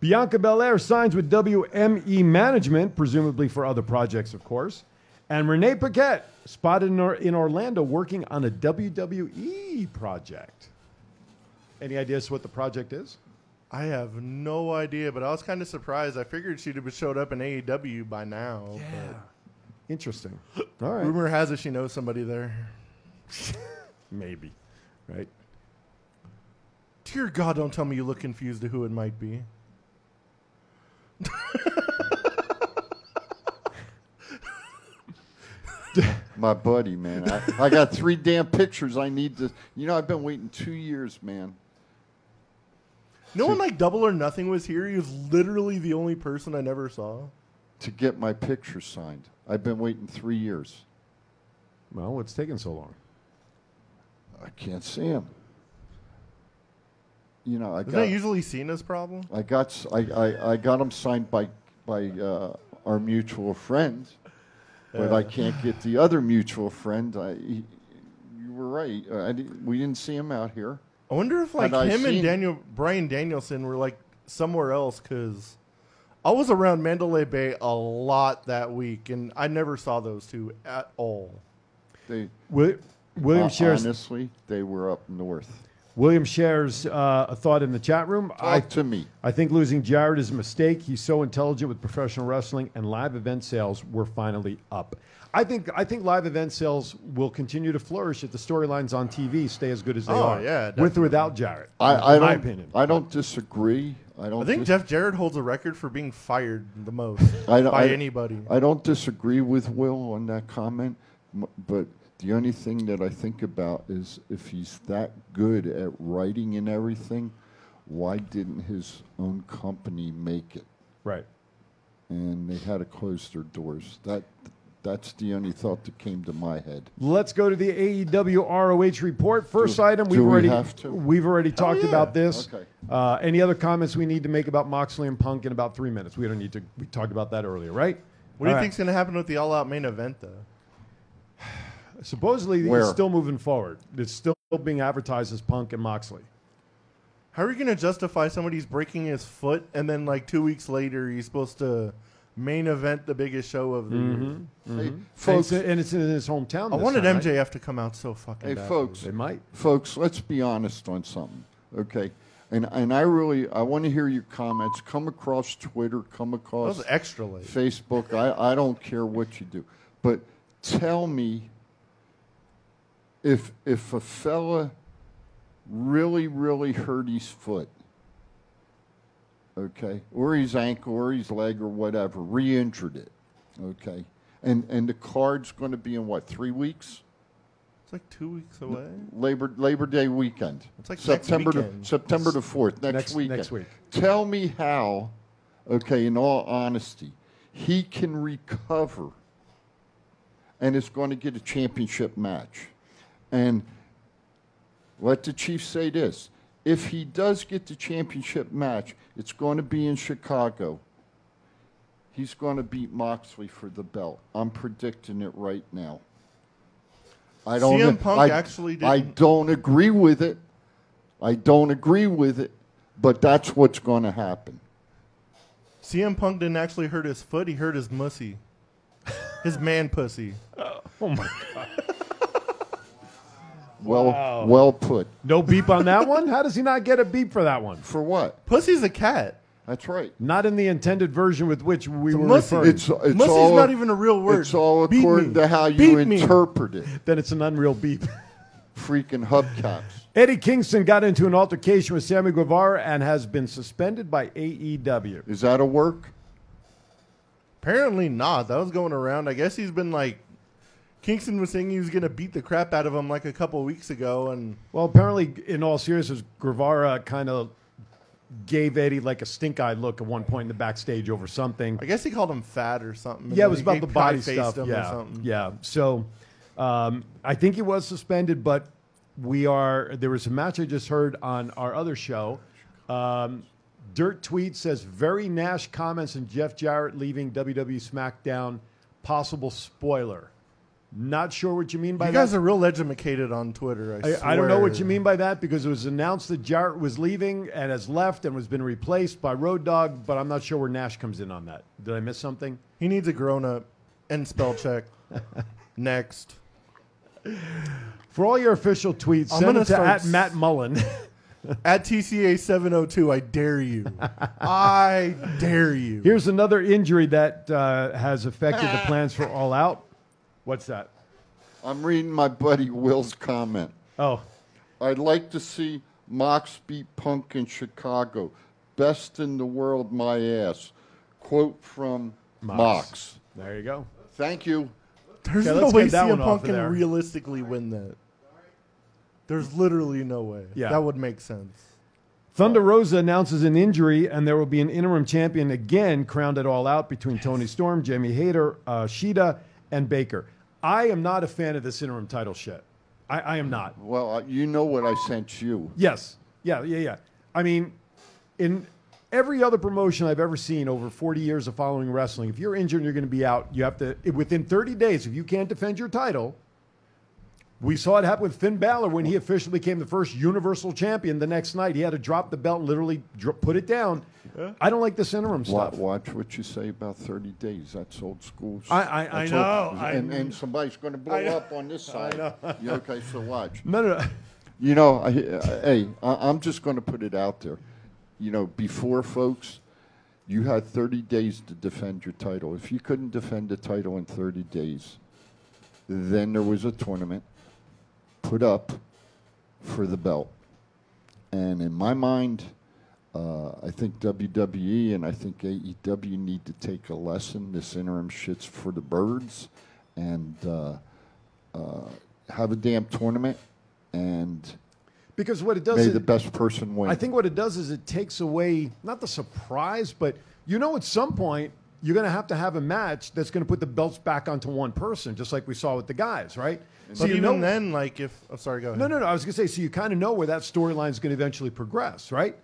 [SPEAKER 1] Bianca Belair signs with WME Management, presumably for other projects, of course. And Renee Paquette spotted in, Or- in Orlando working on a WWE project. Any ideas what the project is?
[SPEAKER 2] I have no idea, but I was kind of surprised. I figured she'd have showed up in AEW by now.
[SPEAKER 1] Interesting. All
[SPEAKER 2] But
[SPEAKER 1] right.
[SPEAKER 2] rumor has it she knows somebody there.
[SPEAKER 1] Maybe. Right.
[SPEAKER 2] Dear God, don't tell me you look confused to who it might be.
[SPEAKER 3] my buddy, man. I, I got three damn pictures I need to. You know, I've been waiting two years, man.
[SPEAKER 2] No one like Double or Nothing was here. He was literally the only person I never saw.
[SPEAKER 3] to get my picture signed. I've been waiting three years.
[SPEAKER 1] Well, what's taking so long?
[SPEAKER 3] I can't see him. You know, I
[SPEAKER 2] Isn't
[SPEAKER 3] got
[SPEAKER 2] that usually Cena's problem?
[SPEAKER 3] I got s- I, I, I got him signed by by uh, our mutual friend, but I can't get the other mutual friend. I, he, you were right. Uh, I didn't, we didn't see him out here.
[SPEAKER 2] I wonder if like
[SPEAKER 3] Had I
[SPEAKER 2] him and
[SPEAKER 3] seen-
[SPEAKER 2] Daniel Brian Danielson were like somewhere else because I was around Mandalay Bay a lot that week and I never saw those two at all.
[SPEAKER 3] They
[SPEAKER 1] Will, William
[SPEAKER 3] uh,
[SPEAKER 1] shares
[SPEAKER 3] honestly, they were up north.
[SPEAKER 1] William shares uh, a thought in the chat room. I,
[SPEAKER 3] Talk to me.
[SPEAKER 1] I think losing Jared is a mistake. He's so intelligent with professional wrestling and live event sales were finally up. I think I think live event sales will continue to flourish if the storylines on TV stay as good as they
[SPEAKER 2] Oh,
[SPEAKER 1] are.
[SPEAKER 2] yeah,
[SPEAKER 1] with or without Jarrett.
[SPEAKER 3] I, I
[SPEAKER 1] in my
[SPEAKER 3] don't.
[SPEAKER 1] opinion.
[SPEAKER 3] I don't disagree. I don't.
[SPEAKER 2] I think
[SPEAKER 3] dis-
[SPEAKER 2] Jeff Jarrett holds a record for being fired the most
[SPEAKER 3] I don't-
[SPEAKER 2] by
[SPEAKER 3] I-
[SPEAKER 2] anybody.
[SPEAKER 3] I don't disagree with Will on that comment, m- but the only thing that I think about is if he's that good at writing and everything, why didn't his own company make it?
[SPEAKER 1] right.
[SPEAKER 3] And they had to close their doors. That That's the only thought that came to my head.
[SPEAKER 1] Let's go to the E AEW ROH report. First item we've
[SPEAKER 3] do we
[SPEAKER 1] already
[SPEAKER 3] have to?
[SPEAKER 1] we've already talked
[SPEAKER 2] yeah.
[SPEAKER 1] about this.
[SPEAKER 3] Okay.
[SPEAKER 1] Uh, any other comments we need to make about Moxley and Punk in about three minutes? We don't need to. We talked about that earlier, right?
[SPEAKER 2] What do
[SPEAKER 1] All
[SPEAKER 2] you
[SPEAKER 1] right.
[SPEAKER 2] think's going to happen with the All Out main event, though?
[SPEAKER 1] Supposedly,
[SPEAKER 3] Where?
[SPEAKER 1] it's still moving forward. It's still being advertised as Punk and Moxley.
[SPEAKER 2] How are you going to justify somebody's breaking his foot and then, like, two weeks later, he's supposed to main event the biggest show of the year?
[SPEAKER 1] Mm-hmm.
[SPEAKER 3] Hey,
[SPEAKER 1] And
[SPEAKER 3] Mm-hmm. folks,
[SPEAKER 1] it's, and it's in his hometown.
[SPEAKER 2] I
[SPEAKER 1] this
[SPEAKER 2] wanted
[SPEAKER 1] time, right?
[SPEAKER 2] MJF to come out so fucking
[SPEAKER 3] hey,
[SPEAKER 2] bad.
[SPEAKER 3] folks,
[SPEAKER 1] They might.
[SPEAKER 3] folks, let's be honest on something, okay? And and I really I want to hear your comments. Come across Twitter. Come
[SPEAKER 2] That
[SPEAKER 3] across
[SPEAKER 2] was extra late.
[SPEAKER 3] Facebook. I, I don't care what you do, but tell me if if a fella really really hurt his foot, okay, or his ankle or his leg or whatever, re-injured it, okay, and and the card's going to be in what three weeks?
[SPEAKER 2] It's like two weeks away.
[SPEAKER 3] Labor Labor Day weekend.
[SPEAKER 2] It's like next
[SPEAKER 3] September
[SPEAKER 2] weekend.
[SPEAKER 3] to September the fourth next,
[SPEAKER 1] Next-
[SPEAKER 3] weekend.
[SPEAKER 1] next week.
[SPEAKER 3] Tell me how, okay, in all honesty, he can recover and is going to get a championship match. And let the Chiefs say this. If he does get the championship match, it's going to be in Chicago. He's going to beat Moxley for the belt. I'm predicting it right now. I don't.
[SPEAKER 2] CM Punk
[SPEAKER 3] I,
[SPEAKER 2] actually
[SPEAKER 3] I
[SPEAKER 2] didn't-
[SPEAKER 3] don't agree with it. I don't agree with it, but that's what's going to happen.
[SPEAKER 2] CM Punk didn't actually hurt his foot. He hurt
[SPEAKER 3] [LAUGHS]
[SPEAKER 2] his mussy. His man pussy.
[SPEAKER 3] Well, well put.
[SPEAKER 1] No beep on that one. How does he not get a beep for that one?
[SPEAKER 3] For what?
[SPEAKER 2] Pussy's a cat.
[SPEAKER 3] That's right.
[SPEAKER 1] Not in the intended version with which we were
[SPEAKER 2] mussy.
[SPEAKER 1] referring.
[SPEAKER 3] It's it's
[SPEAKER 2] Mussy's
[SPEAKER 3] all
[SPEAKER 2] not even a real word.
[SPEAKER 3] It's all
[SPEAKER 2] Beat
[SPEAKER 3] according
[SPEAKER 2] me.
[SPEAKER 3] to how you
[SPEAKER 2] Beat me.
[SPEAKER 3] interpret it.
[SPEAKER 1] then it's an unreal beep. [LAUGHS]
[SPEAKER 3] Freaking hubcaps.
[SPEAKER 1] Eddie Kingston got into an altercation with Sammy Guevara and has been suspended by E AEW.
[SPEAKER 3] Is that a work?
[SPEAKER 2] Apparently not. That was going around. I guess he's been like. Kingston was saying he was going to beat the crap out of him like a couple weeks ago, and
[SPEAKER 1] Well, apparently, in all seriousness, Guevara kind of gave Eddie like a stink eye look at one point in the backstage over something.
[SPEAKER 2] I guess he called him fat or something. and
[SPEAKER 1] Yeah, it
[SPEAKER 2] then
[SPEAKER 1] was
[SPEAKER 2] he
[SPEAKER 1] about the body
[SPEAKER 2] pie-faced
[SPEAKER 1] stuff.
[SPEAKER 2] him
[SPEAKER 1] Yeah,
[SPEAKER 2] Or something.
[SPEAKER 1] yeah. So um, I think he was suspended, but we are. There was a match I just heard on our other show. Um, Dirt tweet says very Nash comments and Jeff Jarrett leaving WWE SmackDown possible spoiler. Not sure what you mean by
[SPEAKER 2] You
[SPEAKER 1] that.
[SPEAKER 2] guys are real legitimated on Twitter. I,
[SPEAKER 1] I, I don't know what
[SPEAKER 2] swear.
[SPEAKER 1] you mean by that because it was announced that Jarrett was leaving and has left and was been replaced by Road Dog, but I'm not sure where Nash comes in on that. Did I miss something?
[SPEAKER 2] He needs a grown up and
[SPEAKER 1] [LAUGHS]
[SPEAKER 2] spell check. Next.
[SPEAKER 1] For all your official tweets,
[SPEAKER 2] I'm
[SPEAKER 1] send
[SPEAKER 2] gonna
[SPEAKER 1] them to
[SPEAKER 2] start
[SPEAKER 1] at Matt Mullen.
[SPEAKER 2] At TCA702, I
[SPEAKER 1] [LAUGHS]
[SPEAKER 2] dare you. I dare you.
[SPEAKER 1] [LAUGHS] Here's another injury that uh, has affected the plans for All Out. What's that?
[SPEAKER 3] I'm reading my buddy Will's comment.
[SPEAKER 1] Oh,
[SPEAKER 3] I'd like to see Mox beat Punk in Chicago. Best in the world, my ass. Quote from Mox.
[SPEAKER 1] there you go.
[SPEAKER 3] Thank you.
[SPEAKER 2] There's
[SPEAKER 1] Okay,
[SPEAKER 2] no
[SPEAKER 1] let's
[SPEAKER 2] way
[SPEAKER 1] get that
[SPEAKER 2] CM
[SPEAKER 1] one off
[SPEAKER 2] Punk
[SPEAKER 1] of
[SPEAKER 2] can
[SPEAKER 1] there.
[SPEAKER 2] realistically win that. There's literally no way.
[SPEAKER 1] Yeah.
[SPEAKER 2] That would make sense.
[SPEAKER 1] Thunder Rosa announces an injury, and there will be an interim champion again crowned at All Out between Tony Storm, Jamie Hayter, uh, Sheeta, and Baker. I am not a fan of this interim title shit. I, I am not.
[SPEAKER 3] Well, uh, you know what I sent you.
[SPEAKER 1] Yes. Yeah, yeah, yeah. I mean, in every other promotion I've ever seen over 40 years of following wrestling, if you're injured, you're going to be out. You have to, within 30 days, if you can't defend your title, we saw it happen with Finn Balor when he officially became the first Universal Champion the next night. He had to drop the belt and literally dro- put it down. I don't like this interim
[SPEAKER 3] Wa-
[SPEAKER 1] stuff.
[SPEAKER 3] Watch what you say about 30 days. That's old school.
[SPEAKER 1] I- I- I
[SPEAKER 3] That's old-
[SPEAKER 1] know. I-
[SPEAKER 3] and, and somebody's going to blow up
[SPEAKER 1] [LAUGHS]
[SPEAKER 3] on this side. Yeah, okay, so watch.
[SPEAKER 1] No, no, [LAUGHS] no.
[SPEAKER 3] You know, I, I, hey, I, I'm just going to put it out there. You know, before, folks, you had 30 days to defend your title. If you couldn't defend the title in 30 days, then there was a tournament put up for the belt. And in my mind, uh, I think WWE and I think AEW need to take a lesson. This interim shit's for the birds, and uh, uh, have a damn tournament. And
[SPEAKER 1] Because what it does
[SPEAKER 3] May
[SPEAKER 1] is
[SPEAKER 3] the best person win.
[SPEAKER 1] I think what it does is it takes away not the surprise, but you know, at some point you're going to have to have a match that's going to put the belts back onto one person, just like we saw with the guys, right?
[SPEAKER 2] But even then, like if I'm sorry, go ahead.
[SPEAKER 1] No, no, no. I was going to say, so you kind of know where that storyline is going to eventually progress, right?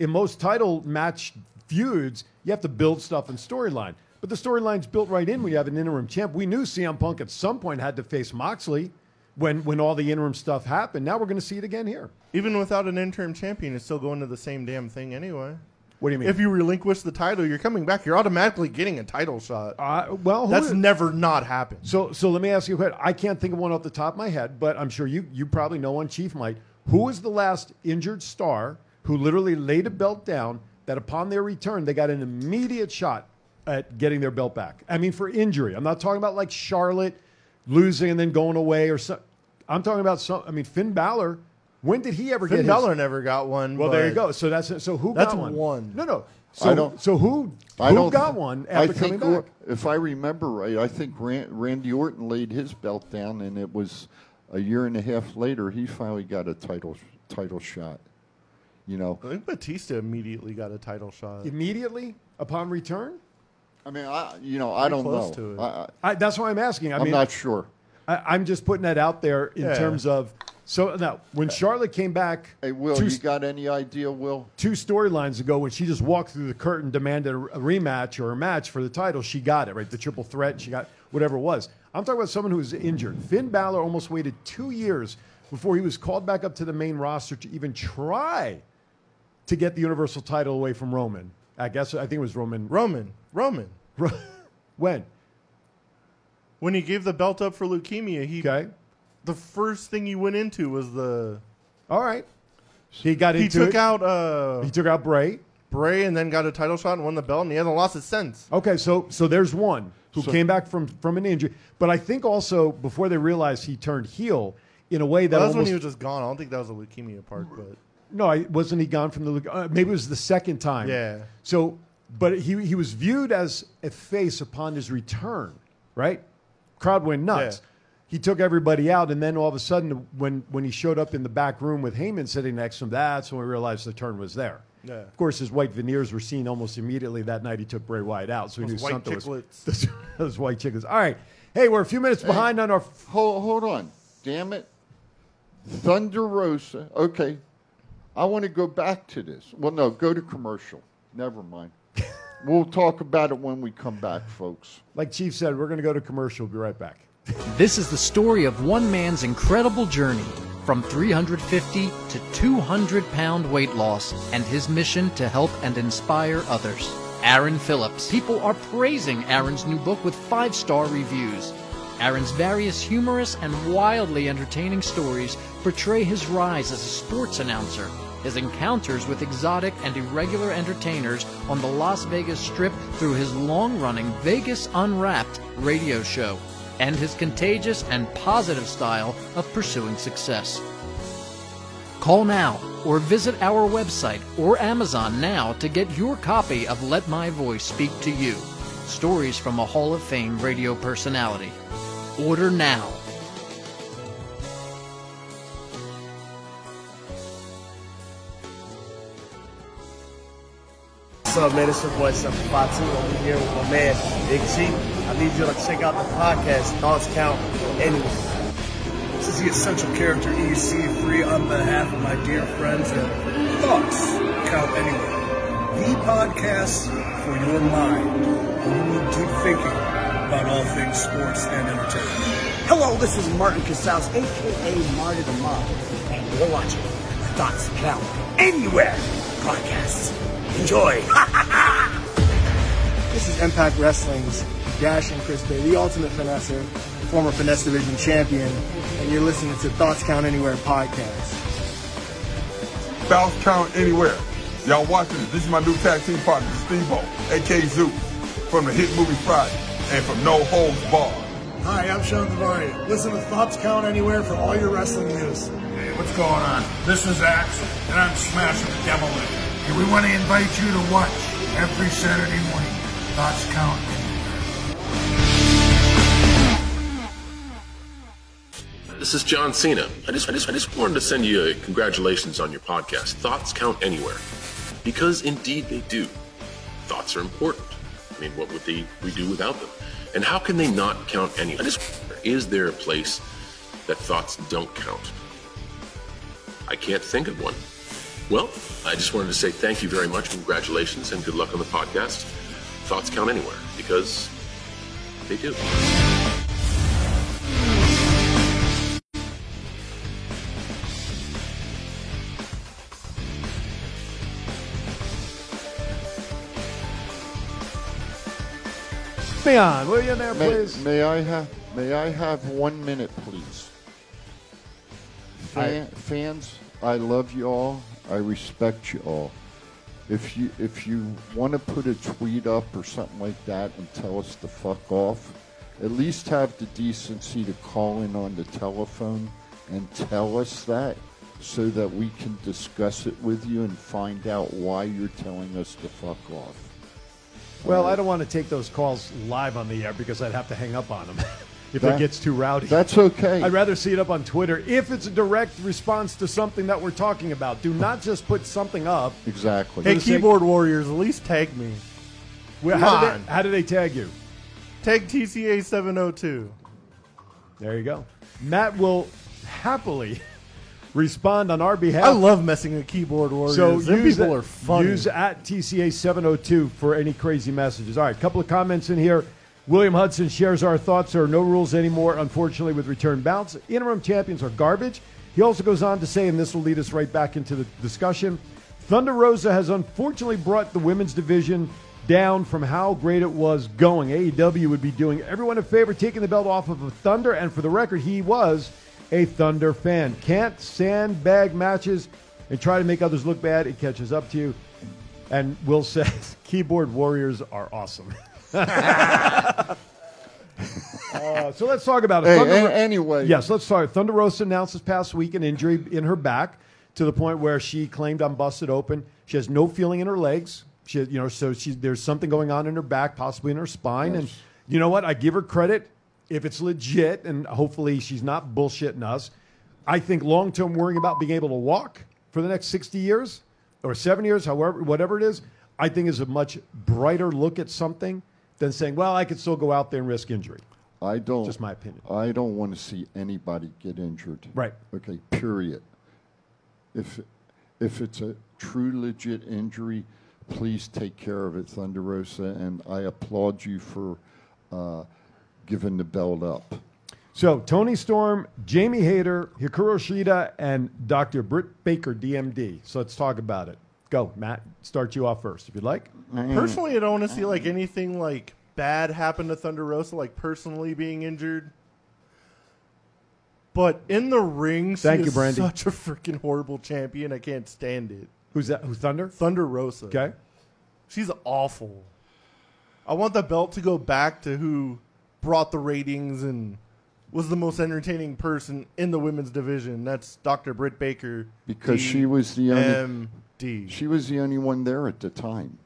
[SPEAKER 1] In most title match feuds, you have to build stuff in storyline. But the storyline's built right in when you have an interim champ. We knew CM Punk at some point had to face Moxley when, when all the interim stuff happened. Now we're going to see it again here.
[SPEAKER 2] Even without an interim champion, it's still going to the same damn thing anyway.
[SPEAKER 1] What do you mean?
[SPEAKER 2] If you relinquish the title, you're coming back. You're automatically getting a title shot.
[SPEAKER 1] uh, well, who
[SPEAKER 2] That's
[SPEAKER 1] is-
[SPEAKER 2] never not happened.
[SPEAKER 1] So, so let me ask you a question. I can't think of one off the top of my head, but I'm sure you, you probably know one. Chief might. Who was the last injured star who literally laid a belt down that upon their return they got an immediate shot at getting their belt back? I mean, for injury. I'm not talking about like Charlotte losing and then going away or something. I'm talking about some. I mean, Finn Balor. When did he ever
[SPEAKER 2] Finn
[SPEAKER 1] get
[SPEAKER 2] Balor
[SPEAKER 1] His,
[SPEAKER 2] never got one.
[SPEAKER 1] well, there
[SPEAKER 2] but
[SPEAKER 1] you go. So that's so who
[SPEAKER 2] That's
[SPEAKER 1] got one?
[SPEAKER 2] one.
[SPEAKER 1] No, no.
[SPEAKER 3] I
[SPEAKER 1] So,
[SPEAKER 3] don't-
[SPEAKER 1] so who
[SPEAKER 3] I
[SPEAKER 1] who
[SPEAKER 3] don't
[SPEAKER 1] got one
[SPEAKER 3] I
[SPEAKER 1] after
[SPEAKER 3] think,
[SPEAKER 1] coming back?
[SPEAKER 3] if I remember right, I think Ran- Randy Orton laid his belt down, and it was a year and a half later he finally got a title title shot. You know,
[SPEAKER 2] I think Batista immediately got a title shot.
[SPEAKER 1] Immediately upon return.
[SPEAKER 3] I mean, I you know I don't
[SPEAKER 2] close
[SPEAKER 3] know.
[SPEAKER 2] to it.
[SPEAKER 3] I, I,
[SPEAKER 1] I, that's why I'm asking. I
[SPEAKER 3] I'm
[SPEAKER 1] mean,
[SPEAKER 3] not sure.
[SPEAKER 1] I, I'm just putting that out there in
[SPEAKER 2] Yeah.
[SPEAKER 1] terms of. So now, when Charlotte came back
[SPEAKER 3] Hey, Will,
[SPEAKER 1] two,
[SPEAKER 3] you got any idea, Will?
[SPEAKER 1] two storylines ago, when she just walked through the curtain, demanded a, a rematch or a match for the title, she got it right. The triple threat, and she got whatever it was. I'm talking about someone who was injured. Finn Balor almost waited two years before he was called back up to the main roster to even try to get the Universal title away from Roman. I guess I think it was Roman.
[SPEAKER 2] Roman, Roman,
[SPEAKER 1] [LAUGHS] when?
[SPEAKER 2] when he gave the belt up for leukemia, he
[SPEAKER 1] Okay.
[SPEAKER 2] the first thing he went into was the
[SPEAKER 1] All right. He got
[SPEAKER 2] he
[SPEAKER 1] into
[SPEAKER 2] took
[SPEAKER 1] it.
[SPEAKER 2] out uh,
[SPEAKER 1] he took out Bray.
[SPEAKER 2] Bray and then got a title shot and won the belt, and he hasn't lost it since.
[SPEAKER 1] Okay, so so there's one who came back from from an injury, but I think also before they realized he turned heel in a way that
[SPEAKER 2] That was when
[SPEAKER 1] almost
[SPEAKER 2] he was just gone. I don't think that was the leukemia part, but
[SPEAKER 1] no, I, wasn't he gone from the uh, maybe it was the second time.
[SPEAKER 2] Yeah.
[SPEAKER 1] So, but he he was viewed as a face upon his return, right? Crowd went nuts.
[SPEAKER 2] Yeah.
[SPEAKER 1] He took everybody out, and then all of a sudden, when when he showed up in the back room with Heyman sitting next to him, that's when we realized the turn was there.
[SPEAKER 2] Yeah.
[SPEAKER 1] Of course, his white veneers were seen almost immediately that night. He took Bray Wyatt out, so he knew
[SPEAKER 2] Those white
[SPEAKER 1] something
[SPEAKER 2] chiclets.
[SPEAKER 1] was. [LAUGHS] Those white chickens. All right. Hey, we're a few minutes behind on our
[SPEAKER 3] Hold, hold on. Damn it. Thunder Rosa. Okay. I want to go back to this. Well, no, go to commercial. Never mind. we'll talk about it when we come back, folks.
[SPEAKER 1] like Chief said. We're going to go to commercial. We'll be right back.
[SPEAKER 4] This is the story of one man's incredible journey from 350 to 200 pound weight loss and his mission to help and inspire others. Aaron Phillips. People are praising Aaron's new book with five star reviews. Aaron's various humorous and wildly entertaining stories portray his rise as a sports announcer, his encounters with exotic and irregular entertainers on the Las Vegas Strip through his long running Vegas Unwrapped radio show and his contagious and positive style of pursuing success. Call now or visit our website or Amazon now to get your copy of Let My Voice Speak to You Stories from a Hall of Fame radio personality. Order now.
[SPEAKER 5] What's up, man? It's your boy 752 over here with my man Big G. I need you to check out the podcast, Thoughts Count Anywhere. This is the Essential Character EC free on behalf of my dear friends at Thoughts Count Anywhere. The podcast for your mind when you need deep thinking about all things sports and entertainment.
[SPEAKER 7] Hello, this is Martin Casals, aka Marty the Mob, and you're watching Thoughts Count Anywhere podcast. Enjoy.
[SPEAKER 8] This is Impact Wrestling's Dash and Chris Bay, the ultimate finesser, former finesse division champion, and you're listening to Thoughts Count Anywhere podcast.
[SPEAKER 9] Bounce count anywhere. Y'all watching it. This is my new tag team partner, Steamboat, aka Zeus, from the hit movie Friday, and from No Holds Bar.
[SPEAKER 5] Hi, I'm Sean Devari. Listen to Thoughts Count Anywhere for all your wrestling news.
[SPEAKER 11] Hey, what's going on? This is Axe, and I'm smashing the devil in. And we want to invite you to watch every Saturday morning. Thoughts count.
[SPEAKER 6] This is John Cena. I just, I just, I just wanted to send you a congratulations on your podcast. Thoughts count anywhere, because indeed they do. Thoughts are important. I I mean, what would they we do without them? And how can they not count anywhere? I just wonder, Is there a place that thoughts don't count? I can't think of one. Well, I just wanted to say thank you very much, congratulations, and good luck on the podcast. Thoughts count anywhere because they do.
[SPEAKER 1] Leon, will you in there,
[SPEAKER 3] May,
[SPEAKER 1] please?
[SPEAKER 3] may I have may I have one minute, please? Fan, fans, I love you all. I respect you all. If you if you want to put a tweet up or something like that and tell us to fuck off, at least have the decency to call in on the telephone and tell us that so that we can discuss it with you and find out why you're telling us to fuck off.
[SPEAKER 1] Well, I don't want to take those calls live on the air because I'd have to hang up on them [LAUGHS] if it
[SPEAKER 3] That-
[SPEAKER 1] gets too rowdy.
[SPEAKER 3] That's okay.
[SPEAKER 1] I'd rather see it up on Twitter if it's a direct response to something that we're talking about. Do not just put
[SPEAKER 12] [LAUGHS]
[SPEAKER 1] something up.
[SPEAKER 3] Exactly.
[SPEAKER 12] Hey, keyboard warriors, at least tag me.
[SPEAKER 1] Well, how, do they, how do they tag you?
[SPEAKER 12] Tag TCA seven
[SPEAKER 2] oh
[SPEAKER 12] hundred two.
[SPEAKER 1] There you go. Matt will happily [LAUGHS] respond on our behalf.
[SPEAKER 12] I love messing with keyboard warriors.
[SPEAKER 1] So
[SPEAKER 12] Them
[SPEAKER 1] use
[SPEAKER 12] people
[SPEAKER 1] at-
[SPEAKER 12] are funny.
[SPEAKER 1] Use at TCA seven hundred two for any crazy messages. All right, couple of comments in here. William Hudson shares our thoughts. There are no rules anymore, unfortunately, with return bounce. Interim champions are garbage. He also goes on to say, and this will lead us right back into the discussion Thunder Rosa has unfortunately brought the women's division down from how great it was going. AEW would be doing everyone a favor taking the belt off of a Thunder, and for the record, he was a Thunder fan. Can't sandbag matches and try to make others look bad. It catches up to you. And Will says, [LAUGHS] keyboard warriors are awesome. [LAUGHS] Uh, so let's talk about it.
[SPEAKER 3] Hey, an- anyway.
[SPEAKER 1] Yes, let's start. Thunder Rosa announced this past week an injury in her back to the point where she claimed I'm busted open. She has no feeling in her legs. She, you know, so she, there's something going on in her back, possibly in her spine. And you know what? I give her credit if it's legit, and hopefully she's not bullshitting us. I think long term worrying about being able to walk for the next 60 years or seven years, however, whatever it is, I think is a much brighter look at something than saying, well, I could still go out there and risk injury.
[SPEAKER 3] I don't.
[SPEAKER 1] Just my opinion.
[SPEAKER 3] I don't want to see anybody get injured.
[SPEAKER 1] Right.
[SPEAKER 3] Okay. Period. If if it's a true legit injury, please take care of it, Thunder Rosa, and I applaud you for uh, giving the belt up.
[SPEAKER 1] So Tony Storm, Jamie Hayter, Hikaru Shida, and Dr. Britt Baker, DMD. So let's talk about it. Go, Matt. Start you off first, if you'd like.
[SPEAKER 3] Mm.
[SPEAKER 2] Personally, I don't want to see
[SPEAKER 3] Mm-hmm.
[SPEAKER 2] like anything like bad happen to Thunder Rosa, like personally being injured. But in the ring, she
[SPEAKER 1] Thank
[SPEAKER 2] is
[SPEAKER 1] you, Brandy.
[SPEAKER 2] such a freaking horrible champion. I can't stand it.
[SPEAKER 1] Who's that? Who's Thunder?
[SPEAKER 2] Thunder Rosa.
[SPEAKER 1] Okay.
[SPEAKER 2] She's awful. I want the belt to go back to who brought the ratings and was the most entertaining person in the women's division. That's Dr. Britt Baker.
[SPEAKER 3] Because she was the only-
[SPEAKER 2] MD.
[SPEAKER 3] She was the only one there at the time.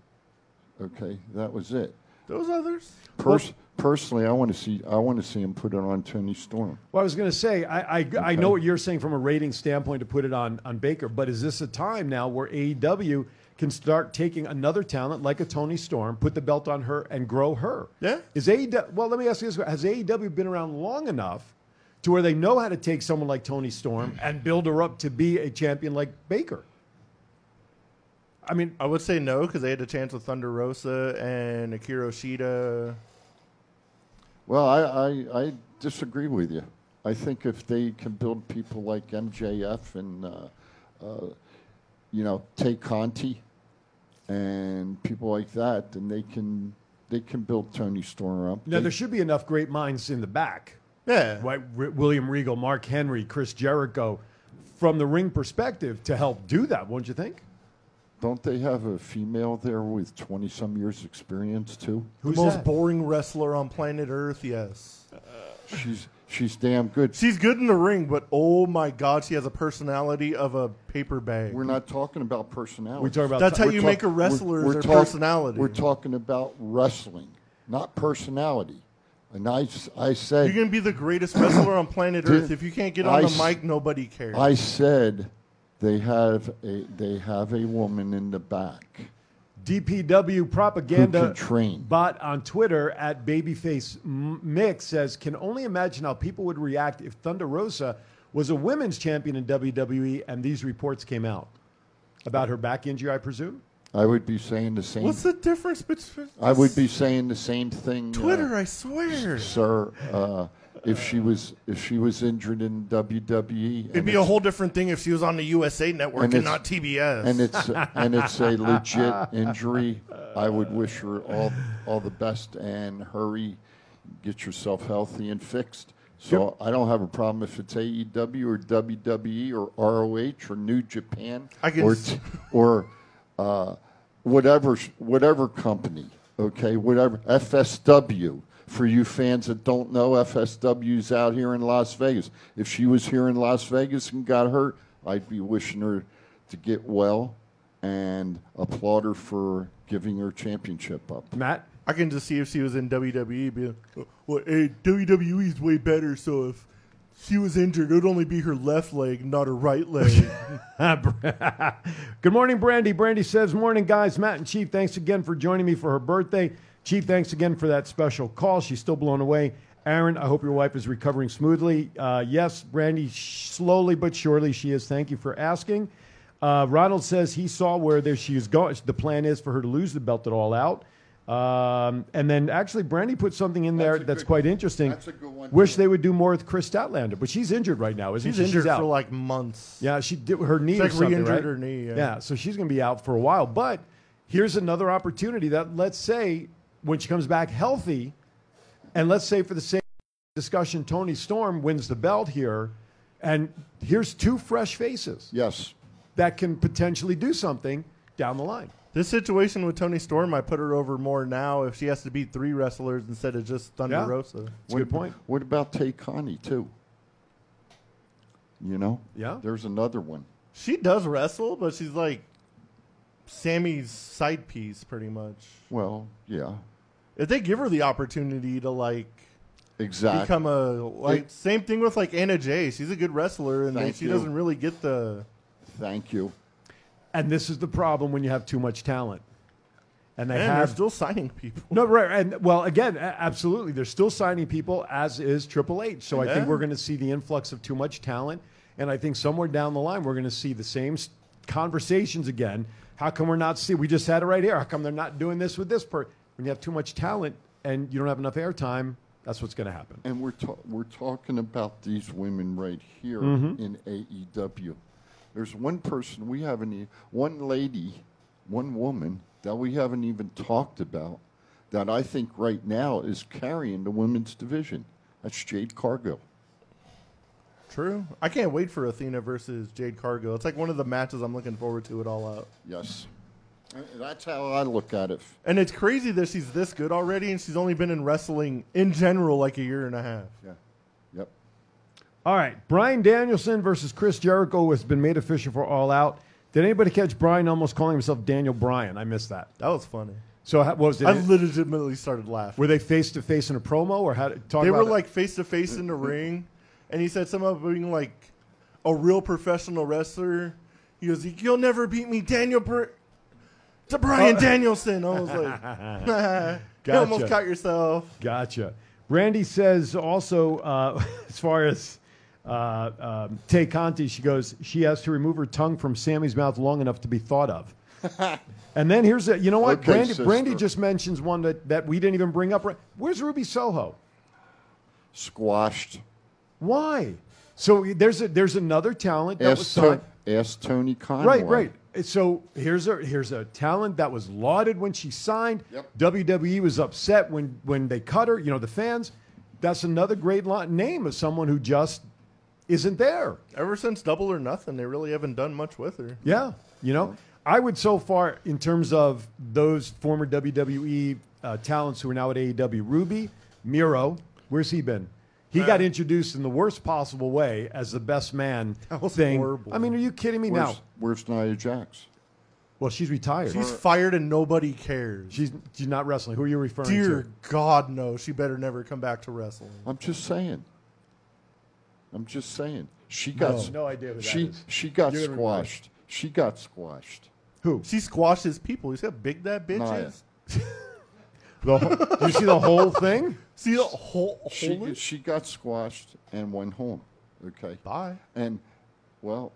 [SPEAKER 3] Okay, that was it.
[SPEAKER 2] Those others?
[SPEAKER 3] Pers- personally, I want to see. I want to see him put it on Tony Storm.
[SPEAKER 1] Well, I was going to say, I, I, I know what you're saying from a rating standpoint to put it on, on Baker, but is this a time now where AEW can start taking another talent like a Tony Storm, put the belt on her, and grow her?
[SPEAKER 2] Yeah.
[SPEAKER 1] Is AEW, well, let me ask you this Has AEW been around long enough to where they know how to take someone like Tony Storm and build her up to be a champion like Baker? I mean,
[SPEAKER 2] I would say no because they had a chance with Thunder Rosa and Akira Shida.
[SPEAKER 3] Well, I, I, I disagree with you. I think if they can build people like MJF and, uh, uh, you know, Tay Conti and people like that, then they can they can build Tony Storm up.
[SPEAKER 1] No,
[SPEAKER 3] They-
[SPEAKER 1] there should be enough great minds in the back.
[SPEAKER 2] Yeah.
[SPEAKER 1] Right, R- William Regal, Mark Henry, Chris Jericho, from the ring perspective to help do that, wouldn't you think?
[SPEAKER 3] don't they have a female there with 20 some years experience too?
[SPEAKER 1] Who's
[SPEAKER 2] the most
[SPEAKER 1] that?
[SPEAKER 2] boring wrestler on planet Earth, yes.
[SPEAKER 3] She's she's damn good.
[SPEAKER 2] She's good in the ring, but oh my god, she has a personality of a paper bag.
[SPEAKER 3] We're not talking about personality.
[SPEAKER 1] We talk about
[SPEAKER 2] That's how
[SPEAKER 1] We're
[SPEAKER 2] you
[SPEAKER 3] We're
[SPEAKER 2] make a
[SPEAKER 3] talk-
[SPEAKER 2] wrestler
[SPEAKER 3] we're-
[SPEAKER 2] is
[SPEAKER 3] we're
[SPEAKER 2] their
[SPEAKER 3] talk-
[SPEAKER 2] personality.
[SPEAKER 3] We're talking about wrestling, not personality. And I, s- I said,
[SPEAKER 2] You're gonna be
[SPEAKER 3] [COUGHS]
[SPEAKER 2] the greatest wrestler on planet Earth. If you can't get on
[SPEAKER 3] I
[SPEAKER 2] the
[SPEAKER 3] s-
[SPEAKER 2] mic, nobody cares.
[SPEAKER 3] I said they have a they have a woman in the back.
[SPEAKER 1] DPW propaganda
[SPEAKER 3] Who can train?
[SPEAKER 1] bot on Twitter at Babyface M- Mix says, "Can only imagine how people would react if Thunder Rosa was a women's champion in WWE and these reports came out about her back injury, I presume."
[SPEAKER 3] I would be saying the same.
[SPEAKER 2] What's the difference between
[SPEAKER 3] I would be saying the same thing. uh,
[SPEAKER 2] Twitter? I swear.
[SPEAKER 3] sir. Uh, if she was if she was injured in E WWE,
[SPEAKER 2] It'd be a whole different thing if she was on the USA Network and, not TBS.
[SPEAKER 3] and it's and it's a legit injury. I would wish her all all the best and hurry, get yourself healthy and fixed. So I don't have a problem if it's AEW or WWE or ROH or New Japan
[SPEAKER 2] I can
[SPEAKER 3] or
[SPEAKER 2] s-
[SPEAKER 3] t- or uh, whatever whatever company. Okay, whatever FSW. For you fans that don't know, FSW's out here in Las Vegas. If she was here in Las Vegas and got hurt, I'd be wishing her to get well and applaud her for giving her championship up.
[SPEAKER 1] Matt,
[SPEAKER 2] I can just see if she was in WWE. Be like, well, hey, WWE's way better. So if she was injured, it would only be her left leg, not her right leg.
[SPEAKER 1] [LAUGHS] Good morning, Brandy. Brandy says, Morning, guys. Matt and Chief, thanks again for joining me for her birthday. Chief, thanks again for that special call. She's still blown away. Aaron, I hope your wife is recovering smoothly. Uh, yes, Brandy, sh- slowly but surely she is. Thank you for asking. Uh, Ronald says he saw where there she is going. The plan is for her to lose the belt at all out. Um, and then actually, Brandy put something in there that's, quite interesting.
[SPEAKER 3] that's a good one,
[SPEAKER 1] Wish they would do more with Chris Statlander, but she's injured right now, isn't
[SPEAKER 2] She's
[SPEAKER 1] she?
[SPEAKER 2] injured
[SPEAKER 1] out.
[SPEAKER 2] for like months.
[SPEAKER 1] Yeah, she did her knee.
[SPEAKER 2] It's like
[SPEAKER 1] or something,
[SPEAKER 2] re-injured
[SPEAKER 1] right?
[SPEAKER 2] her knee, yeah.
[SPEAKER 1] so she's going to be out for a while. But here's another opportunity that let's say when she comes back healthy, and let's say for the same discussion, Tony Storm wins the belt here, and here's two fresh faces
[SPEAKER 3] Yes.
[SPEAKER 1] that can potentially do something down the line.
[SPEAKER 2] This situation with Tony Storm, I put her over more now if she has to beat three wrestlers instead of just Thunder
[SPEAKER 1] Yeah.
[SPEAKER 2] Rosa.
[SPEAKER 1] That's a good point.
[SPEAKER 3] What about Tay Connie too? You know?
[SPEAKER 1] Yeah.
[SPEAKER 3] There's another one.
[SPEAKER 2] She does wrestle, but she's like Sammy's side piece, pretty much.
[SPEAKER 3] Well, yeah.
[SPEAKER 2] If they give her the opportunity to like
[SPEAKER 3] Exactly.
[SPEAKER 2] become a like
[SPEAKER 3] It-
[SPEAKER 2] same thing with like Anna Jay, she's a good wrestler, and
[SPEAKER 3] Thank
[SPEAKER 2] she
[SPEAKER 3] you.
[SPEAKER 2] doesn't really get the
[SPEAKER 3] Thank you.
[SPEAKER 1] And this is the problem when you have too much talent, and they
[SPEAKER 2] and they're
[SPEAKER 1] have
[SPEAKER 2] still signing people.
[SPEAKER 1] No, right. And well, again, a- absolutely. They're still signing people, as is Triple H. So I
[SPEAKER 2] Yeah.
[SPEAKER 1] think we're going to see the influx of too much talent. And I think somewhere down the line, we're going to see the same s- conversations again. How come we're not see? We just had it right here. How come they're not doing this with this person? When you have too much talent and you don't have enough airtime, that's what's going to happen.
[SPEAKER 3] And we're ta- we're talking about these women right here
[SPEAKER 1] Mm-hmm.
[SPEAKER 3] in AEW. There's one person we haven't e- one lady, one woman that we haven't even talked about that I think right now is carrying the women's division. That's Jade Cargill.
[SPEAKER 2] True. I can't wait for Athena versus Jade Cargo. It's like one of the matches I'm looking forward to it all out.
[SPEAKER 3] Yes. Uh, That's how I look at it.
[SPEAKER 2] And it's crazy that she's this good already, and she's only been in wrestling in general like a year and a half.
[SPEAKER 3] Yeah. Yep.
[SPEAKER 1] All right, Brian Danielson versus Chris Jericho has been made official for All Out. Did anybody catch Brian almost calling himself Daniel Bryan? I missed that.
[SPEAKER 2] That was funny.
[SPEAKER 1] So how, what was it?
[SPEAKER 2] I legitimately started laughing.
[SPEAKER 1] were they face to face in a promo or how? Talk
[SPEAKER 2] they
[SPEAKER 1] about
[SPEAKER 2] were
[SPEAKER 1] it.
[SPEAKER 2] like face to face in the ring, and he said something about being like a real professional wrestler. He goes, "You'll never beat me, Daniel." Br- to Brian Danielson, I was [LAUGHS] like, "You
[SPEAKER 1] Gotcha.
[SPEAKER 2] almost caught yourself."
[SPEAKER 1] Gotcha. Randy says also, uh, [LAUGHS] as far as uh, um, Tay Conti, she goes, she has to remove her tongue from Sammy's mouth long enough to be thought
[SPEAKER 3] [LAUGHS]
[SPEAKER 1] of. and then here's a, you know what?
[SPEAKER 3] Okay,
[SPEAKER 1] Brandy,
[SPEAKER 3] sister.
[SPEAKER 1] Brandy just mentions one that, that we didn't even bring up. Where's Ruby Soho?
[SPEAKER 3] Squashed.
[SPEAKER 1] Why? So there's a, there's another talent that was
[SPEAKER 3] Ask, to-
[SPEAKER 1] signed.
[SPEAKER 3] ask Tony Conway.
[SPEAKER 1] Right, right. So here's a here's a talent that was lauded when she signed.
[SPEAKER 3] Yep.
[SPEAKER 1] WWE was upset when when they cut her. You know the fans. That's another great lo- name of someone who just isn't there.
[SPEAKER 2] Ever since Double or Nothing, they really haven't done much with her.
[SPEAKER 1] Yeah, you know, I would so far in terms of those former WWE uh, talents who are now at AEW. Ruby Miro, where's he been? He
[SPEAKER 2] Uh,
[SPEAKER 1] got introduced in the worst possible way as the best man
[SPEAKER 2] That was
[SPEAKER 1] thing.
[SPEAKER 2] horrible.
[SPEAKER 1] I mean, are you kidding me
[SPEAKER 3] Where's,
[SPEAKER 1] now?
[SPEAKER 3] where's Nia Jax?
[SPEAKER 1] Well, she's retired.
[SPEAKER 2] She's fired and nobody cares.
[SPEAKER 1] She's, she's not wrestling. Who are you referring
[SPEAKER 2] Dear
[SPEAKER 1] to?
[SPEAKER 2] God, no. She better never come back to wrestling.
[SPEAKER 3] I'm just saying. I'm just saying. She got
[SPEAKER 1] no idea who that
[SPEAKER 3] she
[SPEAKER 1] is.
[SPEAKER 3] she got
[SPEAKER 1] You're gonna be
[SPEAKER 3] squashed. She got squashed.
[SPEAKER 1] Who?
[SPEAKER 2] She squashes people. You see how big that bitch
[SPEAKER 3] Naya.
[SPEAKER 2] is?
[SPEAKER 1] The whole, you see the whole thing?
[SPEAKER 2] See the whole, whole
[SPEAKER 3] She, she got squashed and went home. Okay.
[SPEAKER 2] Bye.
[SPEAKER 3] And, well,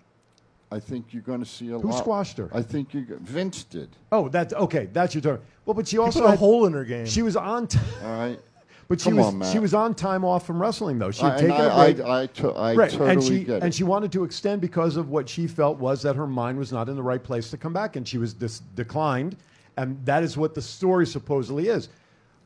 [SPEAKER 3] I think you're going to see a
[SPEAKER 1] Who
[SPEAKER 3] lot.
[SPEAKER 1] squashed her?
[SPEAKER 3] I think you Vince did.
[SPEAKER 1] Oh, that's okay. That's your turn. Well, but she also
[SPEAKER 12] put a
[SPEAKER 1] had-
[SPEAKER 12] hole in her game.
[SPEAKER 1] She was on. T-
[SPEAKER 3] All right.
[SPEAKER 1] But she
[SPEAKER 3] Come
[SPEAKER 1] was
[SPEAKER 3] on, Matt.
[SPEAKER 1] she was on time off from wrestling though. She
[SPEAKER 3] I-
[SPEAKER 1] had
[SPEAKER 3] and
[SPEAKER 1] taken a
[SPEAKER 3] I-
[SPEAKER 1] break.
[SPEAKER 3] I- I to- I
[SPEAKER 1] and
[SPEAKER 3] totally
[SPEAKER 1] she,
[SPEAKER 3] get it.
[SPEAKER 1] And she wanted to extend because of what she felt was that her mind was not in the right place to come back, and she was dis- declined. And that is what the story supposedly is.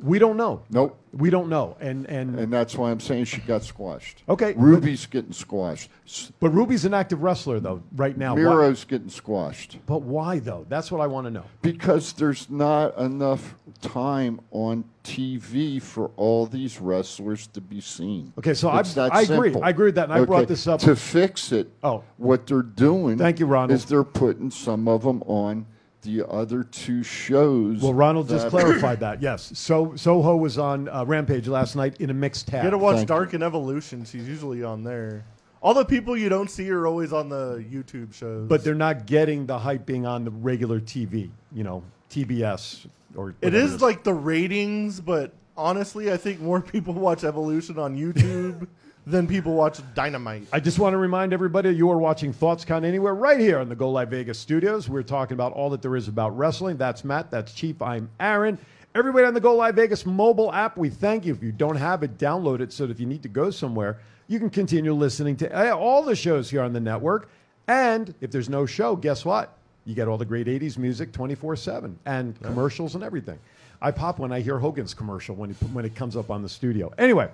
[SPEAKER 1] We don't know.
[SPEAKER 3] Nope.
[SPEAKER 1] We don't know. And and,
[SPEAKER 3] And that's why I'm saying she got squashed.
[SPEAKER 1] Okay.
[SPEAKER 3] Ruby's getting squashed. S-
[SPEAKER 1] but Ruby's an active wrestler though right now. Why-
[SPEAKER 3] Miro's getting squashed.
[SPEAKER 1] but why though? That's what I want to know.
[SPEAKER 3] Because there's not enough time on TV for all these wrestlers to be seen.
[SPEAKER 1] Okay, so I-
[SPEAKER 3] It's that
[SPEAKER 1] I agree.
[SPEAKER 3] simple.
[SPEAKER 1] I agree with that, and I brought this up-
[SPEAKER 3] to fix it.
[SPEAKER 1] Oh.
[SPEAKER 3] what they're doing?
[SPEAKER 1] Thank you, Ronald.
[SPEAKER 3] Is they're putting some of them on the other two shows?
[SPEAKER 1] Well, Ronald just
[SPEAKER 3] [CLEARS THROAT] that-
[SPEAKER 1] clarified that. Yes. So Soho was on uh, Rampage last night in a mixed
[SPEAKER 12] You
[SPEAKER 1] tag.
[SPEAKER 12] gotta watch
[SPEAKER 3] Thank
[SPEAKER 12] Dark and Evolution. She's usually on there. All the people you don't see are always on the YouTube shows.
[SPEAKER 1] but they're not getting the hype being on the regular TV, you know, TBS or
[SPEAKER 12] it
[SPEAKER 1] whatever
[SPEAKER 12] is like the ratings, but honestly, I think more [LAUGHS] people watch Evolution on
[SPEAKER 1] [LAUGHS]
[SPEAKER 12] YouTube than people watch Dynamite.
[SPEAKER 1] I just want to remind everybody you are watching Thoughts Count Anywhere right here in the Go Live Vegas studios. We're talking about all that there is about wrestling. That's Matt, that's Chief, I'm Aaron. Everybody on the Go Live Vegas mobile app, we thank you. If you don't have it, download it so that if you need to go somewhere, you can continue listening to eh, all the shows here on the network. And if there's no show, guess what? You get all the great 80s music 24 7 and commercials and everything. I pop when I hear Hogan's commercial when it, when it comes up on the studio. Anyway,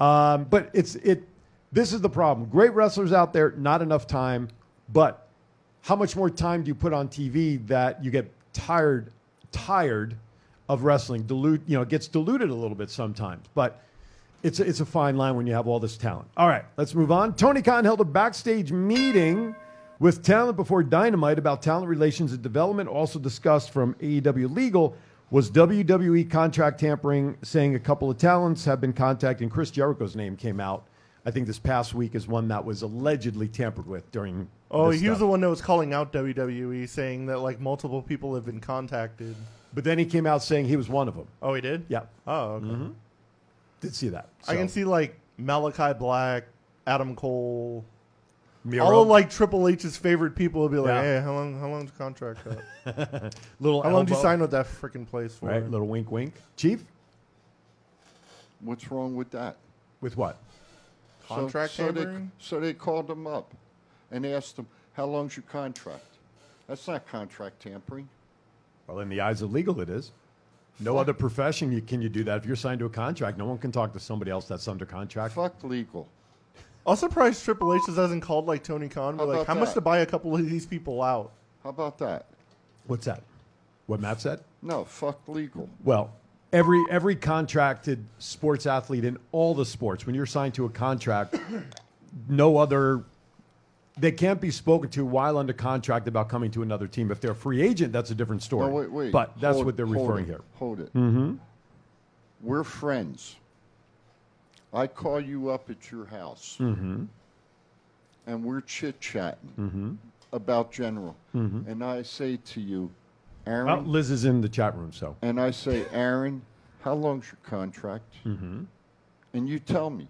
[SPEAKER 1] um, but it's it. This is the problem. Great wrestlers out there, not enough time. But how much more time do you put on TV that you get tired tired of wrestling? Dilute, you know, it gets diluted a little bit sometimes. But it's a, it's a fine line when you have all this talent. All right, let's move on. Tony Khan held a backstage meeting with talent before Dynamite about talent relations and development. Also discussed from AEW Legal was WWE contract tampering, saying a couple of talents have been contacted. and Chris Jericho's name came out. I think this past week is one that was allegedly tampered with during.
[SPEAKER 12] Oh,
[SPEAKER 1] this
[SPEAKER 12] he was
[SPEAKER 1] stuff.
[SPEAKER 12] the one that was calling out WWE, saying that like multiple people have been contacted.
[SPEAKER 1] But then he came out saying he was one of them.
[SPEAKER 12] Oh, he did.
[SPEAKER 1] Yeah,
[SPEAKER 12] Oh, okay.
[SPEAKER 1] did see that.
[SPEAKER 12] I can
[SPEAKER 1] So,
[SPEAKER 12] see like Malachi Black, Adam Cole,
[SPEAKER 1] Miro,
[SPEAKER 12] all of like Triple H's favorite people would be like,
[SPEAKER 1] Yeah.
[SPEAKER 12] "Hey, how long? How long's the contract
[SPEAKER 1] [LAUGHS]
[SPEAKER 12] up?
[SPEAKER 1] little.
[SPEAKER 12] How long did you
[SPEAKER 1] elbow,
[SPEAKER 12] sign with that freaking place for?"
[SPEAKER 1] Right, little wink, wink. Chief,
[SPEAKER 3] What's wrong with that?
[SPEAKER 1] with what?
[SPEAKER 3] So-
[SPEAKER 2] Contract
[SPEAKER 3] so, they,
[SPEAKER 2] tampering?
[SPEAKER 3] so they called them up and asked them, "How long's your contract?" That's not contract tampering.
[SPEAKER 1] Well, in the eyes of legal, it is. No other profession you, can you do that. If you're signed to a contract, no one can talk to somebody else that's under contract.
[SPEAKER 3] Fuck legal.
[SPEAKER 12] I'm surprised Triple H hasn't called like Tony Khan,
[SPEAKER 3] How
[SPEAKER 12] but like,
[SPEAKER 3] about
[SPEAKER 12] how much
[SPEAKER 3] that?
[SPEAKER 12] to buy a couple of these people out?
[SPEAKER 3] How about that?
[SPEAKER 1] What's that? What Matt said?
[SPEAKER 3] No, fuck legal.
[SPEAKER 1] Well, every every contracted sports athlete in all the sports, when you're signed to a contract, [COUGHS] no other they can't be spoken to while under contract about coming to another team. If they're a free agent, that's a different story.
[SPEAKER 3] No, wait, wait.
[SPEAKER 1] But that's
[SPEAKER 3] Hold-
[SPEAKER 1] what they're
[SPEAKER 3] hold
[SPEAKER 1] referring
[SPEAKER 3] it.
[SPEAKER 1] here. Mm-hmm.
[SPEAKER 3] Hold it. We're friends. I call you up at your house,
[SPEAKER 1] Mm-hmm.
[SPEAKER 3] and we're chit chatting about general, and I say to you,
[SPEAKER 1] Mm-hmm.
[SPEAKER 3] Aaron,
[SPEAKER 1] Well, Liz is in the chat room, so
[SPEAKER 3] and I say, Aaron, how long's your contract? Mm-hmm. And you tell me,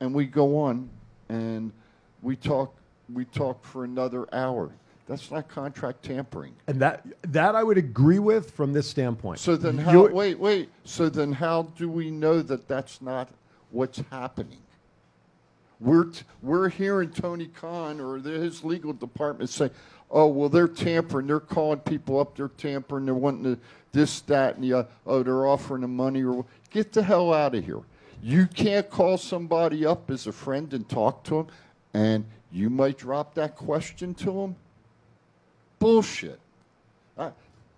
[SPEAKER 3] and we go on, and we talk. We talk for another hour. That's not contract tampering.
[SPEAKER 1] and that that I would agree with from this standpoint.
[SPEAKER 3] So then, how?
[SPEAKER 1] You're-
[SPEAKER 3] wait, wait. So then, how do we know that that's not what's happening? We're t- we're hearing Tony Khan or the, his legal department say, "Oh, well, they're tampering. They're calling people up. They're tampering. They're wanting to, this, that, and the. oth- Oh, they're offering them money. Or wh- get the hell out of here. You can't call somebody up as a friend and talk to them, and you might drop that question to them. Bullshit. I,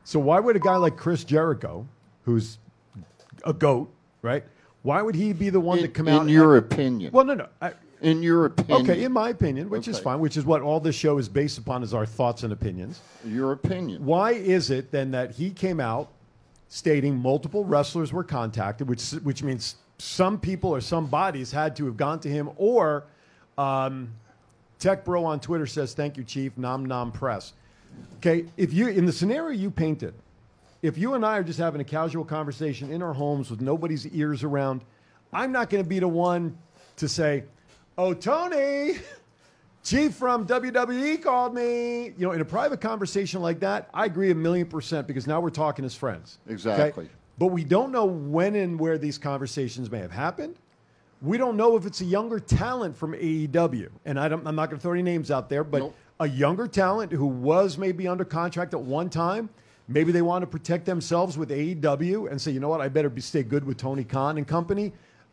[SPEAKER 1] So why would a guy like Chris Jericho, who's a goat, right? Why would he be the one
[SPEAKER 3] in,
[SPEAKER 1] to come
[SPEAKER 3] in
[SPEAKER 1] out? and-
[SPEAKER 3] your opinion.
[SPEAKER 1] well, no, no. I,
[SPEAKER 3] In your opinion.
[SPEAKER 1] okay, in my opinion, which is
[SPEAKER 3] Okay.
[SPEAKER 1] fine, which is what all this show is based upon, is our thoughts and opinions.
[SPEAKER 3] your opinion.
[SPEAKER 1] Why is it then that he came out stating multiple wrestlers were contacted, which which means some people or some bodies had to have gone to him, or um, Tech Bro on Twitter says, "Thank you, Chief." Nom nom press. Okay, if you in the scenario you painted, if you and I are just having a casual conversation in our homes with nobody's ears around, I'm not going to be the one to say, "Oh, Tony, Chief from WWE called me." You know, in a private conversation like that, I agree a million percent because now we're talking as friends. okay?
[SPEAKER 3] Exactly.
[SPEAKER 1] But we don't know when and where these conversations may have happened. We don't know if it's a younger talent from AEW. And I don't, I'm not going to throw any names out there, but a younger talent who was maybe under contract at one time. Maybe they want to protect themselves with AEW and say, you know what, I better be, stay good with Tony Khan and company.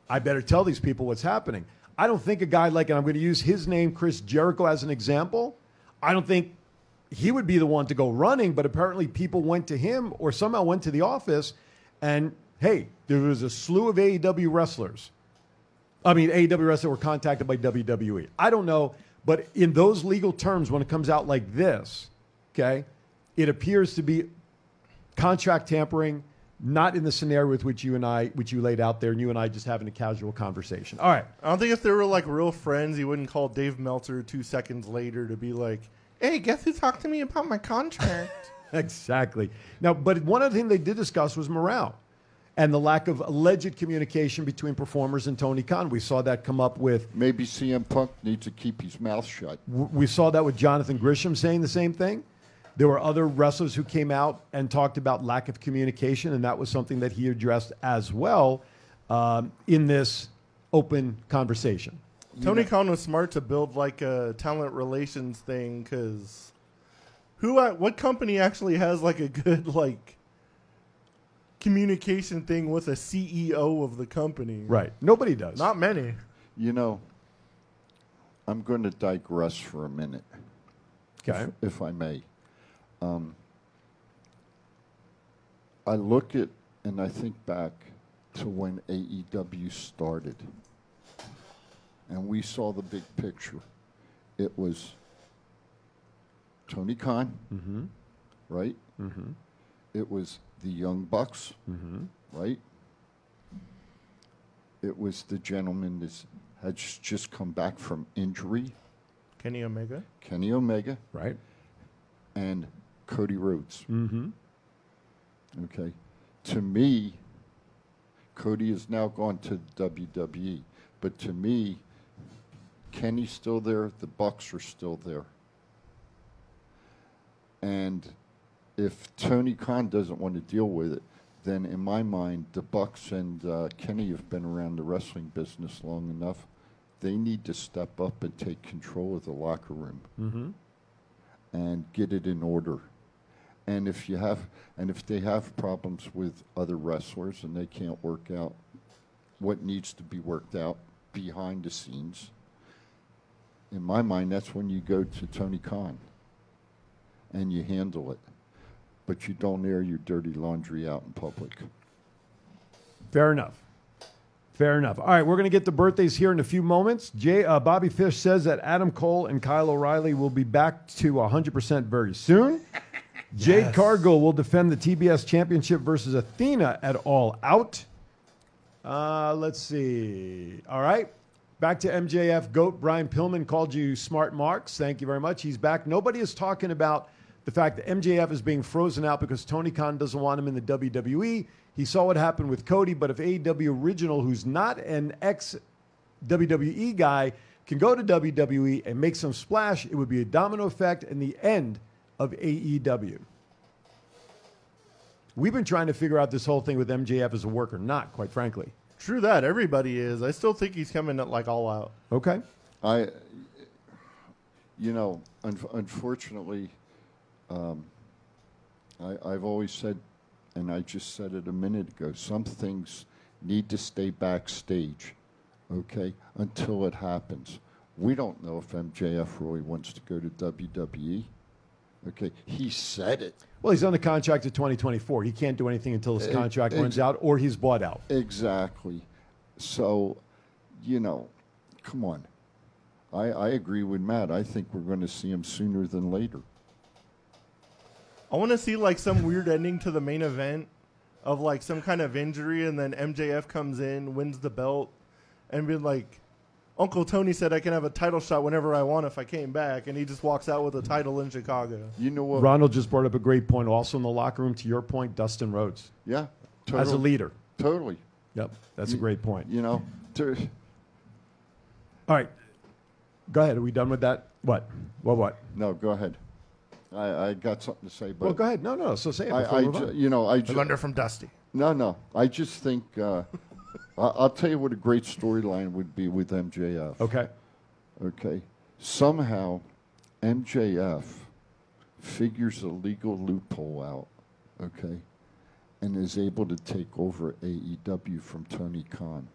[SPEAKER 1] I better tell these people what's happening. I don't think a guy like, and I'm going to use his name, Chris Jericho, as an example. I don't think he would be the one to go running, but apparently people went to him or somehow went to the office and hey, there was a slew of AEW wrestlers. I mean, AEW wrestlers were contacted by WWE. I don't know, but in those legal terms, when it comes out like this, okay, it appears to be contract tampering, not in the scenario with which you and I, which you laid out there, and you and I just having a casual conversation. All right.
[SPEAKER 2] I don't think if they were like real friends, he wouldn't call Dave Meltzer two seconds later to be like,
[SPEAKER 12] Hey, guess who talked to me about my contract?
[SPEAKER 1] [LAUGHS] exactly. Now, but one other thing they did discuss was morale and the lack of alleged communication between performers and Tony Khan. We saw that come up with.
[SPEAKER 3] Maybe CM Punk needs to keep his mouth shut.
[SPEAKER 1] w- We saw that with Jonathan Grisham saying the same thing. There were other wrestlers who came out and talked about lack of communication, and that was something that he addressed as well um, in this open conversation.
[SPEAKER 2] Tony Khan was smart to build like a talent relations thing because who, at, what company actually has like a good like communication thing with a CEO of the company?
[SPEAKER 1] Right. Nobody does.
[SPEAKER 2] Not many.
[SPEAKER 3] You know, I'm going to digress for a minute.
[SPEAKER 1] Okay.
[SPEAKER 3] If, if I may. Um, I look at and I think back to when AEW started. And we saw the big picture. It was Tony Khan, right? Mm-hmm. It was the Young Bucks, right? It was the gentleman that had s- just come back from injury,
[SPEAKER 2] Kenny Omega.
[SPEAKER 3] Kenny Omega,
[SPEAKER 1] right?
[SPEAKER 3] And Cody Rhodes.
[SPEAKER 1] Mm-hmm.
[SPEAKER 3] Okay. To me, Cody has now gone to WWE, but to me, Kenny's still there. The Bucks are still there. And if Tony Khan doesn't want to deal with it, then in my mind, the Bucks and uh, Kenny have been around the wrestling business long enough. They need to step up and take control of the locker room
[SPEAKER 1] Mm-hmm.
[SPEAKER 3] and get it in order. And if you have, and if they have problems with other wrestlers and they can't work out what needs to be worked out behind the scenes, in my mind, that's when you go to Tony Khan and you handle it. But you don't air your dirty laundry out in public.
[SPEAKER 1] Fair enough. Fair enough. All right, we're going to get the birthdays here in a few moments. Jay, uh, Bobby Fish says that Adam Cole and Kyle O'Reilly will be back to 100% very soon. Jade Cargill will defend the TBS Championship versus Athena at All Out. Uh, let's see. All right. Back to MJF GOAT. Brian Pillman called you smart marks. Thank you very much. He's back. Nobody is talking about the fact that MJF is being frozen out because Tony Khan doesn't want him in the WWE. He saw what happened with Cody, but if AEW Original, who's not an ex WWE guy, can go to WWE and make some splash, it would be a domino effect and the end of AEW. We've been trying to figure out this whole thing with MJF as a work or not, quite frankly.
[SPEAKER 2] True that. Everybody is. I still think he's coming at like all out.
[SPEAKER 1] Okay.
[SPEAKER 3] I, you know, un- unfortunately, um, I, I've always said, and I just said it a minute ago, some things need to stay backstage, okay, until it happens. We don't know if MJF really wants to go to WWE. Okay, he said it.
[SPEAKER 1] Well, he's under contract to 2024. He can't do anything until his
[SPEAKER 3] Eh,
[SPEAKER 1] contract
[SPEAKER 3] eh,
[SPEAKER 1] runs out or he's bought out.
[SPEAKER 3] Exactly. So, you know, come on. I, I agree with Matt. I think we're going to see him sooner than later.
[SPEAKER 2] I want to see like some weird ending to the main event of like some kind of injury, and then MJF comes in, wins the belt, and be like, Uncle Tony said I can have a title shot whenever I want if I came back, and he just walks out with a title in Chicago.
[SPEAKER 3] You know what?
[SPEAKER 1] Ronald just brought up a great point. Also in the locker room, to your point, Dustin Rhodes.
[SPEAKER 3] Yeah,
[SPEAKER 1] As a
[SPEAKER 3] totally.
[SPEAKER 1] leader.
[SPEAKER 3] Totally.
[SPEAKER 1] Yep, that's a great point.
[SPEAKER 3] You know, to,
[SPEAKER 1] All right, go ahead. Are we done with that? What? What? What?
[SPEAKER 3] no, go ahead. I, I got something to say, but
[SPEAKER 1] well, go ahead. No, no. So say it. before
[SPEAKER 3] I, I
[SPEAKER 1] we move
[SPEAKER 3] ju-
[SPEAKER 1] on.
[SPEAKER 3] you know, I
[SPEAKER 2] I
[SPEAKER 3] ju-
[SPEAKER 2] learned it from Dusty.
[SPEAKER 3] No, no. I just think uh, [LAUGHS] I- I'll tell you what a great storyline would be with MJF.
[SPEAKER 1] okay.
[SPEAKER 3] Okay. Somehow, MJF figures a legal loophole out. Okay, and is able to take over AEW from Tony Khan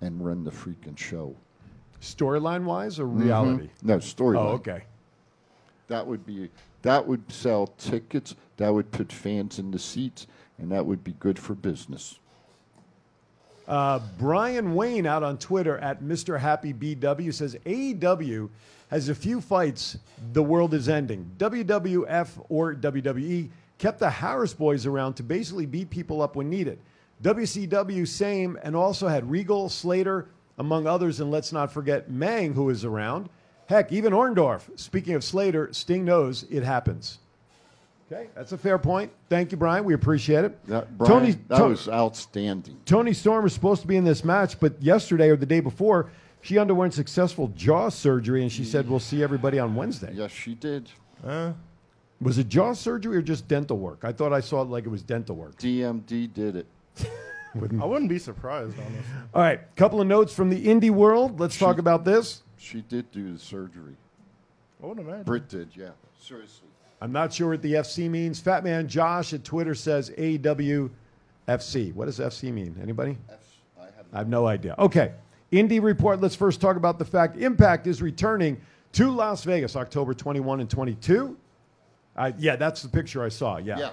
[SPEAKER 3] and run the freaking show. Hmm?
[SPEAKER 1] Storyline wise or reality?
[SPEAKER 3] No Mm-hmm. storyline.
[SPEAKER 1] Oh, okay.
[SPEAKER 3] That would be that would sell tickets. That would put fans in the seats, and that would be good for business.
[SPEAKER 1] Uh, Brian Wayne out on Twitter at Mr. Happy BW says AEW has a few fights the world is ending. WWF or WWE kept the Harris boys around to basically beat people up when needed. WCW same and also had Regal, Slater, among others, and let's not forget Mang who is around. Heck, even Orndorff. Speaking of Slater, Sting knows it happens. Okay, that's a fair point. Thank you, Brian. We appreciate it.
[SPEAKER 3] That, Brian,
[SPEAKER 1] Tony,
[SPEAKER 3] that
[SPEAKER 1] Tony-
[SPEAKER 3] was outstanding.
[SPEAKER 1] Tony Storm was supposed to be in this match, but yesterday or the day before, she underwent successful jaw surgery, and she said, "We'll see everybody on Wednesday."
[SPEAKER 3] Yes, she did.
[SPEAKER 1] Was it jaw surgery or just dental work? I thought I saw it like it was dental work.
[SPEAKER 3] DMD did it.
[SPEAKER 2] I wouldn't be surprised, honestly.
[SPEAKER 1] All right, couple of notes from the indie world. Let's talk about this.
[SPEAKER 3] She did do the surgery.
[SPEAKER 2] I would imagine.
[SPEAKER 3] Britt did, yeah. Seriously.
[SPEAKER 1] I'm not sure what the FC means. Fat man Josh at Twitter says AWFC. What does FC mean? Anybody?
[SPEAKER 3] I have
[SPEAKER 1] I have no idea. Okay. Indie Report. Let's first talk about the fact Impact is returning to Las Vegas October 21 and 22. I, yeah, that's the picture I saw. Yeah.
[SPEAKER 3] Yeah.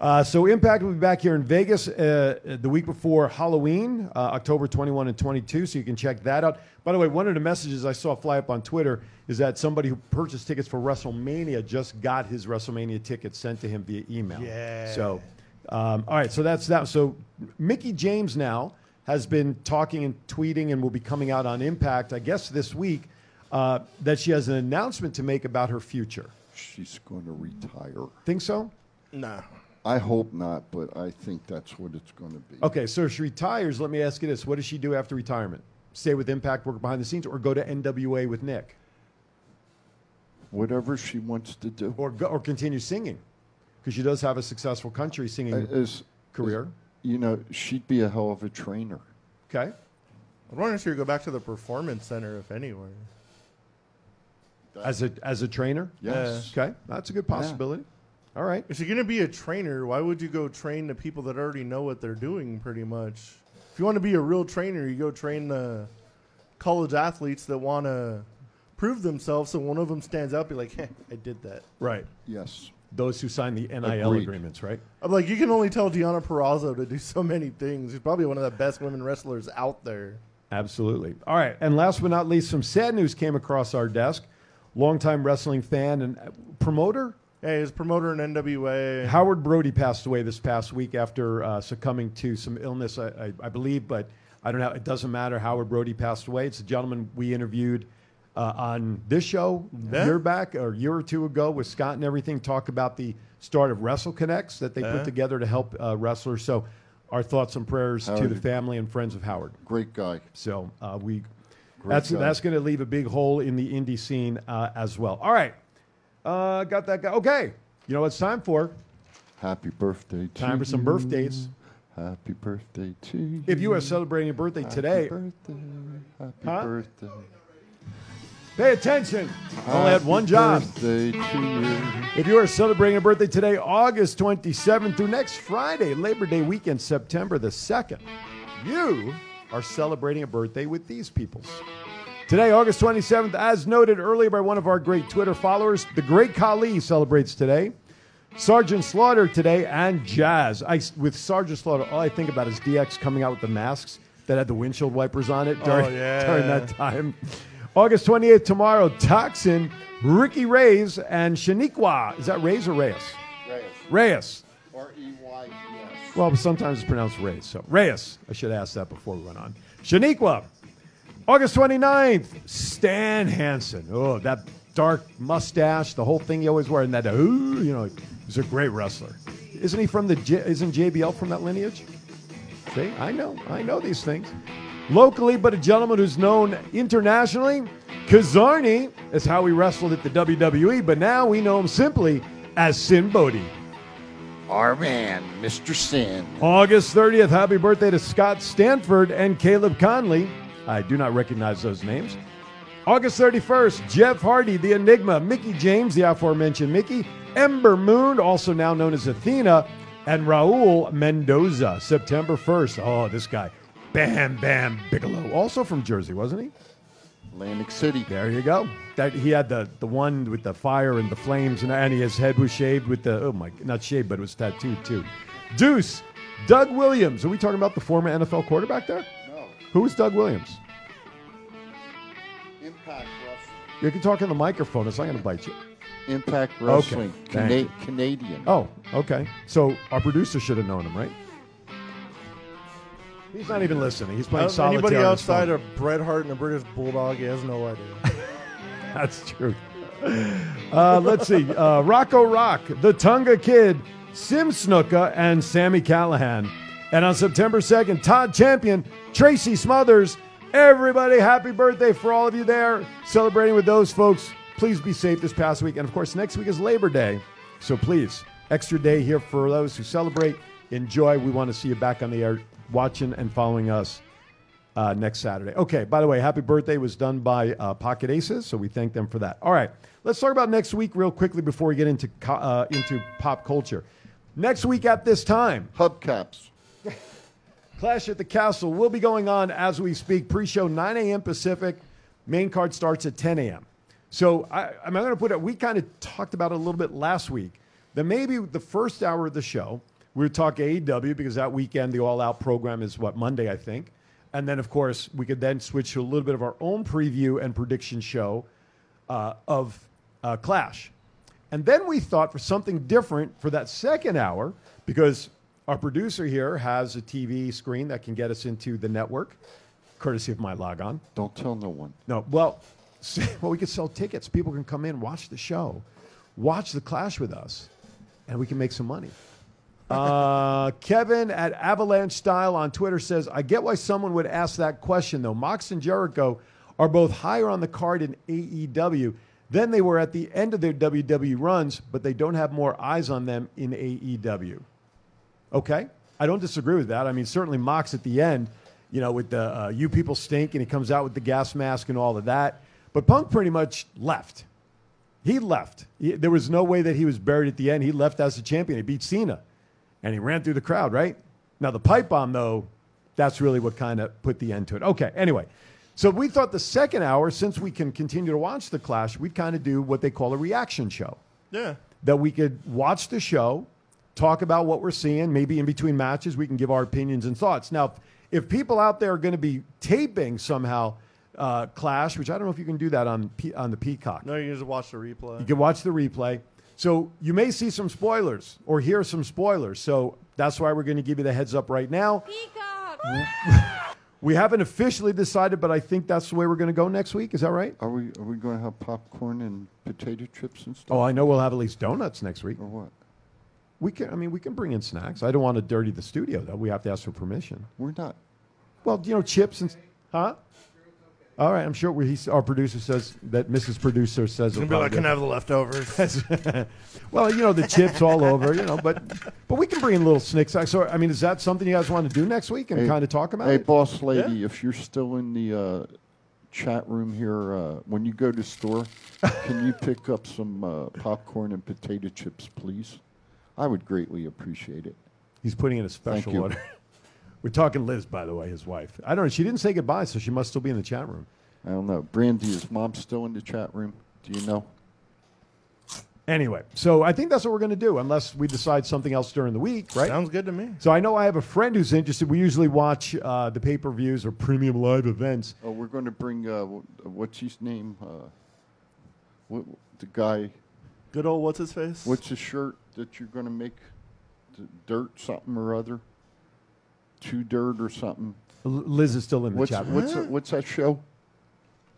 [SPEAKER 1] Uh, so Impact will be back here in Vegas uh, the week before Halloween, uh, October 21 and 22. So you can check that out. By the way, one of the messages I saw fly up on Twitter is that somebody who purchased tickets for WrestleMania just got his WrestleMania ticket sent to him via email. Yeah. So, um, all right. So that's that. So Mickey James now has been talking and tweeting and will be coming out on Impact, I guess, this week uh, that she has an announcement to make about her future.
[SPEAKER 3] She's going to retire.
[SPEAKER 1] Think so?
[SPEAKER 2] Nah.
[SPEAKER 3] I hope not, but I think that's what it's going to be.
[SPEAKER 1] Okay, so if she retires, let me ask you this: What does she do after retirement? Stay with Impact, work behind the scenes, or go to NWA with Nick,
[SPEAKER 3] Whatever she wants to do.
[SPEAKER 1] or go, or continue singing, because she does have a successful country singing
[SPEAKER 3] Is,
[SPEAKER 1] career.
[SPEAKER 3] you know, she'd be a hell of a trainer.
[SPEAKER 1] okay,
[SPEAKER 2] I'd wonder if she would go back to the performance center, if anywhere.
[SPEAKER 1] as a as a trainer.
[SPEAKER 3] Yes.
[SPEAKER 1] Okay, that's a good possibility. All right.
[SPEAKER 2] If you're going to be a trainer, why would you go train the people that already know what they're doing, pretty much? If you want to be a real trainer, you go train the college athletes that want to prove themselves so one of them stands out, be like, hey, I did that.
[SPEAKER 1] Right.
[SPEAKER 3] Yes.
[SPEAKER 1] Those who sign the NIL
[SPEAKER 3] Agreed.
[SPEAKER 1] agreements, right?
[SPEAKER 2] I'm like, you can only tell Gianna Perazzo to do so many things. She's probably one of the best women wrestlers out there.
[SPEAKER 1] Absolutely. All right. And last but not least, some sad news came across our desk. Longtime wrestling fan and uh, promoter,
[SPEAKER 2] Hey, his promoter in NWA.
[SPEAKER 1] Howard Brody passed away this past week after uh, succumbing to some illness, I, I, I believe, but I don't know. It doesn't matter. Howard Brody passed away. It's a gentleman we interviewed uh, on this show a
[SPEAKER 2] Yeah.
[SPEAKER 1] year back or a year or two ago with Scott and everything. Talk about the start of Wrestle Connects that they put together to help uh, wrestlers. So, our thoughts and prayers to
[SPEAKER 3] Howard-
[SPEAKER 1] the family and friends of Howard.
[SPEAKER 3] Great guy.
[SPEAKER 1] So uh, we that's
[SPEAKER 3] guy.
[SPEAKER 1] that's going to leave a big hole in the indie scene uh, as well. All right, uh, got that guy. Okay, you know what it's time for.
[SPEAKER 3] Happy birthday to
[SPEAKER 1] Time for some
[SPEAKER 3] you.
[SPEAKER 1] birthdays.
[SPEAKER 3] Happy birthday to you.
[SPEAKER 1] If you are celebrating your birthday
[SPEAKER 3] Happy
[SPEAKER 1] today,
[SPEAKER 3] birthday. Happy
[SPEAKER 1] Huh?
[SPEAKER 3] birthday.
[SPEAKER 1] pay attention. I only had
[SPEAKER 3] Happy
[SPEAKER 1] one job.
[SPEAKER 3] Birthday to
[SPEAKER 1] If you are celebrating a birthday today, August 27th through next Friday, Labor Day weekend, September the 2nd, you are celebrating a birthday with these peoples. Today, August 27th, as noted earlier by one of our great Twitter followers, the great Kali celebrates today. Sergeant Slaughter today and Jazz. I, with Sergeant Slaughter, all I think about is DX coming out with the masks that had the windshield wipers on it during,
[SPEAKER 2] yeah.
[SPEAKER 1] [LAUGHS] during that time. August 28th, tomorrow, Toxin, Ricky Reyes, and Shaniqua. Is that Reyes or Reyes?
[SPEAKER 3] you.
[SPEAKER 1] Reyes.
[SPEAKER 3] R E Y E S.
[SPEAKER 1] Well, sometimes it's pronounced Reyes. So Reyes. I should ask that before we went on. Shaniqua. August 29th, Stan Hansen. Oh, that dark mustache, the whole thing he always wore, and that ooh, you know, he's a great wrestler. Isn't he from the? J- isn't JBL from that lineage? See, I know, I know these things. Locally, but a gentleman who's known internationally, Kazarni is how he wrestled at the WWE, but now we know him simply as Sin Bodhi.
[SPEAKER 3] Our man, Mr. Sin.
[SPEAKER 1] August 30th, happy birthday to Scott Stanford and Caleb Conley. I do not recognize those names. August 31st, Jeff Hardy, The Enigma, Mickey James, the aforementioned Mickey, Ember Moon, also now known as Athena, and Raul Mendoza. September 1st, oh, this guy, Bam Bam Bigelow, also from Jersey, wasn't he?
[SPEAKER 3] Atlantic City.
[SPEAKER 1] There you go. That he had the, the one with the fire and the flames, and, and his head was shaved with the oh my, not shaved, but it was tattooed too. Deuce, Doug Williams. Are we talking about the former NFL quarterback there?
[SPEAKER 3] No.
[SPEAKER 1] Who is Doug Williams?
[SPEAKER 3] Impact Wrestling.
[SPEAKER 1] You can talk in the microphone. It's not going to bite you.
[SPEAKER 3] Impact Wrestling.
[SPEAKER 1] thank
[SPEAKER 3] Cana-
[SPEAKER 1] you.
[SPEAKER 3] Canadian.
[SPEAKER 1] Oh, okay. So our producer should have known him, right? He's not even listening. He's playing
[SPEAKER 12] Uh,
[SPEAKER 1] solitaire.
[SPEAKER 12] Anybody
[SPEAKER 1] on his
[SPEAKER 12] outside
[SPEAKER 1] phone.
[SPEAKER 12] of Bret Hart and a British Bulldog he has no [LAUGHS] idea.
[SPEAKER 1] [LAUGHS] That's true. Uh, let's see. Uh, Rocco Rock, the Tunga Kid, Sim Snuka, and Sammy Callahan. And on September 2nd, Todd Champion, Tracy Smothers. Everybody, happy birthday for all of you there. Celebrating with those folks. Please be safe this past week. And of course, next week is Labor Day. So please, extra day here for those who celebrate. Enjoy. We want to see you back on the air watching and following us uh, next Saturday. Okay, by the way, happy birthday was done by uh, Pocket Aces, so we thank them for that. All right, let's talk about next week real quickly before we get into, co- uh, into pop culture. Next week at this time,
[SPEAKER 3] Hubcaps.
[SPEAKER 1] Clash at the Castle will be going on as we speak. Pre show 9 a.m. Pacific. Main card starts at 10 a.m. So I, I'm going to put it, we kind of talked about it a little bit last week that maybe the first hour of the show, we would talk AEW because that weekend, the all out program is what, Monday, I think. And then, of course, we could then switch to a little bit of our own preview and prediction show uh, of uh, Clash. And then we thought for something different for that second hour, because our producer here has a TV screen that can get us into the network, courtesy of my logon.
[SPEAKER 3] Don't tell no one.
[SPEAKER 1] No, well, [LAUGHS] well, we could sell tickets. People can come in, watch the show, watch the clash with us, and we can make some money. Uh, Kevin at Avalanche Style on Twitter says, I get why someone would ask that question, though. Mox and Jericho are both higher on the card in AEW than they were at the end of their WWE runs, but they don't have more eyes on them in E AEW. Okay, I don't disagree with that. I mean, certainly Mox at the end, you know, with the uh, "You people stink" and he comes out with the gas mask and all of that. But Punk pretty much left. He left. He- there was no way that he was buried at the end. He left as the champion. He beat Cena, and he ran through the crowd. Right now, the pipe bomb though, that's really what kind of put the end to it. Okay. Anyway, so we thought the second hour, since we can continue to watch the Clash, we'd kind of do what they call a reaction show
[SPEAKER 2] Yeah.
[SPEAKER 1] that we could watch the show, talk about what we're seeing. Maybe in between matches, we can give our opinions and thoughts. Now, if, if people out there are going to be taping somehow uh, Clash, which I don't know if you can do that on P- on the Peacock,
[SPEAKER 12] no, you can just watch the replay.
[SPEAKER 1] you can watch the replay. So you may see some spoilers or hear some spoilers. So that's why we're going to give you the heads up right now. [LAUGHS] We haven't officially decided, but I think that's the way we're going to go next week. Is that right?
[SPEAKER 3] Are we are we going to have popcorn and potato chips and stuff
[SPEAKER 1] Oh, I know we'll have at least donuts next week.
[SPEAKER 3] or what?
[SPEAKER 1] We can. I mean, we can bring in snacks. I don't want to dirty the studio though. We have to ask for permission.
[SPEAKER 3] We're not.
[SPEAKER 1] Well, you know, chips and huh? All right, I'm sure we, he's, our producer says that Mrs. Producer says.
[SPEAKER 12] It's gonna
[SPEAKER 1] it'll
[SPEAKER 12] be like,
[SPEAKER 1] probably
[SPEAKER 12] can I
[SPEAKER 1] be-
[SPEAKER 12] have the
[SPEAKER 2] [LAUGHS]
[SPEAKER 12] leftovers?
[SPEAKER 1] [LAUGHS] well, you know, the chips all over, you know, but but we can bring in little snicks. I- So, I mean, is that something you guys want to do next week and
[SPEAKER 3] Hey-
[SPEAKER 1] kind of talk about?
[SPEAKER 3] Hey,
[SPEAKER 1] it?
[SPEAKER 3] boss lady, if you're still in the uh, chat room here, uh, when you go to store, can you pick up some uh, popcorn and potato chips, please? I would greatly appreciate it.
[SPEAKER 1] He's putting in a special
[SPEAKER 3] you.
[SPEAKER 1] order. [LAUGHS] We're talking Liz, by the way, his wife. I don't know. She didn't say goodbye, so she must still be in the chat room.
[SPEAKER 3] I don't know. Brandy, is mom still in the chat room? Do you know?
[SPEAKER 1] Anyway, so I think that's what we're going to do, unless we decide something else during the week, right?
[SPEAKER 12] Sounds good to me.
[SPEAKER 1] So I know I have a friend who's interested. We usually watch uh, the pay per views or premium live events.
[SPEAKER 3] Oh, we're going to bring uh, wh- what's his name? Uh, what the guy?
[SPEAKER 12] Good old what's his face?
[SPEAKER 3] What's his shirt that you're going to make? D- dirt something or other? Two dirt or something?
[SPEAKER 1] L- Liz is still in the
[SPEAKER 3] What's
[SPEAKER 1] chat room.
[SPEAKER 3] what's what's that show?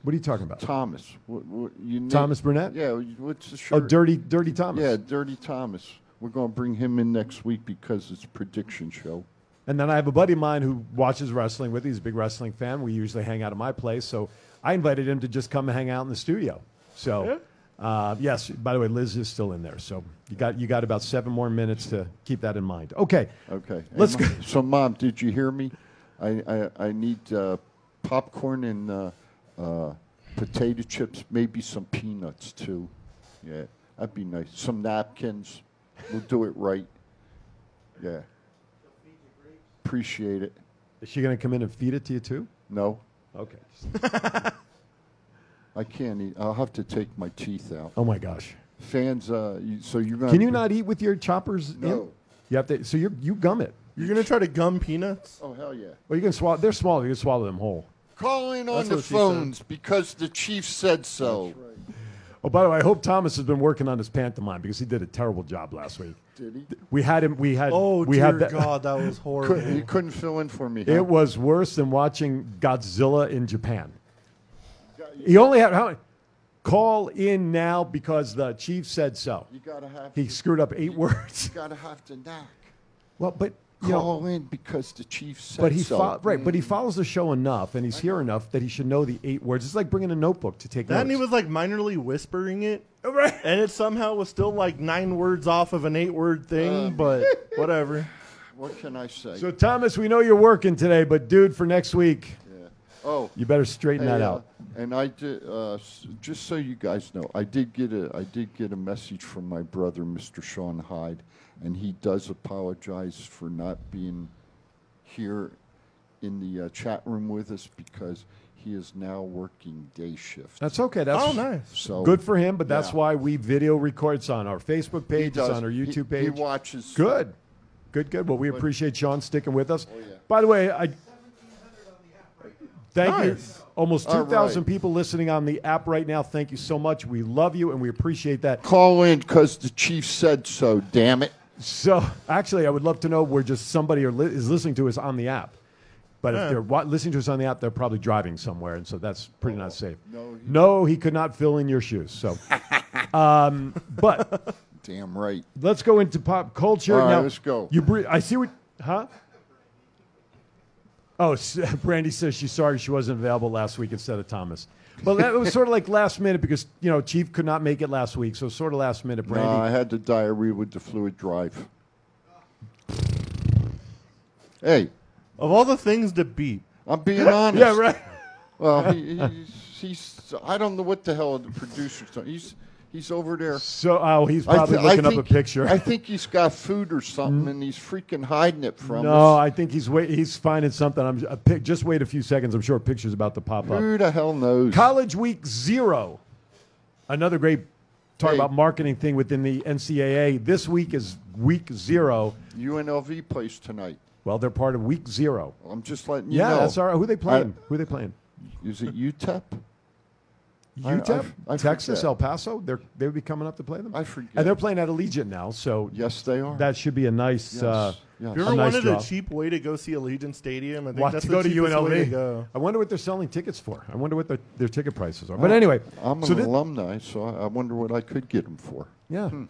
[SPEAKER 1] What are you talking about?
[SPEAKER 3] Thomas. What, what, you name-
[SPEAKER 1] Thomas Burnett?
[SPEAKER 3] Yeah, what's the
[SPEAKER 1] Oh,
[SPEAKER 3] shirt?
[SPEAKER 1] Dirty, Dirty Thomas.
[SPEAKER 3] Yeah, Dirty Thomas. We're going to bring him in next week because it's a prediction show.
[SPEAKER 1] And then I have a buddy of mine who watches wrestling with. me. He's a big wrestling fan. We usually hang out at my place, so I invited him to just come hang out in the studio. So, uh, yes. By the way, Liz is still in there, so you got you got about seven more minutes to keep that in mind. Okay.
[SPEAKER 3] Okay. Hey,
[SPEAKER 1] Let's
[SPEAKER 3] Mom- So, Mom, did you hear me? I, I, I need uh, popcorn and uh, uh, potato chips, maybe some peanuts too. Yeah, that'd be nice. Some napkins. We'll do it right. Yeah. Appreciate it.
[SPEAKER 1] Is she going to come in and feed it to you too?
[SPEAKER 3] No,
[SPEAKER 1] Okay. [LAUGHS]
[SPEAKER 3] I can't eat. I'll have to take my teeth out.
[SPEAKER 1] Oh my gosh.
[SPEAKER 3] Fans, uh, you, so you're going
[SPEAKER 1] Can you not eat with your choppers?
[SPEAKER 3] No.
[SPEAKER 1] in? You have to. So you you gum it.
[SPEAKER 2] You're gonna try to gum peanuts?
[SPEAKER 3] Oh, hell yeah.
[SPEAKER 1] Well, you can swallow. They're small. You can swallow them whole.
[SPEAKER 3] Calling on
[SPEAKER 2] That's
[SPEAKER 3] the
[SPEAKER 2] what she said.
[SPEAKER 3] phones because the chief said so.
[SPEAKER 1] Oh, by the way, I hope Thomas has been working on his pantomime because he did a terrible job last week.
[SPEAKER 3] Did he?
[SPEAKER 1] We had him. We had.
[SPEAKER 2] Oh
[SPEAKER 1] we
[SPEAKER 2] dear
[SPEAKER 1] had that,
[SPEAKER 2] God, that [LAUGHS] was horrible.
[SPEAKER 3] Couldn't, he couldn't fill in for me. huh?
[SPEAKER 1] [LAUGHS] It was worse than watching Godzilla in Japan. He only had how? Call in now because the chief said so.
[SPEAKER 3] You gotta have.
[SPEAKER 1] He screwed up eight [LAUGHS] words.
[SPEAKER 3] You gotta have to knock.
[SPEAKER 1] Well, but you know,
[SPEAKER 3] Call in because the chief said
[SPEAKER 1] but he
[SPEAKER 3] so. Mm.
[SPEAKER 1] fo- right, but he follows the show enough and he's here enough that he should know the eight words. It's like bringing a notebook to take
[SPEAKER 2] That and he
[SPEAKER 1] notes.
[SPEAKER 2] was like minorly whispering it. And it somehow was still like nine words off of an eight word thing, but whatever.
[SPEAKER 3] What can I say?
[SPEAKER 1] so Thomas, we know you're working today, but dude, for next week,
[SPEAKER 3] yeah. Oh,
[SPEAKER 1] you better straighten that
[SPEAKER 3] hey, uh,
[SPEAKER 1] out.
[SPEAKER 3] and I did. Uh, s- just so you guys know, I did get a I did get a message from my brother, Mr. Sean Hyde, and he does apologize for not being here in the uh, chat room with us because he is now working day shift.
[SPEAKER 1] That's okay. That's
[SPEAKER 2] Oh, nice.
[SPEAKER 3] so
[SPEAKER 1] Good for him, but that's
[SPEAKER 3] Yeah.
[SPEAKER 1] why we video records on our Facebook
[SPEAKER 3] He
[SPEAKER 1] page, it's
[SPEAKER 3] does-
[SPEAKER 1] on our
[SPEAKER 3] he-
[SPEAKER 1] YouTube
[SPEAKER 3] He
[SPEAKER 1] page.
[SPEAKER 3] watches.
[SPEAKER 1] Good. Good, good. Well, we appreciate Sean sticking with us.
[SPEAKER 3] Oh, yeah.
[SPEAKER 1] By the way, I thank
[SPEAKER 2] Nice.
[SPEAKER 1] you. Almost
[SPEAKER 3] All
[SPEAKER 1] 2,000
[SPEAKER 3] right.
[SPEAKER 1] people listening on the app right now. Thank you so much. We love you and we appreciate that.
[SPEAKER 3] Call in because the chief said so. Damn it.
[SPEAKER 1] So, actually, I would love to know where just somebody or li- is listening to us on the app. But if they're wa- listening to us on the app, they're probably driving somewhere, and so that's pretty
[SPEAKER 3] Oh,
[SPEAKER 1] not safe. No, he, could not fill in your shoes.
[SPEAKER 3] [LAUGHS]
[SPEAKER 1] So, um, but
[SPEAKER 3] Damn right.
[SPEAKER 1] let's go into pop culture
[SPEAKER 3] All right,
[SPEAKER 1] now.
[SPEAKER 3] let's go.
[SPEAKER 1] You, bre- I see what, huh? Oh, s- [LAUGHS] Brandy says she's sorry she wasn't available last week instead of Thomas. But that was sort of like last minute because you know Chief could not make it last week, so sort of last minute. Brandy,
[SPEAKER 3] No, I had the diarrhea with the fluid drive. Hey,
[SPEAKER 2] Of all the things to beat,
[SPEAKER 3] I'm being
[SPEAKER 1] [LAUGHS]
[SPEAKER 3] honest.
[SPEAKER 1] yeah, right.
[SPEAKER 3] Well, he, he's, he's. I don't know what the hell the producer's doing. He's he's over there.
[SPEAKER 1] So, oh, he's
[SPEAKER 3] I
[SPEAKER 1] probably
[SPEAKER 3] thi- I
[SPEAKER 1] looking up
[SPEAKER 3] think-
[SPEAKER 1] a picture. Mm-hmm.
[SPEAKER 3] I think he's got food or something, and he's freaking hiding it
[SPEAKER 1] [LAUGHS]
[SPEAKER 3] from
[SPEAKER 1] No,
[SPEAKER 3] us.
[SPEAKER 1] I think he's wait, he's finding something. I'm a pic, just wait a few seconds. I'm sure a picture's about to pop up.
[SPEAKER 3] Who the hell knows?
[SPEAKER 1] College week zero, another great talk
[SPEAKER 3] Hey.
[SPEAKER 1] about marketing thing within the NCAA. This week is week zero.
[SPEAKER 3] UNLV plays tonight.
[SPEAKER 1] Well, they're part of week zero.
[SPEAKER 3] I'm just letting you
[SPEAKER 1] Yeah,
[SPEAKER 3] know.
[SPEAKER 1] that's all right. Who they playing? Who they playing?
[SPEAKER 3] Is it E UTEP? I-
[SPEAKER 1] UTEP,
[SPEAKER 3] I- I
[SPEAKER 1] Texas,
[SPEAKER 3] forget.
[SPEAKER 1] El Paso. They're they would be coming up to play them.
[SPEAKER 3] I forget.
[SPEAKER 1] And they're playing at Allegiant now, so
[SPEAKER 3] Yes, they are.
[SPEAKER 1] that should be a nice.
[SPEAKER 3] Yes,
[SPEAKER 1] Uh,
[SPEAKER 3] yes.
[SPEAKER 2] you
[SPEAKER 1] a
[SPEAKER 2] ever
[SPEAKER 1] nice
[SPEAKER 2] wanted
[SPEAKER 1] draw.
[SPEAKER 2] a cheap way to go see Allegiant Stadium? I think
[SPEAKER 1] Want
[SPEAKER 2] that's
[SPEAKER 1] to
[SPEAKER 2] the
[SPEAKER 1] go to
[SPEAKER 2] cheapest
[SPEAKER 1] UNLV?
[SPEAKER 2] way to go.
[SPEAKER 1] I wonder what they're selling tickets for. I wonder what their, their ticket prices are. But
[SPEAKER 2] Uh,
[SPEAKER 1] anyway,
[SPEAKER 3] I'm an
[SPEAKER 1] so thi-
[SPEAKER 3] alumni, so I I wonder what I could get them for.
[SPEAKER 1] yeah.
[SPEAKER 2] Hmm.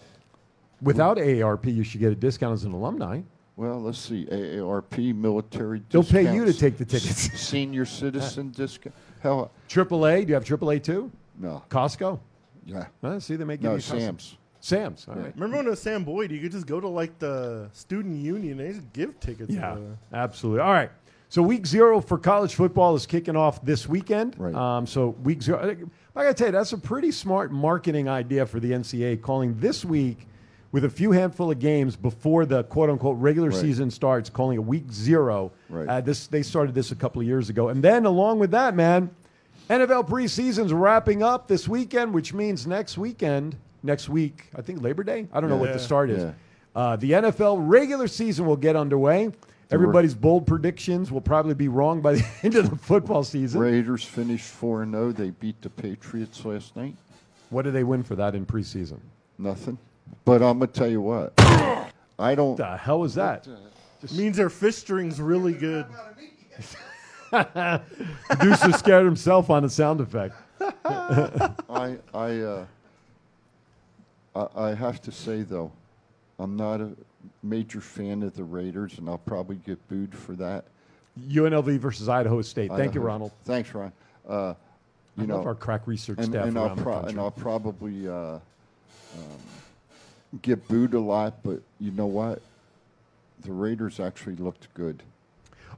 [SPEAKER 1] Without AARP, you should get a discount as an alumni.
[SPEAKER 3] Well, let's see. AARP military.
[SPEAKER 1] They'll pay you to
[SPEAKER 3] discounts,
[SPEAKER 1] take the tickets.
[SPEAKER 3] s-
[SPEAKER 1] [LAUGHS]
[SPEAKER 3] Senior citizen discount. Hell,
[SPEAKER 1] AAA, do you have AAA too?
[SPEAKER 3] no.
[SPEAKER 1] Costco?
[SPEAKER 3] Yeah.
[SPEAKER 1] Huh? see, they make
[SPEAKER 3] No,
[SPEAKER 1] you Costco.
[SPEAKER 3] Sam's.
[SPEAKER 1] Sam's, all right.
[SPEAKER 2] Remember when it was Sam Boyd? You could just go to like the student union and they just give tickets.
[SPEAKER 1] Yeah,
[SPEAKER 2] away.
[SPEAKER 1] absolutely. All right. So week zero for college football is kicking off this weekend.
[SPEAKER 3] Right.
[SPEAKER 1] Um, so week zero, I think- I gotta tell you, that's a pretty smart marketing idea for the NCAA, calling this week with a few handful of games before the quote unquote regular
[SPEAKER 3] Right.
[SPEAKER 1] season starts, calling it week zero.
[SPEAKER 3] Right.
[SPEAKER 1] Uh, this they started this a couple of years ago, and then along with that, man, NFL preseason's wrapping up this weekend, which means next weekend, next week, I think Labor Day. I don't know what the
[SPEAKER 2] Yeah.
[SPEAKER 1] start is.
[SPEAKER 3] Yeah.
[SPEAKER 1] Uh, the NFL regular season will get underway. Everybody's bold predictions will probably be wrong by the [LAUGHS] end of the football season.
[SPEAKER 3] Raiders finished 4 0. They beat the Patriots last night.
[SPEAKER 1] What do they win for that in preseason?
[SPEAKER 3] Nothing. But I'm going to tell you what. I don't.
[SPEAKER 1] The hell was that?
[SPEAKER 2] means their fish string's really good.
[SPEAKER 3] [LAUGHS]
[SPEAKER 1] Producer scared himself on the sound effect.
[SPEAKER 3] I I, uh, I I have to say though, I'm not a major fan of the Raiders, and I'll probably get booed for that.
[SPEAKER 1] UNLV versus Idaho State. Thank you,
[SPEAKER 3] Idaho.
[SPEAKER 1] Ronald.
[SPEAKER 3] Thanks, Ron. Uh, you
[SPEAKER 1] I
[SPEAKER 3] know
[SPEAKER 1] love our crack research
[SPEAKER 3] and,
[SPEAKER 1] staff
[SPEAKER 3] and I'll
[SPEAKER 1] around the
[SPEAKER 3] pro-
[SPEAKER 1] country.
[SPEAKER 3] and I'll probably uh, um, get booed a lot, but you know what? The Raiders actually looked good.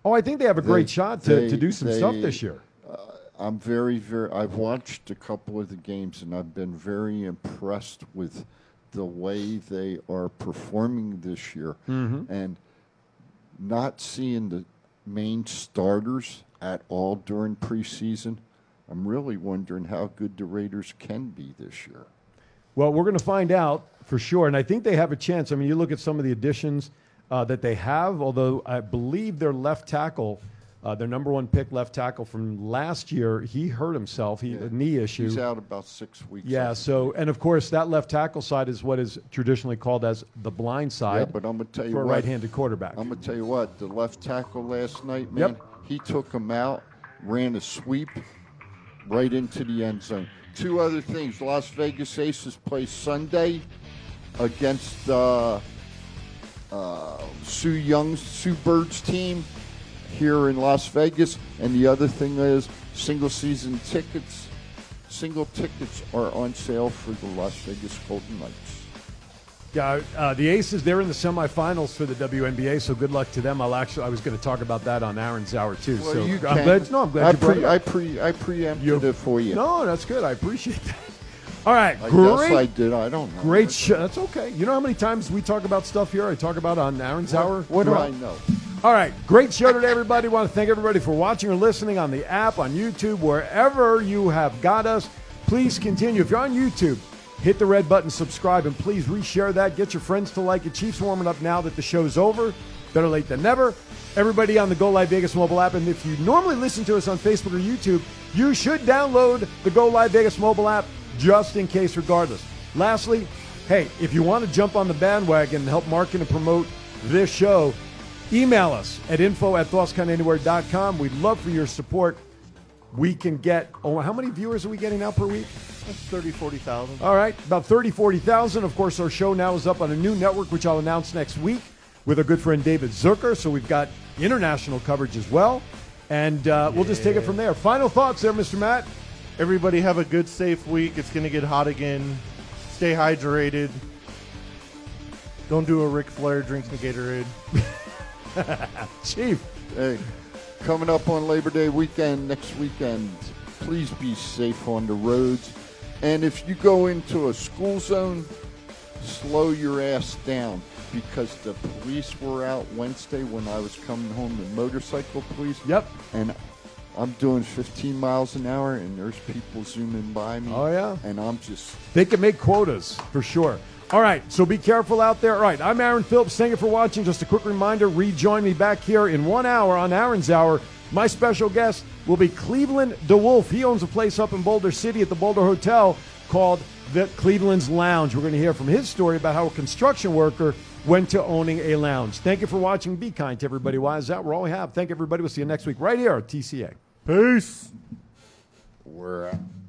[SPEAKER 1] Oh, I think they have a great
[SPEAKER 3] They-
[SPEAKER 1] shot to,
[SPEAKER 3] they-
[SPEAKER 1] to do some stuff
[SPEAKER 3] they-
[SPEAKER 1] this year.
[SPEAKER 3] I'm very, very. I've watched a couple of the games, and I've been very impressed with the way they are performing this year,
[SPEAKER 13] Mhm.
[SPEAKER 3] and not seeing the main starters at all during preseason. I'm really wondering how good the Raiders can be this year.
[SPEAKER 1] Well, we're going to find out for sure, and I think they have a chance. I mean, you look at some of the additions uh, that they have. Although I believe their left tackle, uh, their number one pick left tackle from last year, he hurt himself. He a knee issue.
[SPEAKER 3] He's out about six weeks.
[SPEAKER 1] Yeah. So, and of course, that left tackle side is what is traditionally called as the blind side.
[SPEAKER 3] Yeah, but I'm going to tell you
[SPEAKER 1] for a
[SPEAKER 3] what,
[SPEAKER 1] right-handed quarterback.
[SPEAKER 3] I'm going to tell you what the left tackle last night, man. He took him out, ran a sweep right into the end zone. Two other things: Las Vegas Aces play Sunday against uh, uh, Sue Young's Sue Bird's team here in Las Vegas, and the other thing is single season tickets. Single tickets are on sale for the Las Vegas Golden Knights.
[SPEAKER 1] Yeah, uh, the Aces, they're in the semifinals for the WNBA, so good luck to them. I'll actually, I was going to talk about that on Aaron's Hour, too.
[SPEAKER 3] Well,
[SPEAKER 1] so
[SPEAKER 3] you
[SPEAKER 1] I'm
[SPEAKER 3] can.
[SPEAKER 1] glad, no, I'm glad
[SPEAKER 3] I
[SPEAKER 1] you brought
[SPEAKER 3] pre-
[SPEAKER 1] it up.
[SPEAKER 3] I pre- I preempted it for you.
[SPEAKER 1] No, that's good. I appreciate that. [LAUGHS] All right,
[SPEAKER 3] I
[SPEAKER 1] great.
[SPEAKER 3] guess I did. I don't know.
[SPEAKER 1] Great show. That's okay. You know how many times we talk about stuff here? I talk about on Aaron's Hour.
[SPEAKER 3] What do I
[SPEAKER 1] throughout-
[SPEAKER 3] know?
[SPEAKER 1] All right, great show today, everybody. Want to thank everybody for watching or listening on the app, on YouTube, wherever you have got us. Please continue. If you're on YouTube, hit the red button, subscribe, and please reshare that. Get your friends to like it. Chiefs warming up now that the show's over. Better late than never. Everybody on the Go Live Vegas mobile app, and if you normally listen to us on Facebook or YouTube, you should download the Go Live Vegas mobile app just in case, regardless. Lastly, hey, if you want to jump on the bandwagon and help market and promote this show, Email us at info at thoughtscountanywhere.com. We'd love for your support. We can get, oh, how many viewers are we getting now per week?
[SPEAKER 2] That's 30, 40,000.
[SPEAKER 1] All right, about 30, 40,000. Of course, our show now is up on a new network, which I'll announce next week with our good friend David Zucker. So we've got international coverage as well. And uh, we'll just take it from there. Final thoughts there, Mr. Matt.
[SPEAKER 2] Everybody have a good, safe week. It's going to get hot again. Stay hydrated. Don't do a Ric Flair, drink some Gatorade.
[SPEAKER 1] Chief.
[SPEAKER 3] Hey, coming up on Labor Day weekend next weekend, please be safe on the roads. And if you go into a school zone, slow your ass down because the police were out Wednesday when I was coming home, the motorcycle police.
[SPEAKER 1] Yep.
[SPEAKER 3] And I'm doing 15 miles an hour, and there's people zooming by me.
[SPEAKER 1] Oh, yeah.
[SPEAKER 3] And I'm just
[SPEAKER 1] They can make quotas for sure. All right, so be careful out there. All right, I'm Aaron Phillips. Thank you for watching. Just a quick reminder rejoin me back here in one hour on Aaron's Hour. My special guest will be Cleveland DeWolf. He owns a place up in Boulder City at the Boulder Hotel called the Cleveland's Lounge. We're going to hear from his story about how a construction worker went to owning a lounge. Thank you for watching. Be kind to everybody. Why is that? We're all we have. Thank you, everybody. We'll see you next week right here at TCA. Peace.
[SPEAKER 3] we're out.